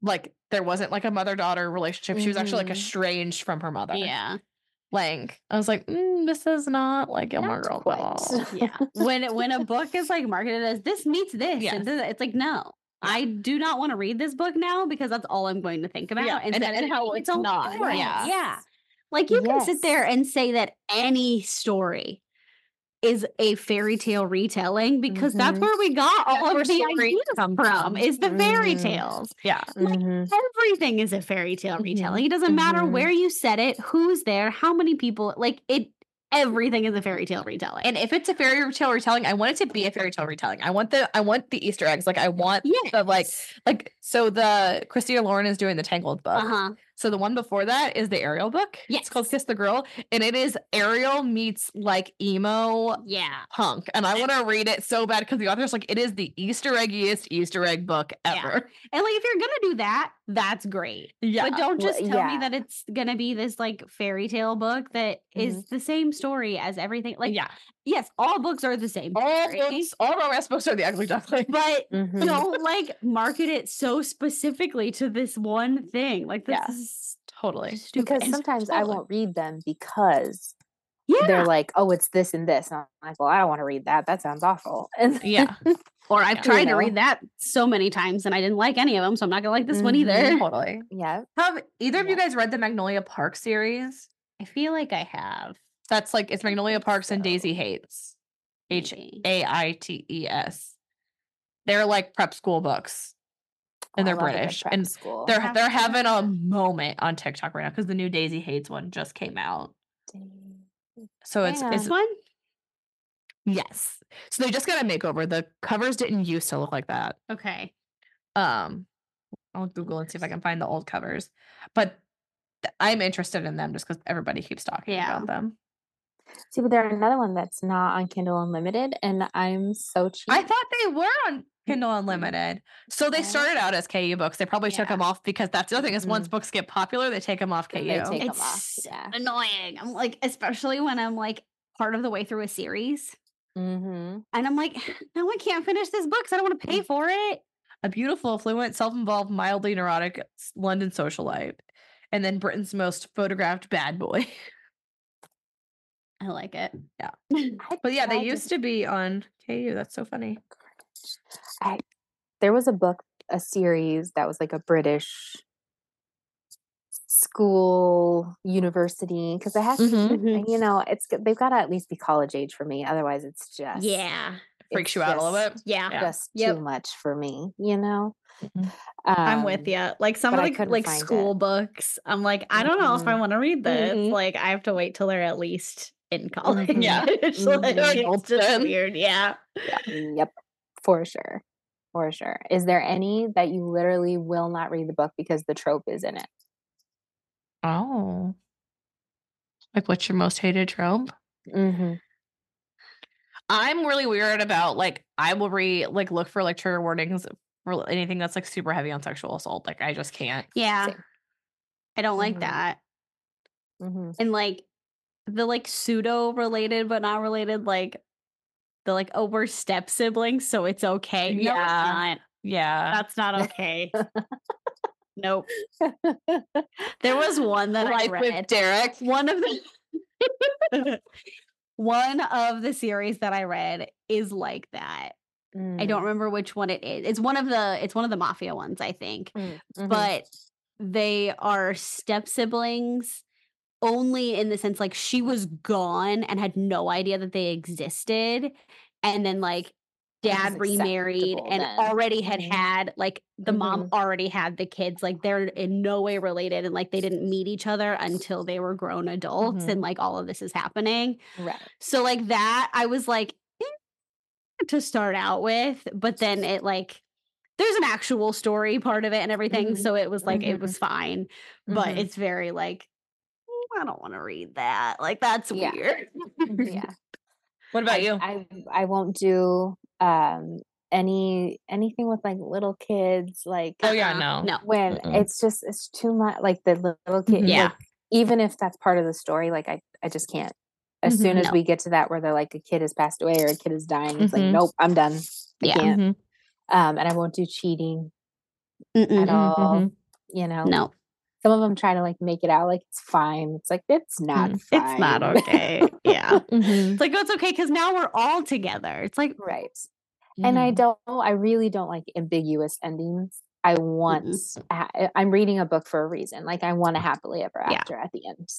[SPEAKER 3] Like there wasn't like a mother daughter relationship. She was actually like
[SPEAKER 1] Mhm.
[SPEAKER 3] estranged from her mother.
[SPEAKER 2] Yeah.
[SPEAKER 3] Like I was like, mm, this is not like Gilmore
[SPEAKER 1] Not
[SPEAKER 3] Girls
[SPEAKER 1] quite.
[SPEAKER 3] at
[SPEAKER 1] <laughs>
[SPEAKER 3] all.
[SPEAKER 2] Yeah. <laughs> when it- when a book is like marketed as this meets this,
[SPEAKER 3] Yeah.
[SPEAKER 2] and this, it's like no. I do not want to read this book now because that's all I'm going to think about.
[SPEAKER 3] Yeah, and-
[SPEAKER 2] instead of
[SPEAKER 3] and how
[SPEAKER 2] thinking
[SPEAKER 3] it's not,
[SPEAKER 2] orange.
[SPEAKER 3] yeah.
[SPEAKER 2] Yeah. Like you can sit
[SPEAKER 1] Yes.
[SPEAKER 2] there and say that any story is a fairy tale retelling because that's
[SPEAKER 1] Mhm.
[SPEAKER 2] where we got
[SPEAKER 3] That's
[SPEAKER 2] all
[SPEAKER 3] where
[SPEAKER 2] of the
[SPEAKER 3] stories
[SPEAKER 2] ideas
[SPEAKER 3] come
[SPEAKER 2] from
[SPEAKER 3] from.
[SPEAKER 2] is the fairy
[SPEAKER 1] Mhm.
[SPEAKER 2] tales.
[SPEAKER 3] Yeah.
[SPEAKER 2] Mm-hmm,
[SPEAKER 1] Mhm.
[SPEAKER 2] everything is a fairy tale
[SPEAKER 3] Mhm.
[SPEAKER 2] retelling. It doesn't matter
[SPEAKER 1] Mhm.
[SPEAKER 2] where you said it, who's there, how many people. Like it, everything is a fairy tale retelling.
[SPEAKER 3] And if it's a fairy tale retelling, I want it to be a fairy tale retelling. I want the I want the Easter eggs. Like I want
[SPEAKER 2] yeah,
[SPEAKER 3] the like like so the Christina Lauren is doing the Tangled book.
[SPEAKER 2] uh huh,
[SPEAKER 3] So the one before that is the Ariel book. It's called
[SPEAKER 2] Yes.
[SPEAKER 3] Kiss the Girl. And it is Ariel meets like emo
[SPEAKER 2] yeah,
[SPEAKER 3] punk. And I want to read it so bad because the author's like, it is the Easter eggiest Easter egg book
[SPEAKER 2] Yeah.
[SPEAKER 3] ever.
[SPEAKER 2] and like if you're gonna do that, that's great.
[SPEAKER 3] Yeah.
[SPEAKER 2] But don't
[SPEAKER 1] Well,
[SPEAKER 2] just tell me
[SPEAKER 1] yeah.
[SPEAKER 2] that it's gonna be this like fairy tale book that is the same story as everything. Like,
[SPEAKER 3] yeah.
[SPEAKER 2] yes, all books are the same,
[SPEAKER 3] All
[SPEAKER 2] story,
[SPEAKER 3] books, all romance books are the ugly duckling.
[SPEAKER 2] but
[SPEAKER 1] Mhm.
[SPEAKER 2] don't like market it so specifically to this one thing. Like, this
[SPEAKER 3] Yeah.
[SPEAKER 2] is
[SPEAKER 3] <laughs> Totally.
[SPEAKER 2] stupid.
[SPEAKER 1] Because
[SPEAKER 3] <laughs>
[SPEAKER 1] sometimes I
[SPEAKER 3] Totally.
[SPEAKER 1] won't read them because
[SPEAKER 2] yeah,
[SPEAKER 1] they're like, oh, it's this and this. And I'm like, well, I don't want to read that. That sounds awful. <laughs> And
[SPEAKER 3] Yeah.
[SPEAKER 2] Or I've
[SPEAKER 3] Yeah.
[SPEAKER 2] tried
[SPEAKER 1] You
[SPEAKER 2] to
[SPEAKER 1] know?
[SPEAKER 2] read that so many times and I didn't like any of them, so I'm not gonna like this one <laughs> either.
[SPEAKER 1] Mhm.
[SPEAKER 3] totally.
[SPEAKER 1] yeah.
[SPEAKER 3] Have either of you
[SPEAKER 1] Yeah.
[SPEAKER 3] guys read the Magnolia Park series?
[SPEAKER 2] I feel like I have.
[SPEAKER 3] That's like it's
[SPEAKER 2] I
[SPEAKER 3] Magnolia
[SPEAKER 2] think
[SPEAKER 3] Parks and Daisy
[SPEAKER 2] so.
[SPEAKER 3] Hates. H
[SPEAKER 2] maybe.
[SPEAKER 3] E A I T E S. They're like prep school books. And they're
[SPEAKER 1] I love a good
[SPEAKER 3] British,
[SPEAKER 1] prep
[SPEAKER 3] and
[SPEAKER 1] school.
[SPEAKER 3] They're they're having a moment on TikTok right now because the new Daisy Hates one just came out.
[SPEAKER 1] Dang.
[SPEAKER 3] So it's
[SPEAKER 1] Yeah.
[SPEAKER 3] it's
[SPEAKER 2] This one?
[SPEAKER 3] yes. So they just got a makeover. The covers didn't used to look like that.
[SPEAKER 2] Okay.
[SPEAKER 3] Um, I'll Google and see if I can find the old covers. But th- I'm interested in them just because everybody keeps talking
[SPEAKER 2] Yeah.
[SPEAKER 3] about them.
[SPEAKER 1] See, but they're another one that's not on Kindle Unlimited, and I'm so cheap.
[SPEAKER 3] I thought they were on
[SPEAKER 2] Mm-hmm.
[SPEAKER 3] Kindle Unlimited. So they
[SPEAKER 1] Okay.
[SPEAKER 3] started out as KU books. They probably took
[SPEAKER 2] Yeah. Mm-hmm.
[SPEAKER 3] them off because that's the other thing is once books get popular, they take them off KU.
[SPEAKER 1] Then they take 'em
[SPEAKER 2] It's
[SPEAKER 1] off. Yeah.
[SPEAKER 2] Annoying. I'm like, especially when I'm like part of the way through a series.
[SPEAKER 1] Mm-hmm.
[SPEAKER 2] And I'm like, <sighs> no, I can't finish this book because I don't want to
[SPEAKER 1] Mm.
[SPEAKER 2] pay for it.
[SPEAKER 3] a beautiful, affluent, self-involved, mildly neurotic s- London socialite, and then Britain's most photographed bad boy. <laughs>
[SPEAKER 2] I like it.
[SPEAKER 3] Yeah.
[SPEAKER 1] I
[SPEAKER 3] But yeah, they
[SPEAKER 1] tried to-
[SPEAKER 3] used to be on KU. That's so funny.
[SPEAKER 1] I, there was a book, a series that was like a British school university because it has <laughs>
[SPEAKER 2] Mm-hmm,
[SPEAKER 1] to,
[SPEAKER 3] Mhm.
[SPEAKER 1] be- you know, it's g- they've got to at least be college age for me. Otherwise, it's just
[SPEAKER 2] Yeah.
[SPEAKER 3] Freaks
[SPEAKER 1] it's
[SPEAKER 3] you out a little
[SPEAKER 1] just-
[SPEAKER 3] bit.
[SPEAKER 2] Yeah.
[SPEAKER 3] Yeah.
[SPEAKER 1] just
[SPEAKER 2] Yep. Mm-hmm.
[SPEAKER 1] too much for me. You know,
[SPEAKER 3] Mhm.
[SPEAKER 2] I'm with
[SPEAKER 1] Um,
[SPEAKER 2] you. Like some
[SPEAKER 1] but
[SPEAKER 2] of
[SPEAKER 1] I
[SPEAKER 2] the
[SPEAKER 1] couldn't
[SPEAKER 2] like
[SPEAKER 1] find it.
[SPEAKER 2] school books, I'm like, I don't know if I
[SPEAKER 1] Mhm.
[SPEAKER 2] want to read this.
[SPEAKER 3] Mhm.
[SPEAKER 2] Like, I have to wait till they're at least in college. <laughs>
[SPEAKER 3] Yeah.
[SPEAKER 2] It's like,
[SPEAKER 1] Mhm.
[SPEAKER 2] it's just
[SPEAKER 3] Adults.
[SPEAKER 2] weird. Yeah.
[SPEAKER 1] mm, Yep, for sure. For sure. Is there any that you literally will not read the book because the trope is in it?
[SPEAKER 3] Oh. Like what's your most hated trope?
[SPEAKER 1] Mm-hmm.
[SPEAKER 3] I'm really weird about like I will re like look for like trigger warnings for anything that's like super heavy on sexual assault. Like I just can't.
[SPEAKER 2] Yeah.
[SPEAKER 1] Same.
[SPEAKER 2] I don't like
[SPEAKER 3] Mhm.
[SPEAKER 2] that.
[SPEAKER 1] Mm-hmm.
[SPEAKER 2] And like the like pseudo related but not related, like the like, oh, we're step siblings, so it's okay. No,
[SPEAKER 3] Yeah.
[SPEAKER 2] it's not.
[SPEAKER 3] Yeah.
[SPEAKER 2] That's not
[SPEAKER 3] <laughs>
[SPEAKER 2] okay. nope. There
[SPEAKER 3] <laughs>
[SPEAKER 2] was one that I
[SPEAKER 3] Life
[SPEAKER 2] read.
[SPEAKER 3] with Derek.
[SPEAKER 2] one of
[SPEAKER 3] <laughs>
[SPEAKER 2] the <laughs> one of the series that I read is like that.
[SPEAKER 1] mm-hmm,
[SPEAKER 2] I
[SPEAKER 3] Mm.
[SPEAKER 2] don't remember which one it is. It's one of the it's one of the mafia ones, I think.
[SPEAKER 1] mm-hmm,
[SPEAKER 2] But they are step siblings only in the sense like she was gone and had no idea that they existed and then like
[SPEAKER 1] That was
[SPEAKER 2] dad remarried
[SPEAKER 1] acceptable
[SPEAKER 2] and
[SPEAKER 1] then. Mm-hmm.
[SPEAKER 2] already had
[SPEAKER 1] Mhm.
[SPEAKER 2] had like the mom already had the kids like they're in no way related and like they didn't meet each other until they were grown adults
[SPEAKER 1] Mm-hmm.
[SPEAKER 3] Mhm.
[SPEAKER 2] and like all of this is happening <laughs>
[SPEAKER 1] right.
[SPEAKER 2] so like that, I was like eh, to start out with, but then it like there's an actual story part of it and everything,
[SPEAKER 1] Mhm.
[SPEAKER 2] so it was like it
[SPEAKER 1] Mhm.
[SPEAKER 2] was fine, but
[SPEAKER 1] Mhm.
[SPEAKER 2] it's very like "Mm, I don't want to read that. Like that's
[SPEAKER 1] Yeah.
[SPEAKER 2] weird.
[SPEAKER 1] yeah.
[SPEAKER 3] What about
[SPEAKER 1] I,
[SPEAKER 3] you?
[SPEAKER 1] I I won't do um any anything with like little kids like
[SPEAKER 2] <laughs>
[SPEAKER 3] Oh, yeah,
[SPEAKER 2] Uh-uh.
[SPEAKER 3] no.
[SPEAKER 2] No.
[SPEAKER 1] when
[SPEAKER 3] Mm-mm.
[SPEAKER 1] it's just it's too much like the li- little kid
[SPEAKER 3] Mhm.
[SPEAKER 2] Mm-hmm. Yeah.
[SPEAKER 1] like, even if that's part of the story like I I just can't as
[SPEAKER 3] Mhm.
[SPEAKER 1] soon as
[SPEAKER 2] Mm-hmm. No.
[SPEAKER 1] we get to that where they're like a kid has passed away or a kid is dying it's
[SPEAKER 3] Mhm.
[SPEAKER 1] like nope I'm done I
[SPEAKER 2] Mm-hmm. Yeah.
[SPEAKER 1] can't
[SPEAKER 3] Mhm.
[SPEAKER 1] um and I won't do cheating
[SPEAKER 2] Mm-mm.
[SPEAKER 1] at all
[SPEAKER 3] Mhm.
[SPEAKER 1] you know
[SPEAKER 2] Mm-hmm. No,
[SPEAKER 1] some of them try to like make it out like it's fine it's like it's not
[SPEAKER 3] Mm.
[SPEAKER 1] fine.
[SPEAKER 2] it's not okay. yeah.
[SPEAKER 3] Mhm.
[SPEAKER 2] It's like, oh, it's okay because now we're all together. It's like,
[SPEAKER 1] <laughs> right and I
[SPEAKER 3] Mhm.
[SPEAKER 1] don't, I really don't like ambiguous endings. I
[SPEAKER 3] Mm-hmm.
[SPEAKER 1] want, a ha- I- I'm reading a book for a reason. Like I want a happily ever
[SPEAKER 2] Yeah.
[SPEAKER 1] after at the end.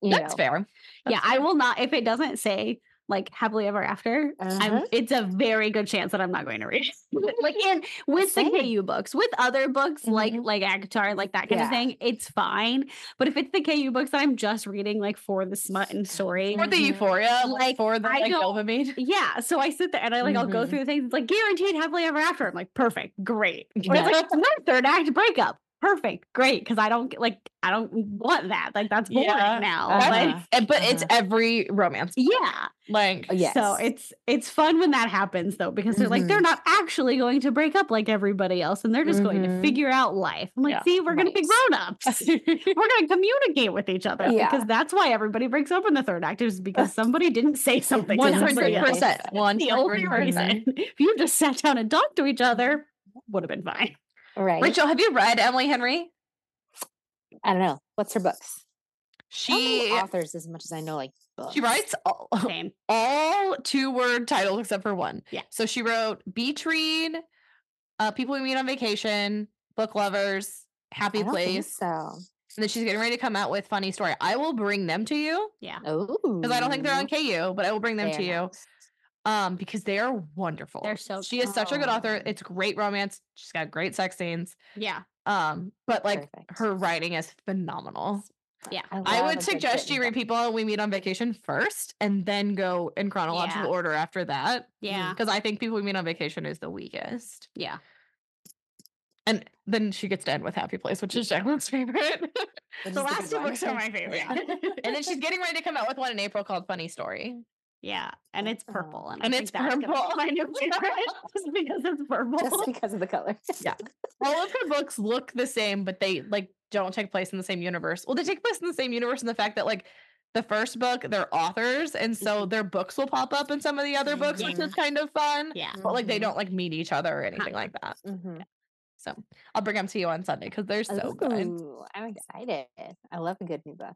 [SPEAKER 1] You
[SPEAKER 3] That's
[SPEAKER 1] know,
[SPEAKER 3] fair.
[SPEAKER 2] yeah, I will not, if it doesn't say like happily ever after, I'm,
[SPEAKER 1] Uh-huh.
[SPEAKER 2] it's a very good chance that I'm not going to read. it. <laughs> like and with the
[SPEAKER 1] Same.
[SPEAKER 2] KU books, with other books like like Avatar, like that kind of
[SPEAKER 1] Yeah.
[SPEAKER 2] thing, it's fine. But if it's the KU books that I'm just reading like for the smut and story,
[SPEAKER 3] For the
[SPEAKER 1] Mhm.
[SPEAKER 3] euphoria,
[SPEAKER 2] Mm-hmm. Like,
[SPEAKER 3] like for the
[SPEAKER 2] I
[SPEAKER 3] like
[SPEAKER 2] don't-
[SPEAKER 3] dopamine.
[SPEAKER 2] yeah. So I sit there and I like I'll go
[SPEAKER 1] Mhm.
[SPEAKER 2] through the things. It's like guaranteed happily ever after. I'm like perfect, great. Or
[SPEAKER 1] Yeah.
[SPEAKER 2] it's like "No, third act breakup, perfect, great. Because I don't get- like I don't want that. Like that's boring
[SPEAKER 3] Yeah.
[SPEAKER 2] now.
[SPEAKER 3] <laughs>
[SPEAKER 1] Uh-huh.
[SPEAKER 2] Like,
[SPEAKER 3] That's- and- eh, but it's
[SPEAKER 1] Uh-huh.
[SPEAKER 3] every romance.
[SPEAKER 2] yeah.
[SPEAKER 3] Like
[SPEAKER 1] uh, yes.
[SPEAKER 2] So it's it's fun when that happens though because they're like they're
[SPEAKER 3] Mm-hmm.
[SPEAKER 2] not actually going to break up like everybody else and they're just going to
[SPEAKER 3] Mm-hmm.
[SPEAKER 1] Mhm.
[SPEAKER 2] figure out life. I'm like,
[SPEAKER 3] Yeah,
[SPEAKER 2] see, we're going to be
[SPEAKER 1] right.
[SPEAKER 2] grown
[SPEAKER 3] <laughs>
[SPEAKER 2] ups. we're going to communicate with each other
[SPEAKER 1] Yeah.
[SPEAKER 2] because that's why everybody breaks up in the third act is because somebody didn't say something.
[SPEAKER 3] one
[SPEAKER 2] to
[SPEAKER 3] hundred
[SPEAKER 2] somebody else.
[SPEAKER 3] percent.
[SPEAKER 1] That's
[SPEAKER 3] One
[SPEAKER 2] The only reason if you just sat down and talked to each other would have been
[SPEAKER 3] <laughs>
[SPEAKER 2] fine.
[SPEAKER 1] right.
[SPEAKER 3] Rachel, have you read Emily Henry?
[SPEAKER 1] I don't know. What's her books? I don't know
[SPEAKER 2] Oh,
[SPEAKER 3] She
[SPEAKER 1] authors as much as I know, like books.
[SPEAKER 3] she writes all,
[SPEAKER 2] Same.
[SPEAKER 3] all two word titles except for one.
[SPEAKER 2] Yeah.
[SPEAKER 3] So she wrote Beach Read, uh, People We Meet on Vacation, Book Lovers,
[SPEAKER 1] I
[SPEAKER 2] Oh,
[SPEAKER 3] Happy
[SPEAKER 1] don't think
[SPEAKER 3] Place,
[SPEAKER 1] So,
[SPEAKER 3] and then she's getting ready to come out with Funny Story. I will bring them to you
[SPEAKER 1] oh,
[SPEAKER 3] because I don't think they're on KU, but I will bring them to you. um, because they are wonderful.
[SPEAKER 2] They're so
[SPEAKER 3] she is such a good author.
[SPEAKER 1] talented.
[SPEAKER 3] It's great romance. She's got great sex scenes.
[SPEAKER 2] Yeah.
[SPEAKER 3] Um, but like
[SPEAKER 1] Perfect.
[SPEAKER 3] her writing is phenomenal.
[SPEAKER 2] Yeah.
[SPEAKER 3] I
[SPEAKER 1] love a
[SPEAKER 3] would
[SPEAKER 1] good
[SPEAKER 3] suggest you
[SPEAKER 1] written
[SPEAKER 3] read people we meet on vacation first and then go in chronological
[SPEAKER 2] Yeah.
[SPEAKER 3] order after that.
[SPEAKER 2] Yeah.
[SPEAKER 3] Because I think people we meet on vacation is the weakest.
[SPEAKER 2] Yeah.
[SPEAKER 3] And then she gets to end with Happy Place, which is Jacqueline's favorite. <laughs>
[SPEAKER 1] book, which
[SPEAKER 3] the
[SPEAKER 1] is a
[SPEAKER 3] last
[SPEAKER 1] good
[SPEAKER 3] two
[SPEAKER 1] one. <laughs>
[SPEAKER 3] books are my <laughs> favorite.
[SPEAKER 1] Yeah.
[SPEAKER 3] and then she's getting ready to come out with one in April called Funny Story.
[SPEAKER 2] Yeah. And it's
[SPEAKER 1] Oh.
[SPEAKER 2] purple. I
[SPEAKER 3] And
[SPEAKER 2] think
[SPEAKER 3] it's
[SPEAKER 2] that's gonna be <laughs>
[SPEAKER 3] purple.
[SPEAKER 2] my new favorite, just because it's purple.
[SPEAKER 3] <laughs>
[SPEAKER 1] Just because of the color.
[SPEAKER 3] Yeah. All of her books look the same, but they like don't take place in the same universe. Well, they take place in the same universe in the fact that like the first book, they're authors, and so their books will pop up in some of the other books, which
[SPEAKER 1] Mhm.
[SPEAKER 3] is kind of fun.
[SPEAKER 2] yeah.
[SPEAKER 3] But like they
[SPEAKER 1] Mhm.
[SPEAKER 3] don't like meet each other or anything like that.
[SPEAKER 1] Mhm.
[SPEAKER 3] So I'll bring them to you on Sunday because they're so good.
[SPEAKER 1] Ooh, I'm excited. I love a good new book.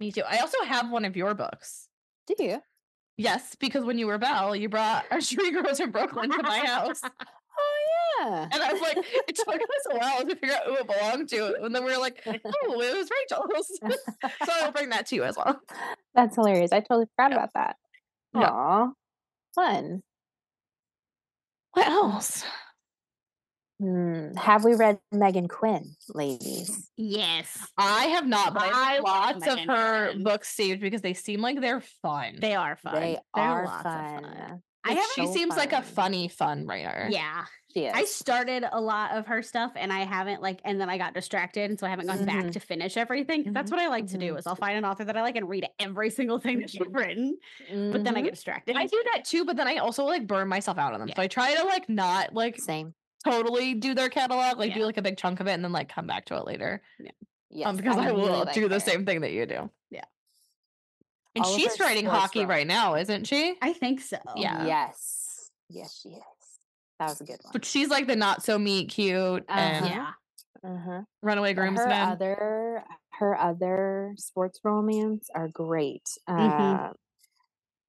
[SPEAKER 3] Me too. I also have one of your books.
[SPEAKER 1] Do you?
[SPEAKER 3] Yes, because when you were Belle, you brought a tree grows in Brooklyn to my house.
[SPEAKER 1] Oh yeah.
[SPEAKER 3] And I was like, it took us a while to figure out who it belonged to. And then we were like, oh, it was Rachel's. <laughs> so I'll bring that to you as well.
[SPEAKER 1] That's hilarious. I totally forgot about that.
[SPEAKER 3] Yeah.
[SPEAKER 1] Aw. Fun.
[SPEAKER 3] What else?
[SPEAKER 1] Hmm. Have we read Megan Quinn, ladies?
[SPEAKER 2] Yes.
[SPEAKER 3] I have not, but I
[SPEAKER 2] I love
[SPEAKER 3] have lots of
[SPEAKER 2] Megan
[SPEAKER 3] her
[SPEAKER 2] Quinn.
[SPEAKER 3] books saved because they seem like they're fun.
[SPEAKER 2] They are fun.
[SPEAKER 1] They
[SPEAKER 2] They're
[SPEAKER 1] are
[SPEAKER 2] lots
[SPEAKER 1] fun.
[SPEAKER 2] of fun.
[SPEAKER 3] I
[SPEAKER 1] They're
[SPEAKER 3] have, she
[SPEAKER 1] so
[SPEAKER 3] seems like a
[SPEAKER 1] fun.
[SPEAKER 3] funny fun writer.
[SPEAKER 2] Yeah.
[SPEAKER 1] She
[SPEAKER 2] I
[SPEAKER 1] is.
[SPEAKER 2] started a lot of her stuff and I haven't like and then I got distracted and so I haven't gone back
[SPEAKER 1] Mhm.
[SPEAKER 2] to finish everything. 'cause That's what I like to do
[SPEAKER 1] Mhm.
[SPEAKER 2] is I'll find an author that I like and read every single thing that she's written, but then I
[SPEAKER 1] Mhm.
[SPEAKER 2] get distracted.
[SPEAKER 3] I do that too, but then I also like burn myself out on them. So I try to like not like
[SPEAKER 1] same.
[SPEAKER 3] totally do their catalog, like do
[SPEAKER 2] Yeah.
[SPEAKER 3] like a big chunk of it and then like come back to it later.
[SPEAKER 1] Yes,
[SPEAKER 3] um, because I,
[SPEAKER 1] really
[SPEAKER 3] will
[SPEAKER 1] like
[SPEAKER 3] do the
[SPEAKER 1] her.
[SPEAKER 3] same thing that you do.
[SPEAKER 2] Yeah.
[SPEAKER 3] And
[SPEAKER 1] All of
[SPEAKER 3] she's
[SPEAKER 1] her
[SPEAKER 3] writing
[SPEAKER 1] sports
[SPEAKER 3] hockey
[SPEAKER 1] bra.
[SPEAKER 3] right now, isn't she?
[SPEAKER 2] I think so.
[SPEAKER 3] Yeah.
[SPEAKER 1] Yes. Yes, she is. That was a good one.
[SPEAKER 3] But she's like the not so meat cute and
[SPEAKER 1] Uh-huh.
[SPEAKER 2] Yeah.
[SPEAKER 1] Uh-huh.
[SPEAKER 3] runaway
[SPEAKER 1] But Her
[SPEAKER 3] groomsman.
[SPEAKER 1] other her other sports romance are great.
[SPEAKER 2] Mhm.
[SPEAKER 1] Uh,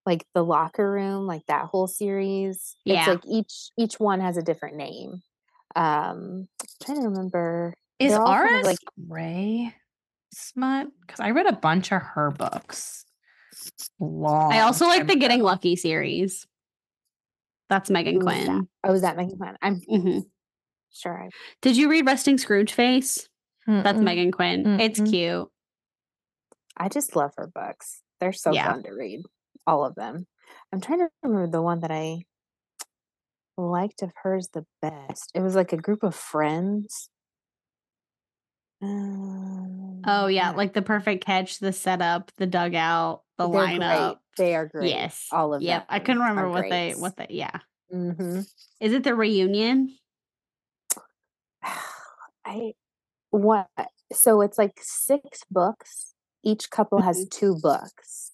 [SPEAKER 1] like the locker room, like that whole series.
[SPEAKER 2] Yeah.
[SPEAKER 1] It's like each each one has a different name. Um trying to remember.
[SPEAKER 3] Is
[SPEAKER 1] they're all kind of,
[SPEAKER 3] R.S.
[SPEAKER 1] like-
[SPEAKER 3] Gray smut? Because I read a bunch of her books.
[SPEAKER 1] Oh,
[SPEAKER 3] Long
[SPEAKER 2] I also like
[SPEAKER 3] time
[SPEAKER 2] the Getting
[SPEAKER 3] ago.
[SPEAKER 2] Lucky series. That's Megan
[SPEAKER 1] Who's that?
[SPEAKER 2] Quinn.
[SPEAKER 1] Oh, is that Megan Quinn? I'm
[SPEAKER 2] Mhm.
[SPEAKER 1] sure I
[SPEAKER 2] Did you read Resting Scrooge Face? That's
[SPEAKER 3] Mm-mm.
[SPEAKER 2] Megan Quinn. It's
[SPEAKER 3] Mm-mm.
[SPEAKER 2] cute.
[SPEAKER 1] I just love her books. They're so
[SPEAKER 2] Yeah.
[SPEAKER 1] fun to read. All of them. I'm trying to remember the one that I liked of hers the best. It was like a group of friends. Um,
[SPEAKER 2] Oh yeah,
[SPEAKER 1] I-
[SPEAKER 2] like the perfect catch, the setup, the dugout, the
[SPEAKER 1] they're
[SPEAKER 2] lineup.
[SPEAKER 1] Great. They are great.
[SPEAKER 2] Yes.
[SPEAKER 1] all of
[SPEAKER 2] Yep. I
[SPEAKER 1] them
[SPEAKER 2] couldn't
[SPEAKER 1] are
[SPEAKER 2] remember what
[SPEAKER 1] great.
[SPEAKER 2] they what they yeah.
[SPEAKER 1] hmm
[SPEAKER 2] Is it the reunion?
[SPEAKER 1] <sighs> I what? So it's like six books. Each couple has
[SPEAKER 2] Mm-hmm.
[SPEAKER 1] two books.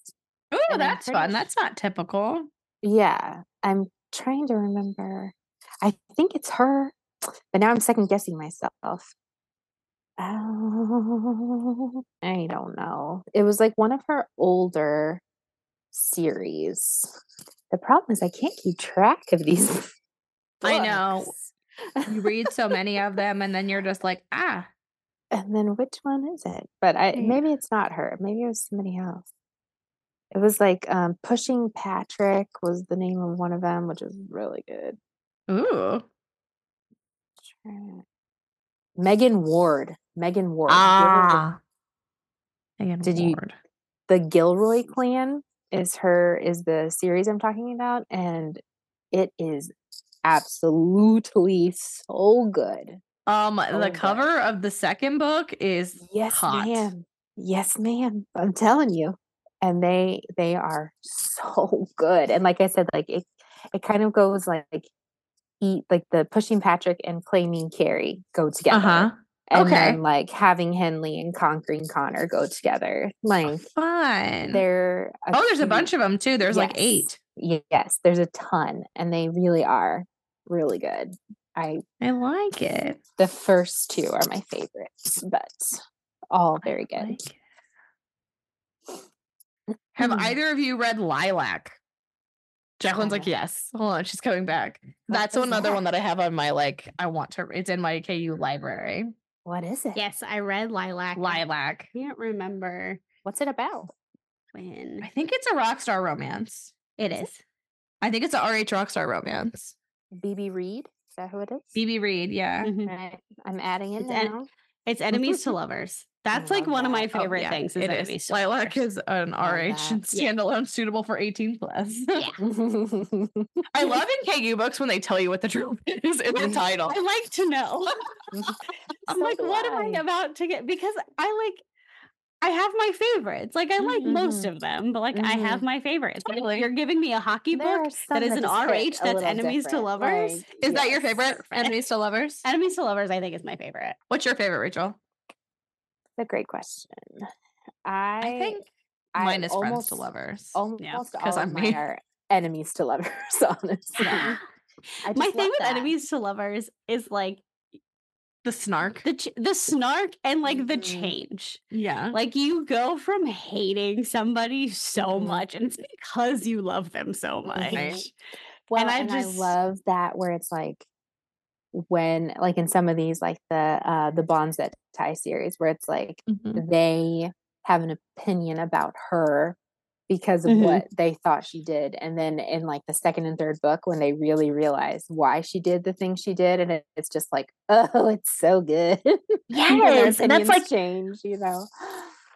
[SPEAKER 3] Ooh,
[SPEAKER 1] and I'm
[SPEAKER 3] that's
[SPEAKER 1] pretty
[SPEAKER 3] fun. That's not typical.
[SPEAKER 1] Yeah, I'm trying to remember. I think it's her, but now I'm second guessing myself. Oh, I don't know. It was like one of her older series. The problem is I can't keep track of these.
[SPEAKER 3] <laughs>
[SPEAKER 1] <laughs>
[SPEAKER 3] I know.
[SPEAKER 1] books. <laughs>
[SPEAKER 3] You read so many of them, and then you're just like, ah,
[SPEAKER 1] And then which one is it? But I
[SPEAKER 3] Yeah.
[SPEAKER 1] maybe it's not her. Maybe it was somebody else. It was like um, Pushing Patrick was the name of one of them, which is really good.
[SPEAKER 3] ooh.
[SPEAKER 1] Megan Ward. Megan Ward. You ever heard-
[SPEAKER 3] Ah. Megan
[SPEAKER 1] Did you-
[SPEAKER 3] Ward.
[SPEAKER 1] The Gilroy clan is her is the series I'm talking about, and it is absolutely so good.
[SPEAKER 3] Um, the
[SPEAKER 1] Oh,
[SPEAKER 3] cover of the second book is
[SPEAKER 1] Yes,
[SPEAKER 3] Hot.
[SPEAKER 1] ma'am. Yes, ma'am. I'm telling you. And they they are so <laughs> good. And like I said, like it it kind of goes like, eat like the pushing Patrick and claiming Carrie go together.
[SPEAKER 3] uh huh.
[SPEAKER 1] And
[SPEAKER 3] Okay.
[SPEAKER 1] then like having Henley and conquering Connor go together. Like
[SPEAKER 3] Fun.
[SPEAKER 1] they're a
[SPEAKER 3] oh, there's a
[SPEAKER 1] cute-
[SPEAKER 3] bunch of them too. There's like
[SPEAKER 1] Yes.
[SPEAKER 3] eight.
[SPEAKER 1] y- yes there's a ton and they really are really good i
[SPEAKER 3] I like it.
[SPEAKER 1] the first two are my favorites but all
[SPEAKER 3] I
[SPEAKER 1] very good
[SPEAKER 3] like it. Have
[SPEAKER 1] Mm.
[SPEAKER 3] either of you read Lilac? Jacqueline's like,
[SPEAKER 1] Lilac.
[SPEAKER 3] yes. Hold on, she's coming back.
[SPEAKER 1] What
[SPEAKER 3] That's
[SPEAKER 1] is
[SPEAKER 3] another one
[SPEAKER 1] that?
[SPEAKER 3] that I have on my like. I want to. It's in my KU library.
[SPEAKER 1] what is it
[SPEAKER 2] Yes, I read Lilac. I
[SPEAKER 3] Lilac.
[SPEAKER 2] can't remember
[SPEAKER 1] what's it about
[SPEAKER 2] when
[SPEAKER 3] I think it's a rock star romance.
[SPEAKER 2] it is.
[SPEAKER 3] I think it's a RH Rockstar romance. Mm,
[SPEAKER 1] BB Reed. Is that who it is?
[SPEAKER 3] BB Reed, yeah.
[SPEAKER 2] Mm-hmm.
[SPEAKER 1] Right. I'm adding it
[SPEAKER 4] It's en-
[SPEAKER 3] <laughs>
[SPEAKER 1] now.
[SPEAKER 4] It's enemies to lovers. That's like
[SPEAKER 1] love
[SPEAKER 4] one of
[SPEAKER 1] that.
[SPEAKER 4] my
[SPEAKER 1] Oh,
[SPEAKER 4] favorite
[SPEAKER 3] yeah,
[SPEAKER 4] things. Is
[SPEAKER 3] it
[SPEAKER 4] enemies
[SPEAKER 3] is.
[SPEAKER 4] to
[SPEAKER 3] Lilac
[SPEAKER 4] lovers.
[SPEAKER 3] is an
[SPEAKER 1] Love
[SPEAKER 3] RH and
[SPEAKER 1] that. Yeah.
[SPEAKER 3] standalone suitable for 18 plus.
[SPEAKER 2] <laughs>
[SPEAKER 1] Mhm.
[SPEAKER 3] I love in KU books when they tell you what the trope <laughs> is in the title.
[SPEAKER 4] I like to
[SPEAKER 2] <laughs>
[SPEAKER 4] know.
[SPEAKER 2] I'm
[SPEAKER 1] So
[SPEAKER 2] like,
[SPEAKER 1] do
[SPEAKER 2] what am I about to get? Because I like, I have my favorites. Like, I like most of them, but like, I have my favorites. Like,
[SPEAKER 3] Totally.
[SPEAKER 2] You're giving me a hockey
[SPEAKER 1] There
[SPEAKER 2] book
[SPEAKER 1] are some
[SPEAKER 2] is
[SPEAKER 1] that
[SPEAKER 2] an
[SPEAKER 1] just hit
[SPEAKER 2] RH,
[SPEAKER 1] a
[SPEAKER 2] that's
[SPEAKER 1] little
[SPEAKER 2] enemies to
[SPEAKER 1] different,
[SPEAKER 2] lovers.
[SPEAKER 1] like,
[SPEAKER 3] Is that
[SPEAKER 1] yes.
[SPEAKER 3] your favorite? Enemies to lovers?
[SPEAKER 4] Enemies to lovers, I think, is my favorite.
[SPEAKER 3] What's your favorite, Rachel?
[SPEAKER 1] That's a great question. I,
[SPEAKER 3] I think
[SPEAKER 1] I
[SPEAKER 3] mine is friends
[SPEAKER 1] almost-
[SPEAKER 3] to lovers.
[SPEAKER 1] almost all
[SPEAKER 3] 'cause
[SPEAKER 1] of
[SPEAKER 3] I'm
[SPEAKER 1] mine
[SPEAKER 2] <laughs>
[SPEAKER 3] me.
[SPEAKER 1] are enemies to lovers. <laughs> Honestly, <laughs> I just
[SPEAKER 2] My
[SPEAKER 1] love
[SPEAKER 2] thing with
[SPEAKER 1] that.
[SPEAKER 2] enemies to lovers is like
[SPEAKER 3] the snark.
[SPEAKER 2] the ch- the snark and like the
[SPEAKER 1] Mhm.
[SPEAKER 2] change.
[SPEAKER 3] yeah.
[SPEAKER 2] Like you go from hating somebody so
[SPEAKER 1] Mhm.
[SPEAKER 2] much, and it's because you love them so much.
[SPEAKER 1] Right. Well, and
[SPEAKER 2] I
[SPEAKER 1] I,
[SPEAKER 2] just-
[SPEAKER 1] love that where it's like when, like in some of these, like the uh the bonds that tie series, where it's like
[SPEAKER 2] Mm-hmm.
[SPEAKER 1] they have an opinion about her because of
[SPEAKER 2] Mm-hmm.
[SPEAKER 4] Mhm.
[SPEAKER 1] what they thought she did, and then in like the second and third book, when they really realize why she did the thing she did, and it, it's just like, <laughs> oh, it's so good. <laughs> And their
[SPEAKER 2] Yes, and
[SPEAKER 1] opinions
[SPEAKER 2] that's like
[SPEAKER 1] change, you know.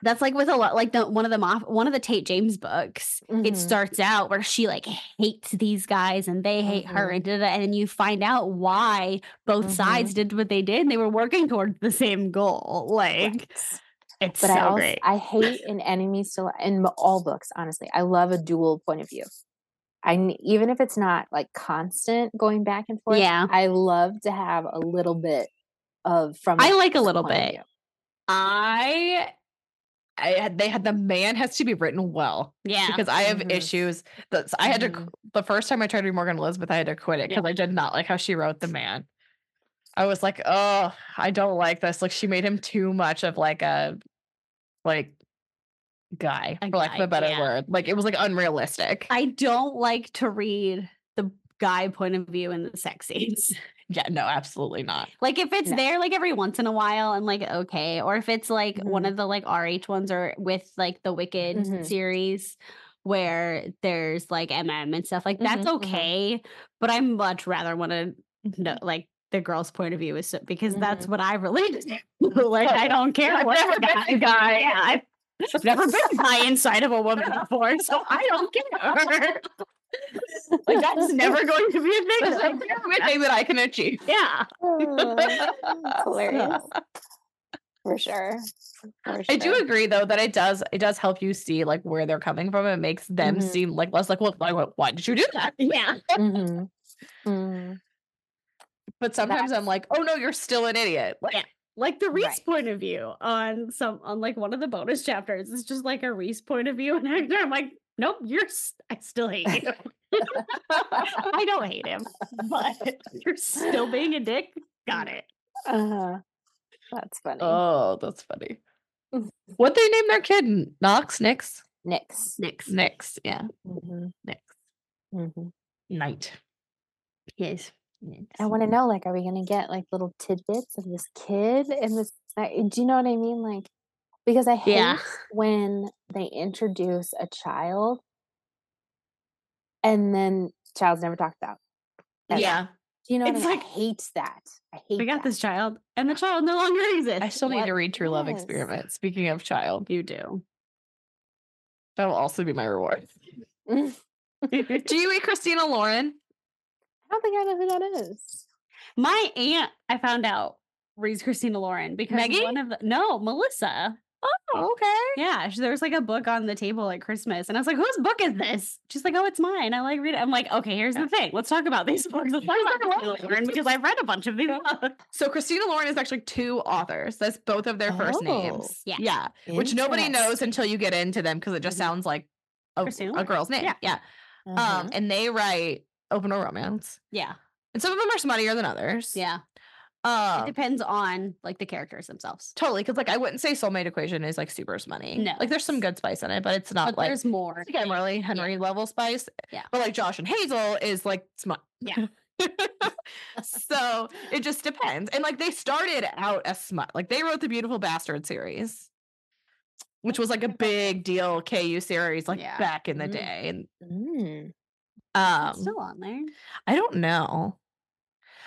[SPEAKER 2] that's like with a lot like the one of the moff one of the Tate James books. It
[SPEAKER 1] Mhm.
[SPEAKER 2] starts out where she like hates these guys and they hate her
[SPEAKER 1] Mhm.
[SPEAKER 2] and da, da, da, and then you find out why both
[SPEAKER 1] Mhm.
[SPEAKER 2] sides did what they did and they were working towards the same goal. Like
[SPEAKER 1] Right.
[SPEAKER 2] it's
[SPEAKER 1] but
[SPEAKER 2] so
[SPEAKER 1] I also
[SPEAKER 2] great.
[SPEAKER 1] I hate in enemies to li- in m- all books. Honestly, I love a dual point of view. I n- even if it's not like constant going back and forth.
[SPEAKER 2] Yeah.
[SPEAKER 1] I love to have a little bit of from.
[SPEAKER 2] I
[SPEAKER 1] the
[SPEAKER 2] like a
[SPEAKER 1] other
[SPEAKER 2] little
[SPEAKER 1] point of
[SPEAKER 2] bit. <laughs>
[SPEAKER 1] view. <laughs>
[SPEAKER 3] I, I had, they had the man has to be written well
[SPEAKER 2] Yeah. Mm-hmm.
[SPEAKER 3] because I have
[SPEAKER 1] Mhm.
[SPEAKER 3] issues. That's I had to qu- the first time I tried to read Morgan Elizabeth, I had to quit it because I did not like how she wrote the man. I was like, oh, I don't like this. Like she made him too much of like a like guy,
[SPEAKER 2] A
[SPEAKER 3] for lack of
[SPEAKER 2] guy,
[SPEAKER 3] a better
[SPEAKER 2] yeah.
[SPEAKER 3] word. Like it was like unrealistic.
[SPEAKER 2] I don't like to read the guy point of view in the sex scenes.
[SPEAKER 3] yeah, no, absolutely not.
[SPEAKER 2] Like if it's
[SPEAKER 1] No.
[SPEAKER 2] there like every once in a while and like okay, or if it's like one
[SPEAKER 1] Mhm.
[SPEAKER 3] Mm-hmm.
[SPEAKER 2] of the like RH ones or with like the Wicked
[SPEAKER 1] Mhm.
[SPEAKER 2] series where there's like MM and stuff like
[SPEAKER 3] Mm-hmm.
[SPEAKER 2] that's
[SPEAKER 1] Mhm, mhm.
[SPEAKER 2] okay, but I much rather want to know
[SPEAKER 3] Mm-hmm.
[SPEAKER 2] like the girl's point of view is so, because that's what I relate to. <laughs> like I don't care.
[SPEAKER 3] Oh, I've
[SPEAKER 2] what
[SPEAKER 3] never
[SPEAKER 2] the
[SPEAKER 3] been a guy.
[SPEAKER 2] Yeah, I've I've never been a guy inside of a
[SPEAKER 3] <laughs>
[SPEAKER 2] woman before, so I <laughs> don't care. like that's
[SPEAKER 3] <laughs>
[SPEAKER 2] never going to be a thing.
[SPEAKER 3] That's
[SPEAKER 2] that I
[SPEAKER 3] the
[SPEAKER 2] care
[SPEAKER 3] pyramid thing that I can achieve.
[SPEAKER 2] about. Yeah.
[SPEAKER 1] It's hilarious. For sure. For
[SPEAKER 3] I do
[SPEAKER 1] sure.
[SPEAKER 3] agree though that it does it does help you see like where they're coming from. It makes them
[SPEAKER 1] Mhm.
[SPEAKER 3] seem like less like, well, why, why- why did you do that?
[SPEAKER 2] Yeah.
[SPEAKER 1] Mhm.
[SPEAKER 2] <laughs>
[SPEAKER 1] Mm.
[SPEAKER 3] But sometimes I'm
[SPEAKER 1] That's-
[SPEAKER 3] like, oh no, you're still an idiot. Like,
[SPEAKER 2] Yeah. Like the Reese
[SPEAKER 1] Right.
[SPEAKER 2] point of view on some on like one of the bonus chapters. It's just like a Reese point of view, <laughs> and I'm- I'm like, nope, you're. s- I still hate <laughs> you. I don't hate him, but <laughs> you're still being a dick. Got it.
[SPEAKER 1] Uh-huh. That's funny.
[SPEAKER 3] Oh, that's <laughs> funny. what they name their kid? N- Knox, Nix,
[SPEAKER 1] Next.
[SPEAKER 2] Next,
[SPEAKER 3] Nix. Yeah,
[SPEAKER 1] hmm
[SPEAKER 3] Nix.
[SPEAKER 1] hmm
[SPEAKER 3] Knight.
[SPEAKER 2] yes.
[SPEAKER 1] I want to
[SPEAKER 3] Mm-hmm.
[SPEAKER 1] know, like, are we going to get like little tidbits of this kid and this? I- Do you know what I mean? Like, because I hate
[SPEAKER 2] Yeah.
[SPEAKER 1] when they introduce a child and then child's never talked about. ever.
[SPEAKER 3] Yeah,
[SPEAKER 1] Do you know?
[SPEAKER 2] It's
[SPEAKER 1] what I mean?
[SPEAKER 2] like,
[SPEAKER 1] I hate that. I hate.
[SPEAKER 2] We
[SPEAKER 1] that. <laughs>
[SPEAKER 2] got this child, and the child no longer exists.
[SPEAKER 3] I still need to
[SPEAKER 1] What
[SPEAKER 3] read True Love
[SPEAKER 1] is?
[SPEAKER 3] Experiment. Speaking of child,
[SPEAKER 2] You <laughs> do.
[SPEAKER 3] that will also be my reward. do you eat E Christina Lauren?
[SPEAKER 1] I don't think I know who that is.
[SPEAKER 2] My aunt, I found out, reads Christina Lauren because
[SPEAKER 3] Maggie?
[SPEAKER 2] one of the no Melissa.
[SPEAKER 3] Oh, okay.
[SPEAKER 2] Yeah, she, there was like a book on the table at Christmas, and I was like, "Whose book is this?" She's like, "Oh, it's mine. I like read it." I'm like, "Okay, here's the thing. Let's talk about these <laughs> books. Let's talk about Christina Lauren because I've read a bunch of these books."
[SPEAKER 3] So Christina Lauren is actually two authors. That's both of their first
[SPEAKER 1] Oh,
[SPEAKER 3] names.
[SPEAKER 2] yeah.
[SPEAKER 3] Yeah. Which nobody knows
[SPEAKER 1] Interesting.
[SPEAKER 3] until you get into them because it just
[SPEAKER 2] Mhm.
[SPEAKER 3] sounds like a,
[SPEAKER 2] Christina
[SPEAKER 3] a
[SPEAKER 2] Lauren.
[SPEAKER 3] girl's name.
[SPEAKER 2] Yeah. Mm-hmm.
[SPEAKER 3] Yeah.
[SPEAKER 1] Uh-huh.
[SPEAKER 3] Um, and they write open door romance.
[SPEAKER 2] Yeah,
[SPEAKER 3] And some of them are smuttier than others.
[SPEAKER 2] yeah. it
[SPEAKER 3] Um,
[SPEAKER 2] depends on like the characters themselves.
[SPEAKER 3] totally. Cause like I wouldn't say soulmate equation is like super smutty.
[SPEAKER 2] No.
[SPEAKER 3] Like there's some good spice in it, but it's not
[SPEAKER 2] But
[SPEAKER 3] like
[SPEAKER 2] there's more.
[SPEAKER 3] again Marley Henry level spice.
[SPEAKER 2] Yeah.
[SPEAKER 3] But like Josh and Hazel is like smut.
[SPEAKER 2] Yeah.
[SPEAKER 3] <laughs> so it just depends. And like they started out as smut. Like they wrote the Beautiful Bastard series. Which was like a big deal KU series like
[SPEAKER 2] Yeah. Mm-hmm.
[SPEAKER 3] back in the
[SPEAKER 1] Mm.
[SPEAKER 3] day. And
[SPEAKER 1] Mm.
[SPEAKER 2] It's
[SPEAKER 3] Um,
[SPEAKER 2] Still on there.
[SPEAKER 3] I don't know.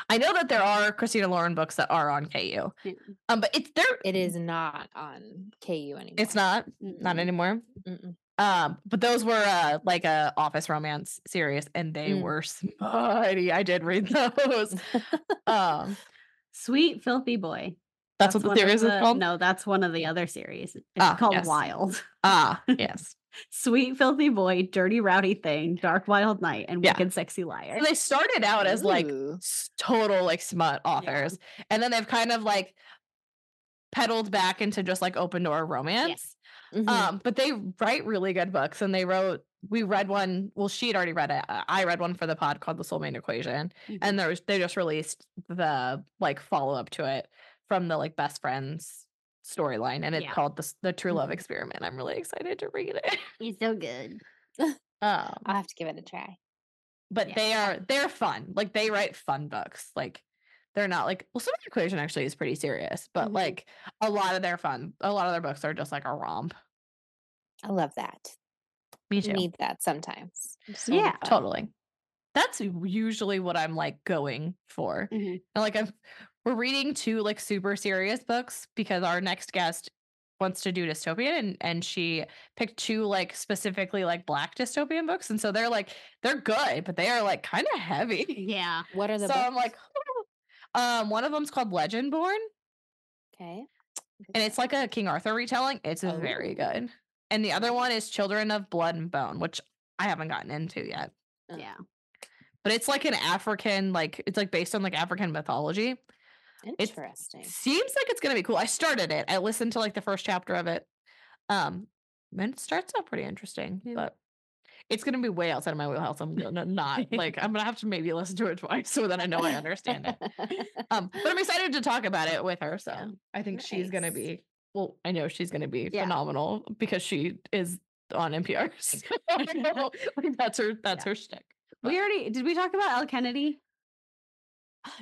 [SPEAKER 3] I know that there are Christina Lauren books that are on KU,
[SPEAKER 2] Yeah.
[SPEAKER 3] um, but it's there.
[SPEAKER 1] It is not on KU anymore.
[SPEAKER 3] It's not not
[SPEAKER 2] Mm-mm.
[SPEAKER 3] anymore.
[SPEAKER 1] Mm-mm.
[SPEAKER 3] Um, but those were uh, like a office romance series, and they
[SPEAKER 1] Mm.
[SPEAKER 3] were smutty. I did
[SPEAKER 2] <laughs>
[SPEAKER 3] read <laughs> those. um,
[SPEAKER 2] Sweet Filthy Boy.
[SPEAKER 3] that's, what the
[SPEAKER 2] one of
[SPEAKER 3] series is
[SPEAKER 2] the-
[SPEAKER 3] called.
[SPEAKER 2] No, that's one of the other series. It's
[SPEAKER 3] Ah,
[SPEAKER 2] called
[SPEAKER 3] yes.
[SPEAKER 2] Wild. <laughs>
[SPEAKER 3] Ah, yes.
[SPEAKER 2] Sweet Filthy Boy, Dirty Rowdy Thing, Dark Wild Night, and
[SPEAKER 3] Yeah.
[SPEAKER 2] Wicked Sexy Liar.
[SPEAKER 3] they started out as like
[SPEAKER 1] <laughs> Ooh.
[SPEAKER 3] s- total like smut authors, and then they've kind of like pedaled back into just like open door romance.
[SPEAKER 1] Mhm.
[SPEAKER 2] Mm-hmm.
[SPEAKER 3] Um, but they write really good books, and they wrote. We read one. Well, she had already read it. uh, I read one for the pod called The Soulmate Equation,
[SPEAKER 2] Mhm.
[SPEAKER 3] and there was they just released the like follow up to it from the like best friends storyline, and it's
[SPEAKER 2] Yeah. Mm-hmm.
[SPEAKER 3] called the S- the True Love Experiment. I'm really excited to read it. <laughs>
[SPEAKER 2] He's so good.
[SPEAKER 3] Um,
[SPEAKER 1] I'll have to give it a try.
[SPEAKER 3] but
[SPEAKER 2] Oh, yeah.
[SPEAKER 3] they are they're fun. Like they write fun books. Like they're not like well, Soulmate Equation actually is pretty serious, but
[SPEAKER 2] Mm-hmm.
[SPEAKER 1] Mhm.
[SPEAKER 3] like a lot of their fun, a lot of their books are just like a romp.
[SPEAKER 1] I love that.
[SPEAKER 3] Me
[SPEAKER 1] Need that sometimes. So
[SPEAKER 2] Yeah.
[SPEAKER 1] fun.
[SPEAKER 3] totally that's usually what i'm like going for
[SPEAKER 1] Mm-hmm.
[SPEAKER 2] Mhm.
[SPEAKER 3] And, like i'm we're reading two like super serious books because our next guest wants to do dystopian and, and she picked two like specifically like black dystopian books and so they're like they're good but they are like kind of heavy
[SPEAKER 2] Yeah.
[SPEAKER 1] What <laughs> are
[SPEAKER 3] so
[SPEAKER 1] the
[SPEAKER 3] i'm
[SPEAKER 1] books?
[SPEAKER 3] like <laughs> um one of them's called legend born
[SPEAKER 1] okay.
[SPEAKER 3] and it's like a King Arthur retelling. It's very
[SPEAKER 1] Ooh.
[SPEAKER 3] good. And the other one is Children of Blood and Bone, which I haven't gotten into yet.
[SPEAKER 1] Uh.
[SPEAKER 2] Yeah.
[SPEAKER 3] But it's like an African, like it's like based on like African mythology.
[SPEAKER 1] interesting.
[SPEAKER 3] Seems like it's gonna be cool. I started it. I listened to like the first chapter of it. Um, and it starts out pretty interesting,
[SPEAKER 2] Yeah.
[SPEAKER 3] but it's gonna be way outside of my wheelhouse. I'm gonna not like I'm gonna have to maybe listen to it twice so that I know I understand it. Um, but I'm excited to talk about it with her. So
[SPEAKER 2] Yeah.
[SPEAKER 3] I think she's gonna
[SPEAKER 1] Nice.
[SPEAKER 3] be well, I know she's gonna be
[SPEAKER 2] Yeah.
[SPEAKER 3] phenomenal because she is on NPR. So <laughs> like, that's her that's her shtick.
[SPEAKER 2] We already did we talk about El Kennedy?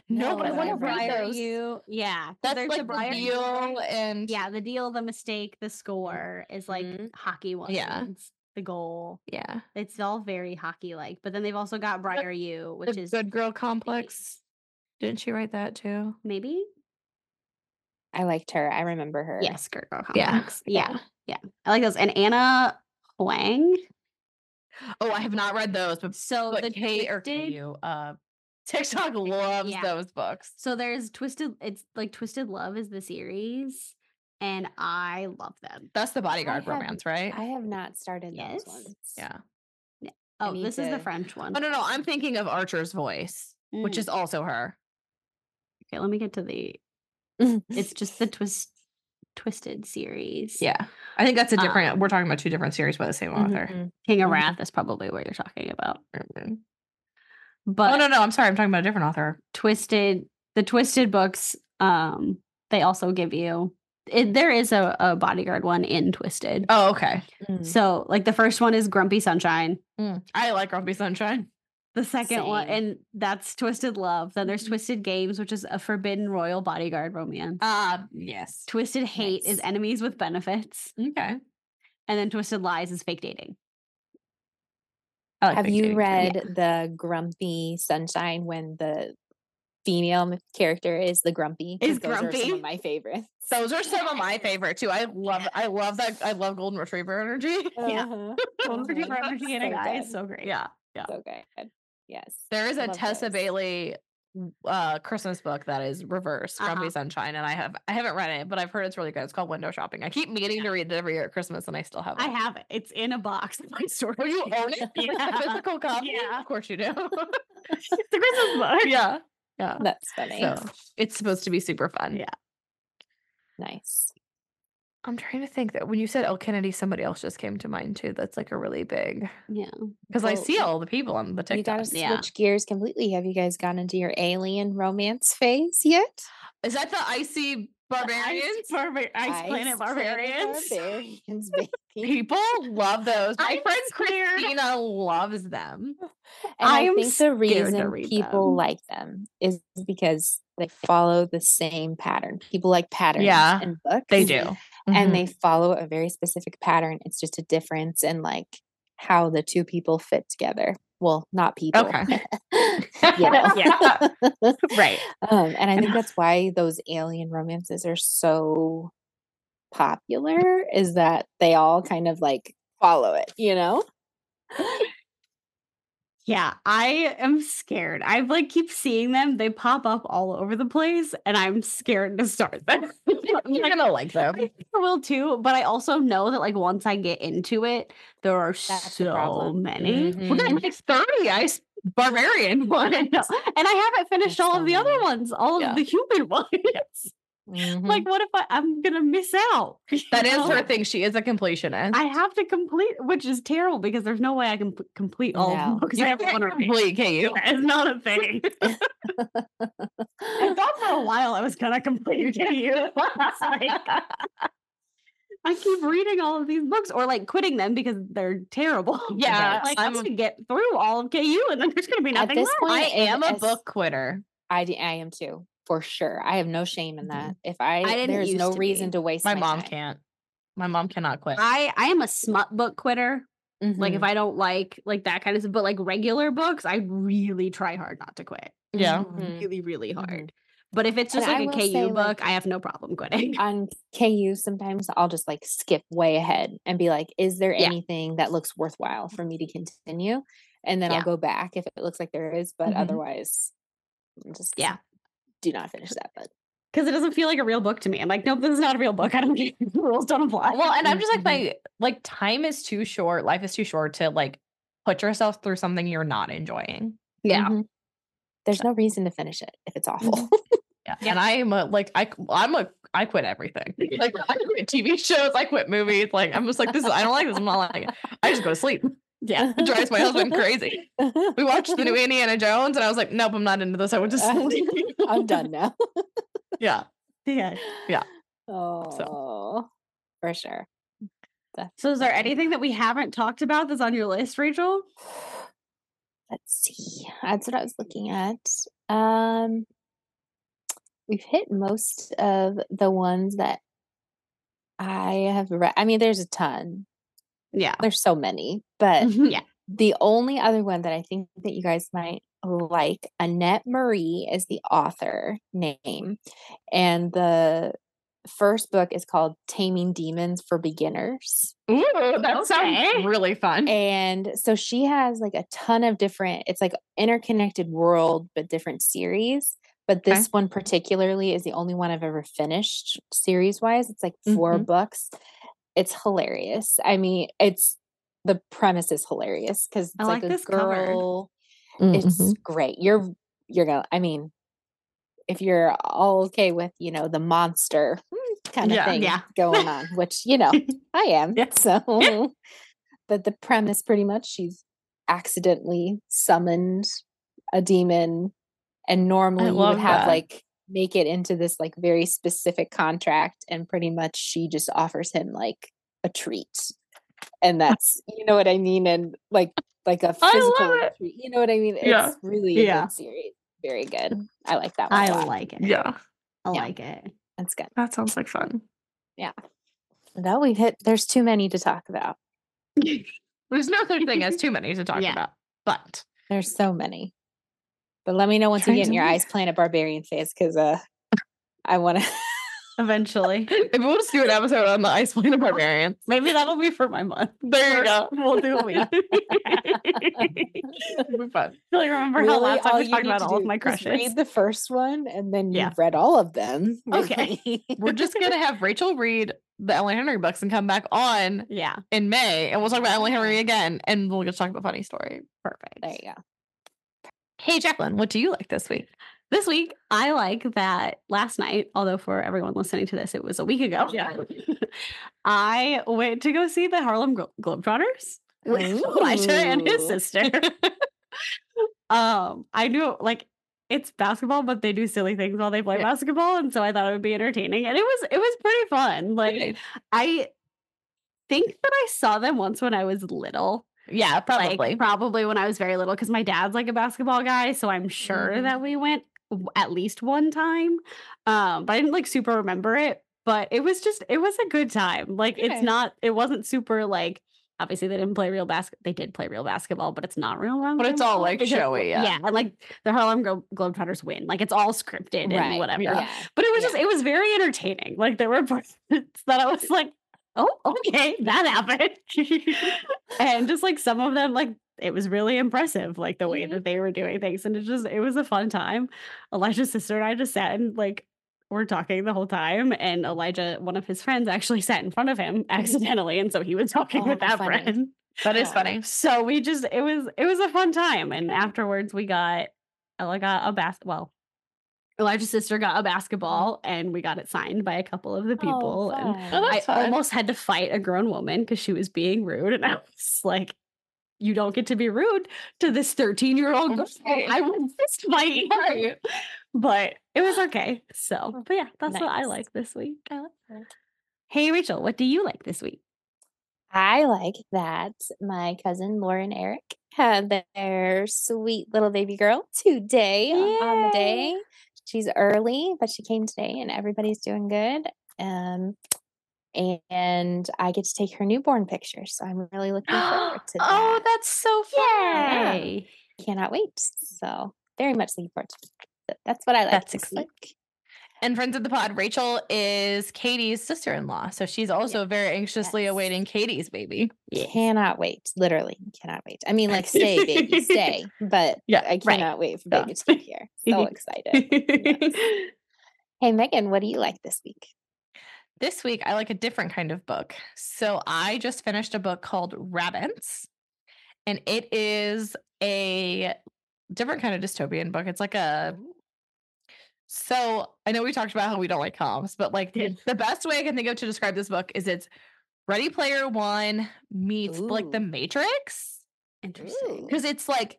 [SPEAKER 3] No, but I
[SPEAKER 1] No,
[SPEAKER 3] wanna
[SPEAKER 1] I've read
[SPEAKER 3] read
[SPEAKER 1] Briar
[SPEAKER 3] those.
[SPEAKER 2] You yeah. 'cause
[SPEAKER 3] That's
[SPEAKER 2] there's
[SPEAKER 3] like the
[SPEAKER 2] Briar U
[SPEAKER 3] deal and
[SPEAKER 2] Yeah, the deal, the mistake, the score is like
[SPEAKER 1] Mhm.
[SPEAKER 2] hockey ones.
[SPEAKER 3] Mm-hmm. Yeah.
[SPEAKER 2] The goal.
[SPEAKER 3] yeah.
[SPEAKER 2] It's all very hockey like. But then they've also got Briar U, which
[SPEAKER 3] the
[SPEAKER 2] is
[SPEAKER 3] good girl complex. Didn't she write that too?
[SPEAKER 2] maybe
[SPEAKER 1] <laughs> I liked her. I remember her.
[SPEAKER 2] yes, good girl
[SPEAKER 3] <laughs> Yeah,
[SPEAKER 2] complex. yeah. I like those. And Anna Huang.
[SPEAKER 3] Oh, I have not read those, but,
[SPEAKER 2] So
[SPEAKER 3] but
[SPEAKER 2] the
[SPEAKER 3] Kate or
[SPEAKER 2] Twisted-
[SPEAKER 3] KU, uh TikTok loves
[SPEAKER 2] Yeah.
[SPEAKER 3] those books.
[SPEAKER 2] So there's Twisted. It's like Twisted Love is the series, and I love them.
[SPEAKER 3] That's the bodyguard
[SPEAKER 1] have-
[SPEAKER 3] romance, right?
[SPEAKER 1] I have not started
[SPEAKER 2] Yes.
[SPEAKER 1] those ones. <laughs>
[SPEAKER 3] yeah.
[SPEAKER 1] I
[SPEAKER 2] Oh,
[SPEAKER 1] need
[SPEAKER 2] this is the
[SPEAKER 1] to-
[SPEAKER 2] French one.
[SPEAKER 3] Oh no, no, I'm thinking of Archer's voice, which
[SPEAKER 2] Mm.
[SPEAKER 3] is also her.
[SPEAKER 2] okay. Let me get to the. It's just the twist, Twisted series.
[SPEAKER 3] Yeah. I think that's a
[SPEAKER 2] Uh,
[SPEAKER 3] different, we're talking about two different series by the same
[SPEAKER 2] mm-hmm,
[SPEAKER 3] author.
[SPEAKER 1] Mhm.
[SPEAKER 2] King of
[SPEAKER 1] Mhm.
[SPEAKER 2] Wrath is probably what you're talking about.
[SPEAKER 3] Mhm.
[SPEAKER 2] mm-hmm. But
[SPEAKER 3] oh, no, no, I'm sorry. I'm talking about a different author.
[SPEAKER 2] twisted the twisted books um they also give you it, there is a, a bodyguard one in twisted
[SPEAKER 3] Oh, okay.
[SPEAKER 1] Mm.
[SPEAKER 2] so like the first one is grumpy sunshine
[SPEAKER 3] I like Grumpy Sunshine.
[SPEAKER 2] the second one
[SPEAKER 1] Same.
[SPEAKER 2] and that's twisted love then there's twisted games which is a forbidden royal bodyguard romance
[SPEAKER 3] Uh, yes.
[SPEAKER 2] twisted hate is
[SPEAKER 1] nice.
[SPEAKER 2] enemies with benefits
[SPEAKER 3] Okay.
[SPEAKER 2] and then twisted lies is fake dating
[SPEAKER 3] I like
[SPEAKER 1] Have
[SPEAKER 3] Big
[SPEAKER 1] you
[SPEAKER 3] Daddy.
[SPEAKER 1] read the Grumpy Sunshine when the female m- character is the Grumpy? 'Cause
[SPEAKER 2] Is
[SPEAKER 1] those are some
[SPEAKER 2] grumpy.
[SPEAKER 1] of my favorites.
[SPEAKER 3] Those are some
[SPEAKER 2] <laughs>
[SPEAKER 3] of my favorite too. I love, I love that. I love Golden Retriever energy.
[SPEAKER 2] Yeah.
[SPEAKER 1] Uh-huh. <laughs>
[SPEAKER 2] Golden Retriever
[SPEAKER 1] Mhm.
[SPEAKER 2] energy in a
[SPEAKER 1] So
[SPEAKER 2] guy is
[SPEAKER 1] good.
[SPEAKER 2] so great
[SPEAKER 3] Yeah. Yeah.
[SPEAKER 1] So good. Yes.
[SPEAKER 3] <laughs> There is a
[SPEAKER 1] Love
[SPEAKER 3] Tessa
[SPEAKER 1] those.
[SPEAKER 3] Bailey uh Christmas book that is reverse Grumpy
[SPEAKER 2] Uh-huh.
[SPEAKER 3] Sunshine, and I have I haven't read it, but I've heard it's really good. It's called Window Shopping. I keep meaning to read it every year at Christmas, and I still haven't.
[SPEAKER 2] i have it it's in a box in my <laughs> store
[SPEAKER 3] Oh, you own it? It's <laughs> a
[SPEAKER 2] <laughs> Yeah.
[SPEAKER 3] physical copy?
[SPEAKER 2] Yeah.
[SPEAKER 3] Of course you do.
[SPEAKER 2] <laughs> it's a
[SPEAKER 3] <laughs>
[SPEAKER 2] christmas book <laughs>
[SPEAKER 3] yeah. Yeah.
[SPEAKER 1] That's funny.
[SPEAKER 3] So it's supposed to be super fun.
[SPEAKER 2] Yeah.
[SPEAKER 1] Nice.
[SPEAKER 3] I'm trying to think that when you said El Kennedy, somebody else just came to mind too. That's like a really big
[SPEAKER 2] yeah
[SPEAKER 3] because I
[SPEAKER 1] Well,
[SPEAKER 3] see
[SPEAKER 1] you-
[SPEAKER 3] all the people on the
[SPEAKER 1] You gotta
[SPEAKER 3] TikTok.
[SPEAKER 1] switch
[SPEAKER 2] yeah.
[SPEAKER 1] gears completely. Have you guys gone into your alien romance phase yet?
[SPEAKER 3] Is that the icy barbarians?
[SPEAKER 2] Ice, barbar- ice, planet
[SPEAKER 1] Ice Planet
[SPEAKER 2] <laughs> barbarians.
[SPEAKER 1] Barbarians,
[SPEAKER 2] <laughs>
[SPEAKER 1] baby.
[SPEAKER 3] People love those. My
[SPEAKER 2] I'm
[SPEAKER 3] friend
[SPEAKER 2] scared.
[SPEAKER 3] Christina loves them.
[SPEAKER 1] And I
[SPEAKER 2] I'm
[SPEAKER 1] think the
[SPEAKER 2] to
[SPEAKER 1] reason
[SPEAKER 2] read
[SPEAKER 1] people
[SPEAKER 2] them.
[SPEAKER 1] like them is because they follow the same pattern. People like patterns
[SPEAKER 3] Yeah,
[SPEAKER 1] in books.
[SPEAKER 3] Mhm.
[SPEAKER 2] Mm-hmm.
[SPEAKER 1] And they follow a very specific pattern. It's just a difference in like how the two people fit together. Well, not people.
[SPEAKER 3] Okay.
[SPEAKER 1] <laughs>
[SPEAKER 2] <laughs>
[SPEAKER 1] yeah.
[SPEAKER 3] Yeah.
[SPEAKER 1] <laughs>
[SPEAKER 3] right.
[SPEAKER 1] Um, and I think that's why those alien romances are so popular is that they all kind of like follow it, you know?
[SPEAKER 2] Yeah, I am scared. I like keep seeing them. They pop up all over the place, and I'm scared to start <laughs> them.
[SPEAKER 3] <laughs> You're gonna like them.
[SPEAKER 2] I will too, but I also know that like once I get into it, there are
[SPEAKER 1] That's the
[SPEAKER 2] so
[SPEAKER 1] problem. Mm-hmm.
[SPEAKER 2] many.
[SPEAKER 3] Well, then like
[SPEAKER 2] <laughs>
[SPEAKER 3] thirty ice barbarian <laughs>
[SPEAKER 2] I
[SPEAKER 3] one.
[SPEAKER 2] know. And I haven't finished
[SPEAKER 1] There's
[SPEAKER 2] all
[SPEAKER 1] so
[SPEAKER 2] of the other
[SPEAKER 1] many.
[SPEAKER 2] ones, all
[SPEAKER 3] Yeah.
[SPEAKER 2] of the human <laughs> ones.
[SPEAKER 1] Mhm.
[SPEAKER 2] Like, what if I, I'm gonna miss out? <laughs> you
[SPEAKER 3] That is <laughs>
[SPEAKER 2] know?
[SPEAKER 3] her thing. She is a completionist.
[SPEAKER 2] I have to complete, which is terrible because there's no way I can p- complete all of
[SPEAKER 1] No.
[SPEAKER 2] them <laughs> because
[SPEAKER 3] you
[SPEAKER 2] I have one
[SPEAKER 3] can't
[SPEAKER 2] or
[SPEAKER 3] complete, can you?
[SPEAKER 2] It's not a thing.
[SPEAKER 1] <laughs>
[SPEAKER 2] I thought for a while I was gonna <laughs> complete you. <laughs> I keep reading all of these books or like quitting them because they're terrible.
[SPEAKER 3] Yeah,
[SPEAKER 2] <laughs> like I'm,
[SPEAKER 3] I'm a-
[SPEAKER 2] gonna get through all of KU and then there's gonna be
[SPEAKER 1] At
[SPEAKER 2] nothing
[SPEAKER 1] this
[SPEAKER 2] left.
[SPEAKER 1] point,
[SPEAKER 3] I
[SPEAKER 1] in
[SPEAKER 3] am a
[SPEAKER 1] as-
[SPEAKER 3] book quitter.
[SPEAKER 1] I, d- I am too, for sure. I have no shame in
[SPEAKER 3] Mhm.
[SPEAKER 1] that. If I,
[SPEAKER 4] I didn't
[SPEAKER 1] there is
[SPEAKER 4] used
[SPEAKER 1] no
[SPEAKER 4] to
[SPEAKER 1] reason
[SPEAKER 4] be.
[SPEAKER 1] to waste
[SPEAKER 3] My
[SPEAKER 1] my,
[SPEAKER 3] mom
[SPEAKER 1] time.
[SPEAKER 3] can't. My mom cannot quit.
[SPEAKER 4] I I am a smut book quitter. Like
[SPEAKER 1] Mhm.
[SPEAKER 4] if I don't like like that kind of stuff, but like regular books, I really try hard not to quit. <laughs>
[SPEAKER 3] yeah.
[SPEAKER 1] Mhm.
[SPEAKER 4] Really, really hard.
[SPEAKER 1] Mhm.
[SPEAKER 4] But if it's
[SPEAKER 1] And
[SPEAKER 4] just
[SPEAKER 1] I
[SPEAKER 4] like a
[SPEAKER 1] will
[SPEAKER 4] KU
[SPEAKER 1] say, like-
[SPEAKER 4] book, I have no problem quitting. <laughs>
[SPEAKER 1] on KU, sometimes I'll just like skip way ahead and be like, is there
[SPEAKER 4] Yeah.
[SPEAKER 1] anything that looks worthwhile for me to continue? And then
[SPEAKER 4] Yeah. Mm-hmm.
[SPEAKER 1] I'll go back if it looks like there is, but
[SPEAKER 3] Mhm.
[SPEAKER 1] otherwise, I'm just
[SPEAKER 4] Yeah.
[SPEAKER 1] do not finish that. But
[SPEAKER 4] Because it doesn't feel like a real book to me. I'm like, nope, this is not a real book. I don't get <laughs> the rules don't apply.
[SPEAKER 3] Uh, Well, and I'm just like
[SPEAKER 1] Mhm.
[SPEAKER 3] my like time is too short. Life is too short to like put yourself through something you're not enjoying.
[SPEAKER 4] yeah. Mm-hmm.
[SPEAKER 1] Mhm. there's no reason to finish it if it's awful.
[SPEAKER 3] Yeah. And I am a like I I'm a I quit <laughs> everything. Like I quit TV shows. I quit movies. Like I'm just like this. Is, I don't like this. I'm not like it. I just go to sleep.
[SPEAKER 4] Yeah.
[SPEAKER 3] It drives my husband crazy. We watched the new Indiana Jones, and I was like, nope, I'm not into this. I <laughs> went to sleep.
[SPEAKER 1] <laughs> I'm done now.
[SPEAKER 3] yeah.
[SPEAKER 4] <laughs> Yeah.
[SPEAKER 1] <laughs>
[SPEAKER 3] Yeah.
[SPEAKER 1] Oh, for sure.
[SPEAKER 4] So is there anything that we haven't talked about that's on your list, Rachel?
[SPEAKER 1] Let's see. That's what I was looking at. Um, we've hit most of the ones that I have read. I mean, there's a ton.
[SPEAKER 4] Yeah.
[SPEAKER 1] There's so many,
[SPEAKER 4] <laughs>
[SPEAKER 1] but
[SPEAKER 4] yeah.
[SPEAKER 1] the only other one that I think that you guys might like, Annette Marie is the author name, and the first book is called Taming Demons for Beginners.
[SPEAKER 3] Ooh, that sounds
[SPEAKER 4] Okay.
[SPEAKER 3] really fun.
[SPEAKER 1] And so she has like a ton of different, it's like interconnected world, but different series. But
[SPEAKER 3] Okay.
[SPEAKER 1] this one particularly is the only one I've ever finished series wise. It's like 4
[SPEAKER 3] Mhm.
[SPEAKER 1] books. It's hilarious. I mean, it's the premise is hilarious because it's
[SPEAKER 4] I
[SPEAKER 1] like,
[SPEAKER 4] like
[SPEAKER 1] a
[SPEAKER 4] this cover.
[SPEAKER 1] girl. It's
[SPEAKER 3] Mm-hmm.
[SPEAKER 1] great. You're you're gonna I mean, if you're all okay with, you know, the monster <laughs> kind of
[SPEAKER 3] Yeah.
[SPEAKER 1] thing
[SPEAKER 4] Yeah.
[SPEAKER 1] going on, which you
[SPEAKER 3] <laughs>
[SPEAKER 1] know, I am.
[SPEAKER 3] Yeah.
[SPEAKER 1] So, <laughs> but the premise pretty much she's accidentally summoned a demon, and normally you
[SPEAKER 3] love
[SPEAKER 1] would have
[SPEAKER 3] that.
[SPEAKER 1] like make it into this like very specific contract, and pretty much she just offers him like a treat,
[SPEAKER 3] <laughs>
[SPEAKER 1] and that's you know what I mean, and like like a
[SPEAKER 3] I
[SPEAKER 1] physical
[SPEAKER 3] love it.
[SPEAKER 1] treat. You know what I mean?
[SPEAKER 3] Yeah.
[SPEAKER 1] It's really a
[SPEAKER 3] Yeah.
[SPEAKER 1] good series. Very good. I like that one.
[SPEAKER 4] I
[SPEAKER 1] a lot.
[SPEAKER 4] like it.
[SPEAKER 3] Yeah.
[SPEAKER 4] I
[SPEAKER 1] Yeah.
[SPEAKER 4] like it. <laughs>
[SPEAKER 1] That's good.
[SPEAKER 3] That sounds like fun.
[SPEAKER 1] No, we've hit. There's too many to talk about.
[SPEAKER 3] There's no such thing <laughs> as too many to talk
[SPEAKER 4] Yeah.
[SPEAKER 3] about. But
[SPEAKER 1] There's so many. But let me know once you
[SPEAKER 3] Trying
[SPEAKER 1] get
[SPEAKER 3] to
[SPEAKER 1] in your
[SPEAKER 3] leave.
[SPEAKER 1] Ice Planet Barbarian phase because uh, I want <laughs> to.
[SPEAKER 4] Eventually.
[SPEAKER 3] Maybe we'll just do an episode on the Ice Planet Barbarians.
[SPEAKER 4] Maybe that'll be for my month.
[SPEAKER 3] There you go.
[SPEAKER 4] First, We'll do a week.
[SPEAKER 3] <laughs>
[SPEAKER 4] <laughs>
[SPEAKER 3] It'll be fun.
[SPEAKER 4] really remember how last time we talked about all of my crushes. <laughs>
[SPEAKER 1] Read the first one and then
[SPEAKER 4] Yeah.
[SPEAKER 1] you've read all of them.
[SPEAKER 4] Okay.
[SPEAKER 1] <laughs> really.
[SPEAKER 3] We're just gonna have Rachel read the Ellen Henry books and come back on
[SPEAKER 4] Yeah.
[SPEAKER 3] in May, and we'll talk about Ellen Henry again, and we'll just talk about funny story.
[SPEAKER 4] Perfect.
[SPEAKER 1] there you go.
[SPEAKER 3] Hey, Jacqueline, what do you like this week?
[SPEAKER 4] This week, I like that last night, although for everyone listening to this, it was a week ago. Yeah. <laughs> I went to go see the Harlem Glo- Globetrotters with <laughs> Elijah and his
[SPEAKER 1] Ooh.
[SPEAKER 4] sister. <laughs> um, I knew like it's basketball, but they do silly things while they play
[SPEAKER 3] Yeah.
[SPEAKER 4] basketball. And so I thought it would be entertaining. And it was it was pretty fun. Like
[SPEAKER 3] Like,
[SPEAKER 4] I think that I saw them once when I was little.
[SPEAKER 3] yeah,
[SPEAKER 4] Like,
[SPEAKER 3] probably.
[SPEAKER 4] probably when I was very little, because my dad's like a basketball guy, so I'm sure
[SPEAKER 3] Mm-hmm.
[SPEAKER 1] Mm.
[SPEAKER 4] that we went w- at least one time. Um, but I didn't like super remember it. But it was just, it was a good time. Like
[SPEAKER 1] Okay.
[SPEAKER 4] it's not, it wasn't super like
[SPEAKER 2] obviously they didn't play real basketball. They did play real basketball, but it's not real.
[SPEAKER 3] But it's all like showy.
[SPEAKER 2] yeah.
[SPEAKER 3] Yeah.
[SPEAKER 2] and like the Harlem Glo- Globetrotters win. Like it's all scripted and
[SPEAKER 1] Right,
[SPEAKER 2] whatever.
[SPEAKER 1] Yeah.
[SPEAKER 2] But it was
[SPEAKER 1] Yeah.
[SPEAKER 2] just it was very entertaining. Like there were <laughs> parts that I was like, oh, okay, that happened. <laughs> and just like some of them, like it was really impressive, like the way
[SPEAKER 1] Mhm.
[SPEAKER 2] that they were doing things. And it just it was a fun time. Elijah's sister and I just sat and like were talking the whole time. And Elijah, one of his friends, actually sat in front of him <laughs> accidentally. And so he was talking
[SPEAKER 1] Oh,
[SPEAKER 2] with
[SPEAKER 1] how
[SPEAKER 2] that
[SPEAKER 1] funny.
[SPEAKER 2] friend
[SPEAKER 3] That is
[SPEAKER 1] Yeah.
[SPEAKER 3] funny.
[SPEAKER 2] so we just it was it was a fun time and afterwards we got Ella got a bas well Elijah's sister got
[SPEAKER 3] Mm-hmm.
[SPEAKER 2] a basketball and we got it signed by a couple of the people and
[SPEAKER 3] Oh,
[SPEAKER 2] I
[SPEAKER 3] that's Oh, fun.
[SPEAKER 2] almost had to fight a grown woman because she was being rude and I was like you don't get to be rude to this 13 year old girl.
[SPEAKER 3] Right.
[SPEAKER 2] I would fist fight her."
[SPEAKER 3] Right. Oh,
[SPEAKER 2] but it was okay so but yeah that's what I
[SPEAKER 1] Nice.
[SPEAKER 2] like this week I like
[SPEAKER 1] that.
[SPEAKER 2] hey Rachel what do you like this week
[SPEAKER 1] I like that my cousin Lauren Eric had their sweet little baby girl today on the
[SPEAKER 2] Yay.
[SPEAKER 1] day. She's early, but she came today and everybody's doing good. Um and I get to take her newborn picture. So I'm
[SPEAKER 2] <gasps>
[SPEAKER 1] really looking forward to
[SPEAKER 3] Oh,
[SPEAKER 1] that.
[SPEAKER 3] that's so fun.
[SPEAKER 1] Yeah.
[SPEAKER 3] <laughs>
[SPEAKER 2] Hey.
[SPEAKER 1] Cannot wait. So very much looking forward to that. That's what I like
[SPEAKER 2] That's
[SPEAKER 1] this
[SPEAKER 2] exciting.
[SPEAKER 1] week.
[SPEAKER 3] And friends of the pod, Rachel is Katie's sister-in-law, so she's also very anxiously
[SPEAKER 1] Yes.
[SPEAKER 3] awaiting Katie's baby.
[SPEAKER 1] Cannot wait. Literally cannot wait. I mean, like stay,
[SPEAKER 2] <laughs>
[SPEAKER 1] baby, stay. But
[SPEAKER 3] Yeah,
[SPEAKER 1] I
[SPEAKER 2] right.
[SPEAKER 1] cannot wait for
[SPEAKER 2] Yeah.
[SPEAKER 1] baby to be here.
[SPEAKER 2] <laughs>
[SPEAKER 1] So excited. Yes. Hey, Megan, what do you like this week?
[SPEAKER 3] This week, I like a different kind of book. So I just finished a book called Rabbits, and it is a different kind of dystopian book. It's like a so I know we talked about how we don't like comps, but like the, the best way I can think of to describe this book is it's Ready Player One meets like the
[SPEAKER 1] Ooh.
[SPEAKER 3] Matrix.
[SPEAKER 1] Interesting.
[SPEAKER 3] because it's like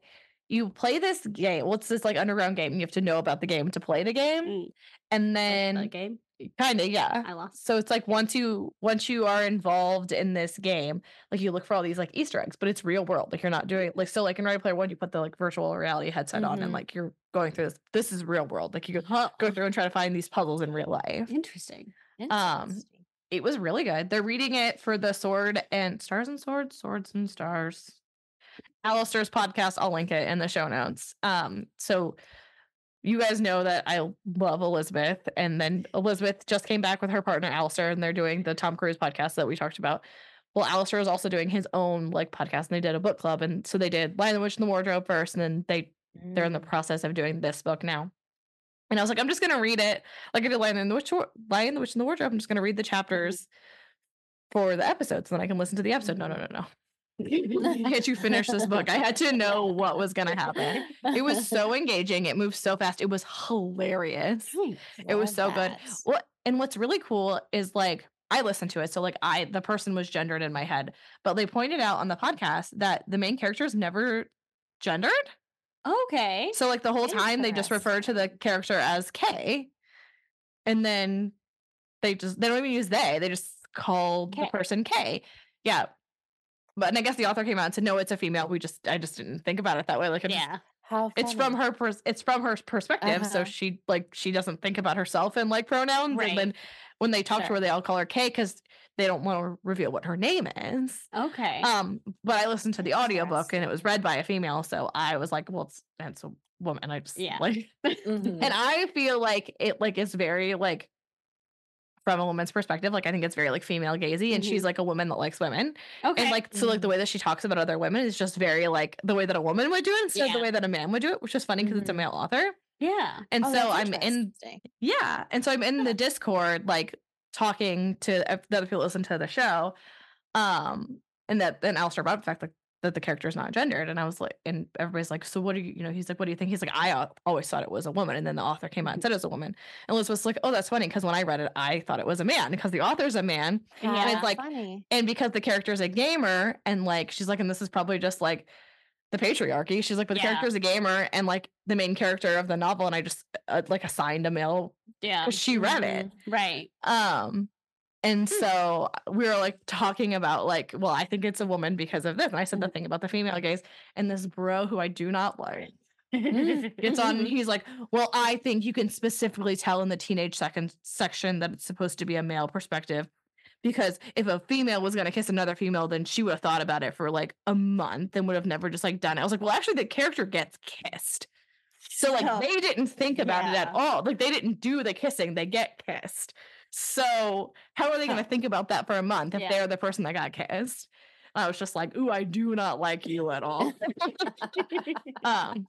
[SPEAKER 3] you play this game. What's this like underground game? You have to know about the game to play the game,
[SPEAKER 2] Mm.
[SPEAKER 3] and
[SPEAKER 2] Like,
[SPEAKER 3] then
[SPEAKER 2] the game
[SPEAKER 3] kind of yeah.
[SPEAKER 2] I lost
[SPEAKER 3] So it's like once you once you are involved in this game, like you look for all these like Easter eggs, but it's real world. Like you're not doing like so like in Ready Player One, you put the like virtual reality headset on and
[SPEAKER 2] Mhm.
[SPEAKER 3] like you're going through this. This is real world. Like you go, go through and try to find these puzzles in real
[SPEAKER 2] <laughs>
[SPEAKER 3] life. <laughs>
[SPEAKER 2] Interesting. <laughs>
[SPEAKER 3] Um, it was really good. They're reading it for the Sword and Stars and Swords, Swords and Stars. Alistair's podcast, I'll link it in the show notes. Um, so you guys know that I love Elizabeth, and then Elizabeth just came back with her partner Alistair, and they're doing the Tom Cruise podcast that we talked about. Well, Alistair is also doing his own like podcast, and they did a book club, and so they did Lion the Witch in the Wardrobe first, and then they
[SPEAKER 1] Mm-hmm.
[SPEAKER 3] they're in the
[SPEAKER 1] Mm.
[SPEAKER 3] process of doing this book now. And I was like, I'm just gonna read it. Like I did Lion in the Witch, Lion the Witch in the Wardrobe. I'm just gonna read the chapters for the episodes, and then I can listen to the episode. No, no, no, no. <laughs> I had to finish this book. I had to know what was gonna happen.
[SPEAKER 1] <laughs>
[SPEAKER 3] It was so engaging. It moved so fast. It was hilarious. it was so good. What and what's really cool is like I listened to it, so like I the person was gendered in my head, but they pointed out on the podcast that the main character is never gendered.
[SPEAKER 2] Okay.
[SPEAKER 3] So like the whole time they just refer to the character as K, and then they just they don't even use they. They just call the
[SPEAKER 2] K.
[SPEAKER 3] person K. Yeah. But and I guess the author came out and said, no, it's a female. We just I just didn't think about it that way. Like I just-
[SPEAKER 2] Yeah.
[SPEAKER 1] How
[SPEAKER 3] it's from her pers- it's from her perspective. So
[SPEAKER 1] Uh-huh.
[SPEAKER 3] she like she doesn't think about herself in like pronouns.
[SPEAKER 2] Right.
[SPEAKER 3] And then when they talk to
[SPEAKER 2] Sure.
[SPEAKER 3] her, they all call her K because they don't want to reveal what her name is.
[SPEAKER 2] Okay.
[SPEAKER 3] Um, but I listened to the audiobook and it was read by a female, so I was like, well, it's that's a woman. I just
[SPEAKER 2] Yeah. Mm-hmm.
[SPEAKER 3] like <laughs>
[SPEAKER 1] Mm-hmm.
[SPEAKER 3] and I feel like it like is very like from a woman's perspective, like I think it's very like female gazy, and she's like a woman that likes women,
[SPEAKER 2] Mm-hmm. okay. Mm-hmm.
[SPEAKER 3] and like so like the way that she talks about other women is just very like the way that a woman would do it instead of
[SPEAKER 2] Yeah. Mm-hmm.
[SPEAKER 3] the way that a man would do it, which is funny because it's a
[SPEAKER 1] Mhm.
[SPEAKER 3] male author,
[SPEAKER 2] yeah.
[SPEAKER 3] and
[SPEAKER 1] Oh,
[SPEAKER 3] so I'm in yeah, and so I'm in the Discord like talking to ev- the other people who listen to the show, um, and that and Alistair brought up the fact like that the character is not gendered, and I was like, and everybody's like, so what do you, you know? He's like, what do you think? He's like, I al- always thought it was a woman, and then the author came out and said it was a woman, and Elizabeth's like, oh, that's funny because when I read it, I thought it was a man because the author's a man,
[SPEAKER 2] Yeah.
[SPEAKER 3] it's like-
[SPEAKER 1] funny.
[SPEAKER 3] and because the character's a gamer and like she's like and this is probably just like the patriarchy she's like but the
[SPEAKER 2] Yeah.
[SPEAKER 3] character's a gamer and like the main character of the novel and i just uh, like assigned a male
[SPEAKER 2] yeah.
[SPEAKER 3] 'cause she read
[SPEAKER 1] Mm-hmm.
[SPEAKER 3] it
[SPEAKER 2] Right.
[SPEAKER 3] <laughs> um and so uh, we were like talking about like well i think it's a woman because of this and i said the thing about the female gaze and this bro who i do not like
[SPEAKER 2] Mm.
[SPEAKER 3] gets on
[SPEAKER 2] Mm-hmm. <laughs>
[SPEAKER 3] <laughs> and he's like well i think you can specifically tell in the teenage second section that it's supposed to be a male perspective because if a female was gonna kiss another female, then she would have thought about it for like a month and would have never just like done it. I was like, well, actually, the character gets kissed. So like
[SPEAKER 2] So-
[SPEAKER 3] they didn't think about it at
[SPEAKER 2] Yeah.
[SPEAKER 3] all. Like they didn't do the kissing, they get kissed. So how are they gonna think about that for a month if
[SPEAKER 2] Yeah.
[SPEAKER 3] they're the person that got kissed? I was just like, ooh, I do not like you
[SPEAKER 2] <laughs>
[SPEAKER 3] at all. um,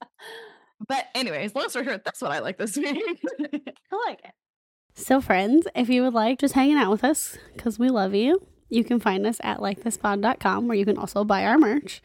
[SPEAKER 3] but anyways, long story short, that's what I like this week. <laughs>
[SPEAKER 2] I like it. So, friends, if you would like just hanging out with us, because we love you, you can find us at likethispod.com where you can also buy our merch.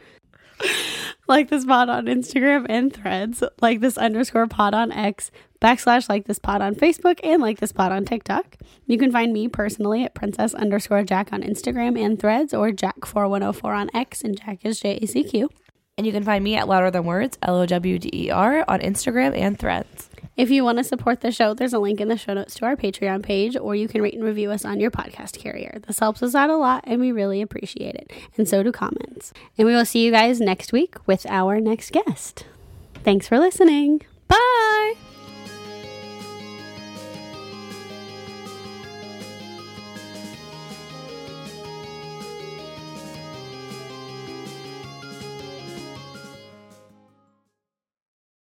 [SPEAKER 2] <laughs> like this pod on Instagram and threads, like this underscore pod on X, backslash like this pod on Facebook, and like this pod on TikTok. You can find me personally at princess underscore Jack on Instagram and threads or Jack4104 on X, and Jack is J A C Q.
[SPEAKER 5] And you can find me at Louder Than Words, L O W D E R, on Instagram and threads.
[SPEAKER 2] If you want to support the show, there's a link in the show notes to our Patreon page, or you can rate and review us on your podcast carrier. This helps us out a lot, and we really appreciate it. And so do comments. And we will see you guys next week with our next guest. Thanks for listening.